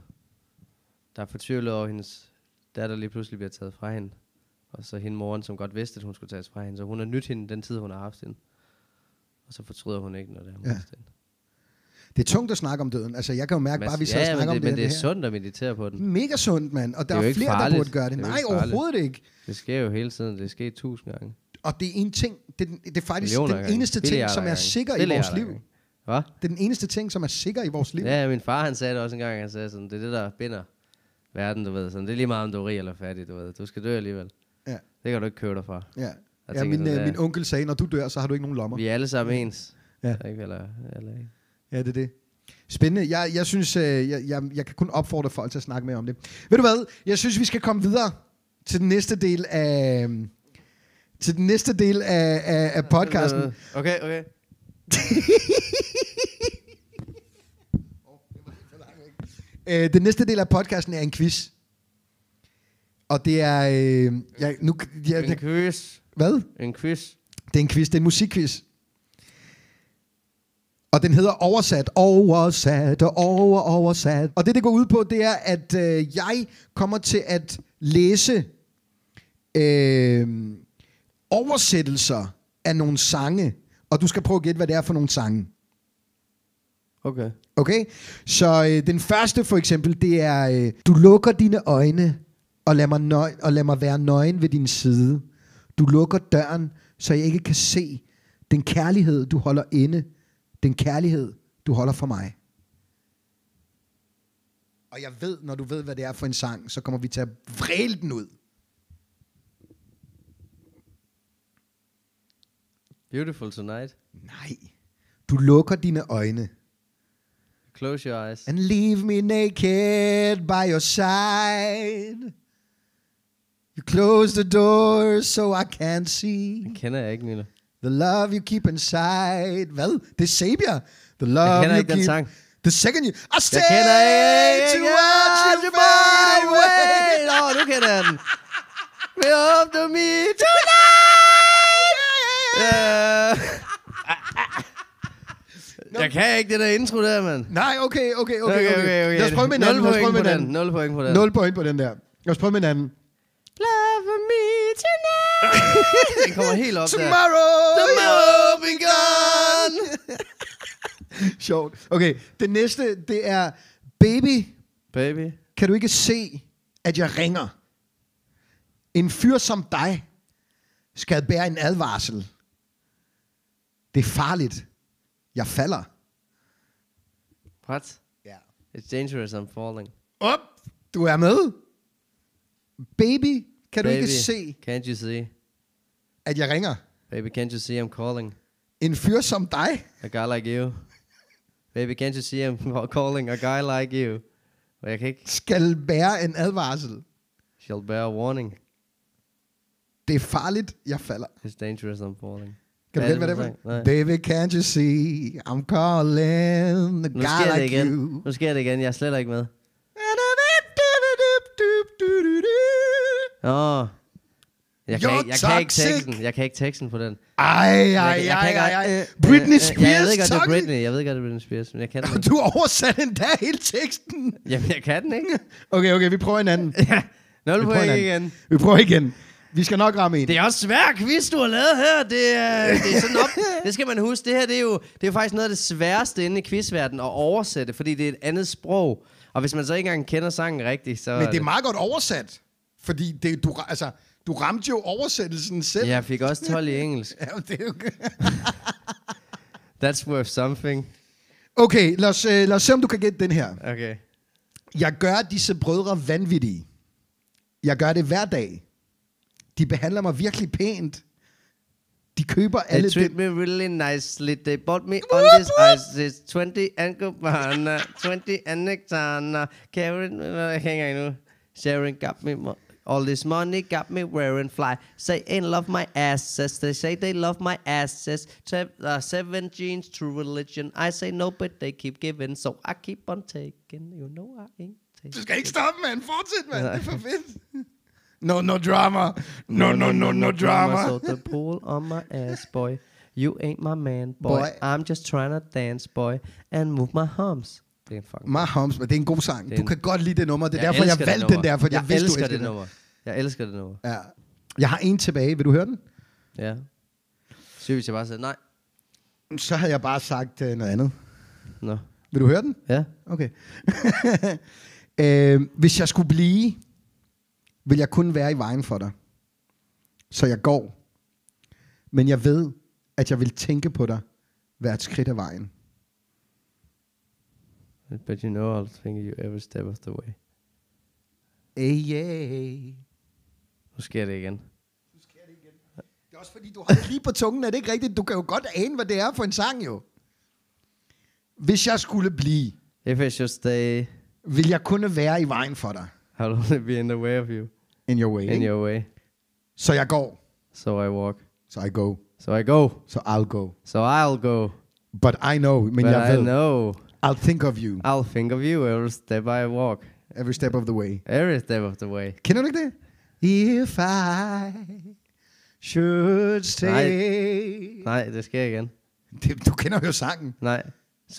Speaker 2: der er fortvivlet over hendes datter lige pludselig bliver taget fra hende. Og så hende moren, som godt vidste, at hun skulle tages fra hende. Så hun har nyt hende den tid, hun har haft hende. Og så fortryder hun ikke, når det er, hun
Speaker 1: Ja.
Speaker 2: ja. hende.
Speaker 1: Det er tungt at snakke om døden. Altså, jeg kan jo mærke bare, at vi
Speaker 2: Men-
Speaker 1: så
Speaker 2: ja,
Speaker 1: snakker
Speaker 2: men
Speaker 1: om
Speaker 2: det,
Speaker 1: det,
Speaker 2: men
Speaker 1: her.
Speaker 2: det er sundt at meditere på den.
Speaker 1: Mega sundt, mand. Og der
Speaker 2: Det er
Speaker 1: er,
Speaker 2: jo
Speaker 1: er
Speaker 2: ikke
Speaker 1: flere, der
Speaker 2: farligt.
Speaker 1: burde gøre det.
Speaker 2: Det er jo
Speaker 1: Nej,
Speaker 2: ikke farligt.
Speaker 1: overhovedet ikke.
Speaker 2: Det sker jo hele tiden. Det sker tusind gange.
Speaker 1: Og det er en ting. Det er, den- det er faktisk
Speaker 2: Millioner
Speaker 1: den
Speaker 2: gange.
Speaker 1: eneste ting,
Speaker 2: Billiarder
Speaker 1: som er
Speaker 2: gange.
Speaker 1: sikker i
Speaker 2: Billiarder
Speaker 1: vores liv.
Speaker 2: gange. Hvad?
Speaker 1: Det er den eneste ting, som er sikker i vores liv.
Speaker 2: Ja, min far han sagde det også en gang, han sagde sådan, det er det, der binder verden, du ved. Sådan, det er lige meget, om du er rig eller fattig, du ved. Du skal dø alligevel.
Speaker 1: Ja.
Speaker 2: Det kan du ikke købe dig fra.
Speaker 1: ja.
Speaker 2: Jeg
Speaker 1: ja
Speaker 2: tænker
Speaker 1: min,
Speaker 2: sådan,
Speaker 1: øh,
Speaker 2: ja.
Speaker 1: min onkel sagde, når du dør, så har du ikke nogen lommer.
Speaker 2: Vi er alle sammen ens.
Speaker 1: Ja.
Speaker 2: Ikke? Eller, eller ikke.
Speaker 1: Ja, det er det. Spændende. Jeg, jeg synes, øh, jeg, jeg, jeg kan kun opfordre folk til at snakke mere om det. Ved du hvad? Jeg synes, vi skal komme videre til den næste del af øh, til den næste del af, af, af podcasten.
Speaker 2: [LAUGHS] Okay, okay.
Speaker 1: Øh, den næste del af podcasten er en quiz. Og det er... Øh, jeg, nu, jeg,
Speaker 2: En
Speaker 1: jeg,
Speaker 2: quiz.
Speaker 1: hvad?
Speaker 2: En quiz.
Speaker 1: Det er en quiz. Det er en musikquiz. Og den hedder Oversat, Oversat, over, Oversat. Og det, det går ud på, det er, at øh, jeg kommer til at læse øh, oversættelser af nogle sange. Og du skal prøve at gætte, hvad det er for nogle sange.
Speaker 2: Okay.
Speaker 1: Okay? Så øh, den første for eksempel, det er, øh, du lukker dine øjne og lader, mig nøg- og lader mig være nøgen ved din side. Du lukker døren, så jeg ikke kan se den kærlighed, du holder inde. Den kærlighed, du holder for mig. Og jeg ved, når du ved, hvad det er for en sang, så kommer vi til at vræle den ud.
Speaker 2: Beautiful tonight.
Speaker 1: Nej. Du lukker dine øjne.
Speaker 2: Close your eyes.
Speaker 1: And leave me naked by your side. You Close the door, so I can see
Speaker 2: Den kender jeg ikke, Miller.
Speaker 1: the love you keep inside. Hvad? Det er Sabia. The love
Speaker 2: kender
Speaker 1: you
Speaker 2: ikke den
Speaker 1: keep.
Speaker 2: sang.
Speaker 1: The second you... I stay
Speaker 2: kender ikke-
Speaker 1: to watch you fade away.
Speaker 2: Åh, oh, nu kender jeg den. We hope to meet tonight. Øh. Jeg kan ikke det der intro der, mand.
Speaker 1: Nej, okay, okay, okay, okay. Lad os prøve med en
Speaker 2: Nul
Speaker 1: anden. Lad os prøve
Speaker 2: point
Speaker 1: med
Speaker 2: på
Speaker 1: en
Speaker 2: den.
Speaker 1: anden.
Speaker 2: Nul point på den.
Speaker 1: Nul point på den der. Lad os prøve med en anden.
Speaker 2: Love me tonight. [LAUGHS] den kommer helt op der.
Speaker 1: Tomorrow.
Speaker 2: Tomorrow be gone.
Speaker 1: Sjovt. Okay, det næste, det er... Baby,
Speaker 2: Baby.
Speaker 1: kan du ikke se, at jeg ringer? En fyr som dig skal bære en advarsel. Det er farligt. Jeg falder.
Speaker 2: What?
Speaker 1: Ja.
Speaker 2: It's dangerous, I'm falling.
Speaker 1: Op! Du er med. Baby, kan du
Speaker 2: Baby,
Speaker 1: ikke se,
Speaker 2: Can't you see?
Speaker 1: at jeg ringer?
Speaker 2: Baby, can't you see I'm calling?
Speaker 1: En fyr som dig
Speaker 2: A guy like you. Baby, can't you see I'm [LAUGHS] calling a guy like you? Og jeg kan ikke...
Speaker 1: skal bære en advarsel.
Speaker 2: Shall bear a warning.
Speaker 1: Det er farligt, jeg falder.
Speaker 2: It's dangerous, I'm falling.
Speaker 1: Kan du
Speaker 2: Hvad
Speaker 1: gætte, hvad det
Speaker 2: for en sang?
Speaker 1: var?
Speaker 2: Nej.
Speaker 1: Baby, can't you see, I'm calling a
Speaker 2: Nu
Speaker 1: guy
Speaker 2: sker det
Speaker 1: like
Speaker 2: igen.
Speaker 1: you.
Speaker 2: Nu sker det igen. Jeg er slet ikke med. Åh. Oh. Jeg, kan
Speaker 1: You're
Speaker 2: ikke, jeg kan ikke
Speaker 1: toxic.
Speaker 2: teksten. Jeg kan ikke teksten på den. Jeg
Speaker 1: Ej, ej,
Speaker 2: kan- jeg
Speaker 1: ej,
Speaker 2: kan
Speaker 1: ej,
Speaker 2: godt-
Speaker 1: ej.
Speaker 2: øh, øh,
Speaker 1: Britney
Speaker 2: øh, Jeg ved
Speaker 1: Spears,
Speaker 2: godt, det er
Speaker 1: Tommy.
Speaker 2: Britney. Jeg ved godt, det er Britney Spears, men jeg
Speaker 1: [LAUGHS]
Speaker 2: kan den ikke.
Speaker 1: Du oversatte endda hele teksten.
Speaker 2: Jamen, jeg kan den ikke.
Speaker 1: Okay, okay, vi prøver en
Speaker 2: [LAUGHS]
Speaker 1: anden.
Speaker 2: Nul
Speaker 1: Vi prøver en
Speaker 2: point
Speaker 1: anden.
Speaker 2: igen.
Speaker 1: Vi prøver igen. Vi skal nok ramme en.
Speaker 2: Det er også svær quiz, du har lavet her. Det
Speaker 1: [LAUGHS]
Speaker 2: er, det er sådan op. Det skal man huske. Det her det er, jo, det er jo faktisk noget af det sværeste inde i quizverdenen at oversætte, fordi det er et andet sprog. Og hvis man så ikke engang kender sangen rigtigt, så...
Speaker 1: Men det er meget godt oversat. Fordi det, du, altså, du ramte jo oversættelsen selv.
Speaker 2: Jeg fik også 12 i engelsk.
Speaker 1: [LAUGHS] Ja, det er jo...
Speaker 2: That's worth something.
Speaker 1: Okay, lad os, øh, lad os se, om du kan gætte den her.
Speaker 2: Okay.
Speaker 1: Jeg gør disse brødre vanvittige. Jeg gør det hver dag. De behandler mig virkelig pænt. De køber
Speaker 2: They
Speaker 1: alle
Speaker 2: treat
Speaker 1: den...
Speaker 2: me really nicely. They bought me
Speaker 1: Whoop,
Speaker 2: on this
Speaker 1: whoop.
Speaker 2: ice. This 20 Ankobana, 20 Anectana. Karen, uh, hang on nu. Sharon got me mo- all this money, got me wearing fly. Say ain't love my asses. They say they love my asses. Te- uh, seven jeans, true religion. I say no, but they keep giving, so I keep on taking. You know I ain't
Speaker 1: Du
Speaker 2: taking.
Speaker 1: skal ikke stoppe, mand. Fortsæt, mand. Det er for fedt. No, no drama. No, no, no, no
Speaker 2: So
Speaker 1: drama.
Speaker 2: the pool on my ass, boy. You ain't my man, boy.
Speaker 1: Boy.
Speaker 2: I'm just trying to dance, boy, and move my humps. Det er en fucking...
Speaker 1: My Homes, men det er en god sang. Du
Speaker 2: en-
Speaker 1: kan godt lide det nummer. Det er derfor, jeg
Speaker 2: elsker det
Speaker 1: valgte
Speaker 2: nummer.
Speaker 1: den der, for jeg,
Speaker 2: jeg
Speaker 1: vidste,
Speaker 2: elsker
Speaker 1: du
Speaker 2: det
Speaker 1: elsker
Speaker 2: nummer. Jeg elsker det nummer.
Speaker 1: Ja. Jeg har en tilbage. Vil du høre den?
Speaker 2: Ja. Så hvis jeg bare sagde, nej.
Speaker 1: Så havde jeg bare sagt øh, noget andet.
Speaker 2: Nå.
Speaker 1: Vil du høre den?
Speaker 2: Ja.
Speaker 1: Okay. [LAUGHS] øh, hvis jeg skulle blive, vil jeg kun være i vejen for dig. Så jeg går. Men jeg ved, at jeg vil tænke på dig hvert skridt af vejen.
Speaker 2: But you know I'll think of you every step of the way.
Speaker 1: Hey, yeah.
Speaker 2: Nu sker det igen.
Speaker 1: Det er også fordi, du har det lige på tungen, er det ikke rigtigt? Du kan jo godt ane, hvad det er for en sang jo. Hvis jeg skulle blive,
Speaker 2: If I should stay,
Speaker 1: vil jeg kun være i vejen for dig.
Speaker 2: I'll only be in the way of you.
Speaker 1: In your way.
Speaker 2: In your way.
Speaker 1: Så jeg går.
Speaker 2: So I walk.
Speaker 1: Så I go.
Speaker 2: So I go.
Speaker 1: Så I'll go.
Speaker 2: So I'll go.
Speaker 1: But I know, men
Speaker 2: But
Speaker 1: jeg
Speaker 2: I
Speaker 1: ved.
Speaker 2: know.
Speaker 1: I'll think of you
Speaker 2: I'll think of you every step I walk.
Speaker 1: every step of the way.
Speaker 2: Every step of the way.
Speaker 1: Kender du ikke det? If I should stay.
Speaker 2: Nej, det sker igen.
Speaker 1: Det, du kender jo sangen.
Speaker 2: Nej.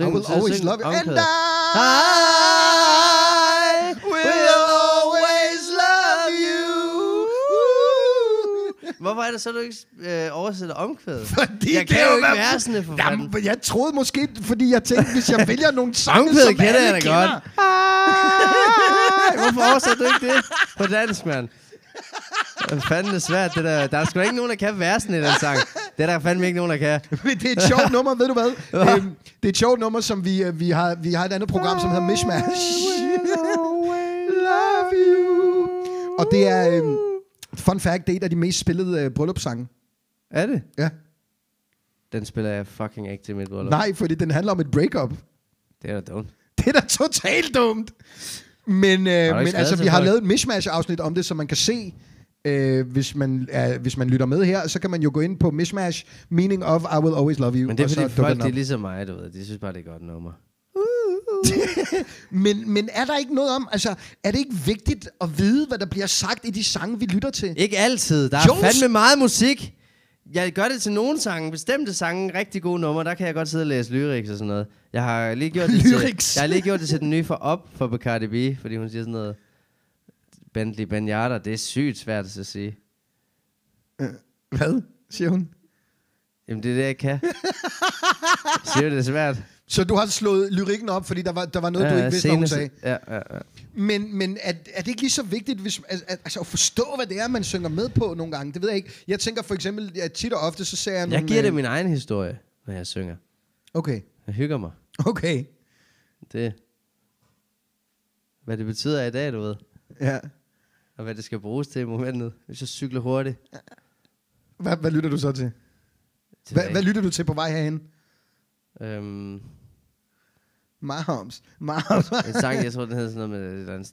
Speaker 1: I will
Speaker 2: så
Speaker 1: always
Speaker 2: syng
Speaker 1: love you. And
Speaker 2: omkvædet.
Speaker 1: I will always love you.
Speaker 2: Hvorfor er det så, du ikke øh, oversætter omkvædet?
Speaker 1: Fordi
Speaker 2: jeg kan
Speaker 1: det
Speaker 2: jo
Speaker 1: var-
Speaker 2: ikke versene for fanden.
Speaker 1: Jamen, jeg troede måske, fordi jeg tænkte, hvis jeg vælger nogle sange, som alle
Speaker 2: Omkvædet kender jeg da
Speaker 1: kender.
Speaker 2: godt. Ej, Hvorfor oversætter du ikke det på dansk, mand? Hvad fanden er svært, det der. Der er sgu da ikke nogen, der kan versen i den sang. Det er der fandme ikke nogen, der kan.
Speaker 1: Men det er et sjovt nummer, ved du
Speaker 2: [LAUGHS]
Speaker 1: hvad? Øhm, det er et sjovt nummer, som vi, øh, vi, har, vi har et andet program, som hedder Mishmash. love you. Og det er, øhm,
Speaker 2: Uh.
Speaker 1: fun fact, det er et af de mest spillede øh, bryllupssange.
Speaker 2: Er det?
Speaker 1: Ja.
Speaker 2: Den spiller jeg fucking ikke til mit bryllup.
Speaker 1: Nej, fordi den handler om et breakup. [LAUGHS]
Speaker 2: Det er da dumt.
Speaker 1: Det er da totalt dumt. Men, øh, men
Speaker 2: ikke skrevet
Speaker 1: altså,
Speaker 2: til
Speaker 1: vi har
Speaker 2: folk?
Speaker 1: lavet et Mishmash-afsnit om det, så man kan se Øh, hvis, man, øh, hvis man lytter med her, så kan man jo gå ind på Mishmash, Meaning of I Will Always Love You.
Speaker 2: Men det er
Speaker 1: og så
Speaker 2: fordi
Speaker 1: dukker
Speaker 2: folk,
Speaker 1: den
Speaker 2: de er
Speaker 1: op.
Speaker 2: ligesom mig, du ved. De synes bare, det er et godt nummer.
Speaker 1: men, men er der ikke noget om, altså er det ikke vigtigt at vide, hvad der bliver sagt i de sange, vi lytter til?
Speaker 2: Ikke altid. Der er
Speaker 1: Jones-
Speaker 2: Jones. fandme meget musik. Jeg gør det til nogle sange. Bestemte sange, rigtig gode numre. Der kan jeg godt sidde og læse lyrics og sådan noget. Jeg har lige gjort det, til,
Speaker 1: Lyrics.
Speaker 2: jeg har lige gjort det til den nye for op for Bacardi B, fordi hun siger sådan noget. Bentley Benjata, det er sygt svært at sige.
Speaker 1: Hvad, siger hun?
Speaker 2: Jamen, det er det, jeg [LAUGHS] kan. siger du, det er svært? Øh,
Speaker 1: Så du har slået lyrikken op, fordi der var, der var noget, ja, du ikke vidste, hvad hun
Speaker 2: senest-
Speaker 1: sagde.
Speaker 2: Ja, ja, ja.
Speaker 1: Men, men er, er det ikke lige så vigtigt hvis, at, at, altså at forstå, hvad det er, man synger med på nogle gange? Det ved jeg ikke. Jeg tænker for eksempel, at tit og ofte, så ser jeg...
Speaker 2: Jeg
Speaker 1: nogle,
Speaker 2: giver
Speaker 1: øh,
Speaker 2: det min egen historie, når jeg synger.
Speaker 1: Okay,
Speaker 2: Jeg hygger mig.
Speaker 1: okay.
Speaker 2: Det. Hvad det betyder i dag, du ved.
Speaker 1: Ja.
Speaker 2: Og hvad det skal bruges til i momentet. Hvis jeg cykler hurtigt.
Speaker 1: Hvad, hvad lytter du så til?
Speaker 2: Det ved
Speaker 1: Hvad,
Speaker 2: jeg
Speaker 1: hvad
Speaker 2: ikke.
Speaker 1: lytter du til på vej herhen?
Speaker 2: øhm,
Speaker 1: Mahomes. Mahomes.
Speaker 2: en sang, jeg tror, den hedder sådan noget med et eller andet,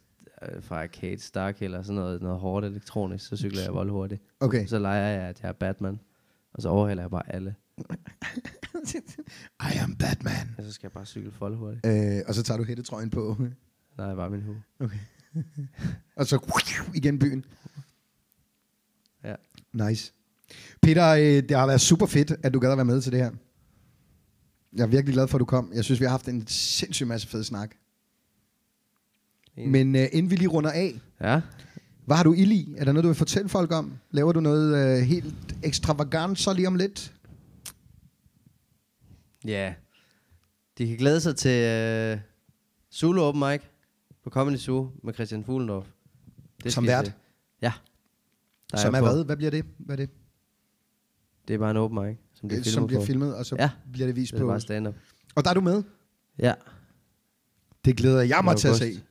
Speaker 2: øh, fra Arcade Stark eller sådan noget, noget hårdt elektronisk, så cykler jeg vold hurtigt.
Speaker 1: Okay.
Speaker 2: Så leger jeg, at jeg er Batman, og så overhaler jeg bare alle.
Speaker 1: I am Batman.
Speaker 2: Og så skal jeg bare cykle vold hurtigt.
Speaker 1: Øh, og så tager du hættetrøjen på.
Speaker 2: Nej, bare min hue.
Speaker 1: Og så igen byen.
Speaker 2: Ja.
Speaker 1: Nice. Peter, øh, det har været super fedt, at du gad at være med til det her. Jeg er virkelig glad for, at du kom. Jeg synes, vi har haft en sindssyg masse fed snak.
Speaker 2: Enig.
Speaker 1: Men øh, inden vi lige runder af,
Speaker 2: Ja.
Speaker 1: hvad har du ild i? Er der noget, du vil fortælle folk om? Laver du noget øh, helt ekstravagant så lige om lidt?
Speaker 2: Ja. Yeah. De kan glæde sig til øh, Zulu Open Mic på Comedy Zoo med Christian Fuglendorf. Det
Speaker 1: Som
Speaker 2: skal I
Speaker 1: vært?
Speaker 2: se. Ja. Der
Speaker 1: Som
Speaker 2: jeg
Speaker 1: er
Speaker 2: på.
Speaker 1: hvad? Hvad bliver det? Hvad er det?
Speaker 2: Det er bare en open mic, som bliver
Speaker 1: det
Speaker 2: filmet
Speaker 1: som bliver
Speaker 2: på.
Speaker 1: filmet, og så ja.
Speaker 2: Ja.
Speaker 1: bliver det vist
Speaker 2: Det er
Speaker 1: på.
Speaker 2: bare stand-up.
Speaker 1: Og der er du med.
Speaker 2: Ja.
Speaker 1: Det glæder jeg mig
Speaker 2: i
Speaker 1: til at
Speaker 2: august.
Speaker 1: se.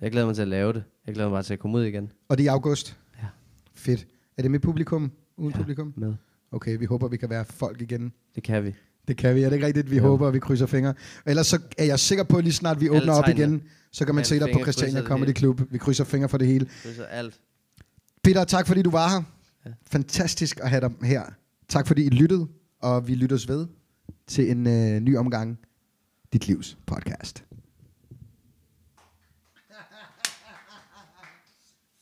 Speaker 2: Jeg glæder mig til at lave det. Jeg glæder mig bare til at komme ud igen.
Speaker 1: Og det er i august.
Speaker 2: Ja.
Speaker 1: Fedt. Er det med publikum? Uden ja. publikum?
Speaker 2: Med.
Speaker 1: Okay, vi håber, vi kan være folk igen.
Speaker 2: Det kan vi.
Speaker 1: Det kan vi, er det ikke rigtigt? Vi
Speaker 2: Jo.
Speaker 1: håber, og vi krydser fingre. Ellers så er jeg sikker på, at lige snart vi
Speaker 2: Alle
Speaker 1: åbner op
Speaker 2: tegnene.
Speaker 1: igen, så kan man
Speaker 2: Alle
Speaker 1: se dig på
Speaker 2: fingre krydser
Speaker 1: Christiania
Speaker 2: det
Speaker 1: Comedy
Speaker 2: hele.
Speaker 1: Club. Vi krydser fingre for det hele.
Speaker 2: Det er så alt.
Speaker 1: Peter, tak fordi du var her. Fantastisk at have dig her. Tak fordi I lyttede, og vi lyttes ved til en øh, ny omgang. Dit livs podcast. [LAUGHS]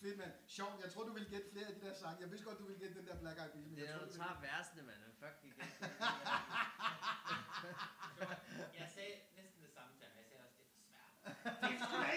Speaker 1: Fedt, mand. Sjovt. Jeg tror, du vil gætte flere af de der sange. Jeg vidste godt, du ville gætte den der Black Eyed Peas, men jeg tror,
Speaker 2: tager værsene, mand. Fuck
Speaker 1: [LAUGHS] [LAUGHS]
Speaker 2: igen. jeg sagde næsten det samme til ham. Jeg sagde også, det er svært. Det er svært.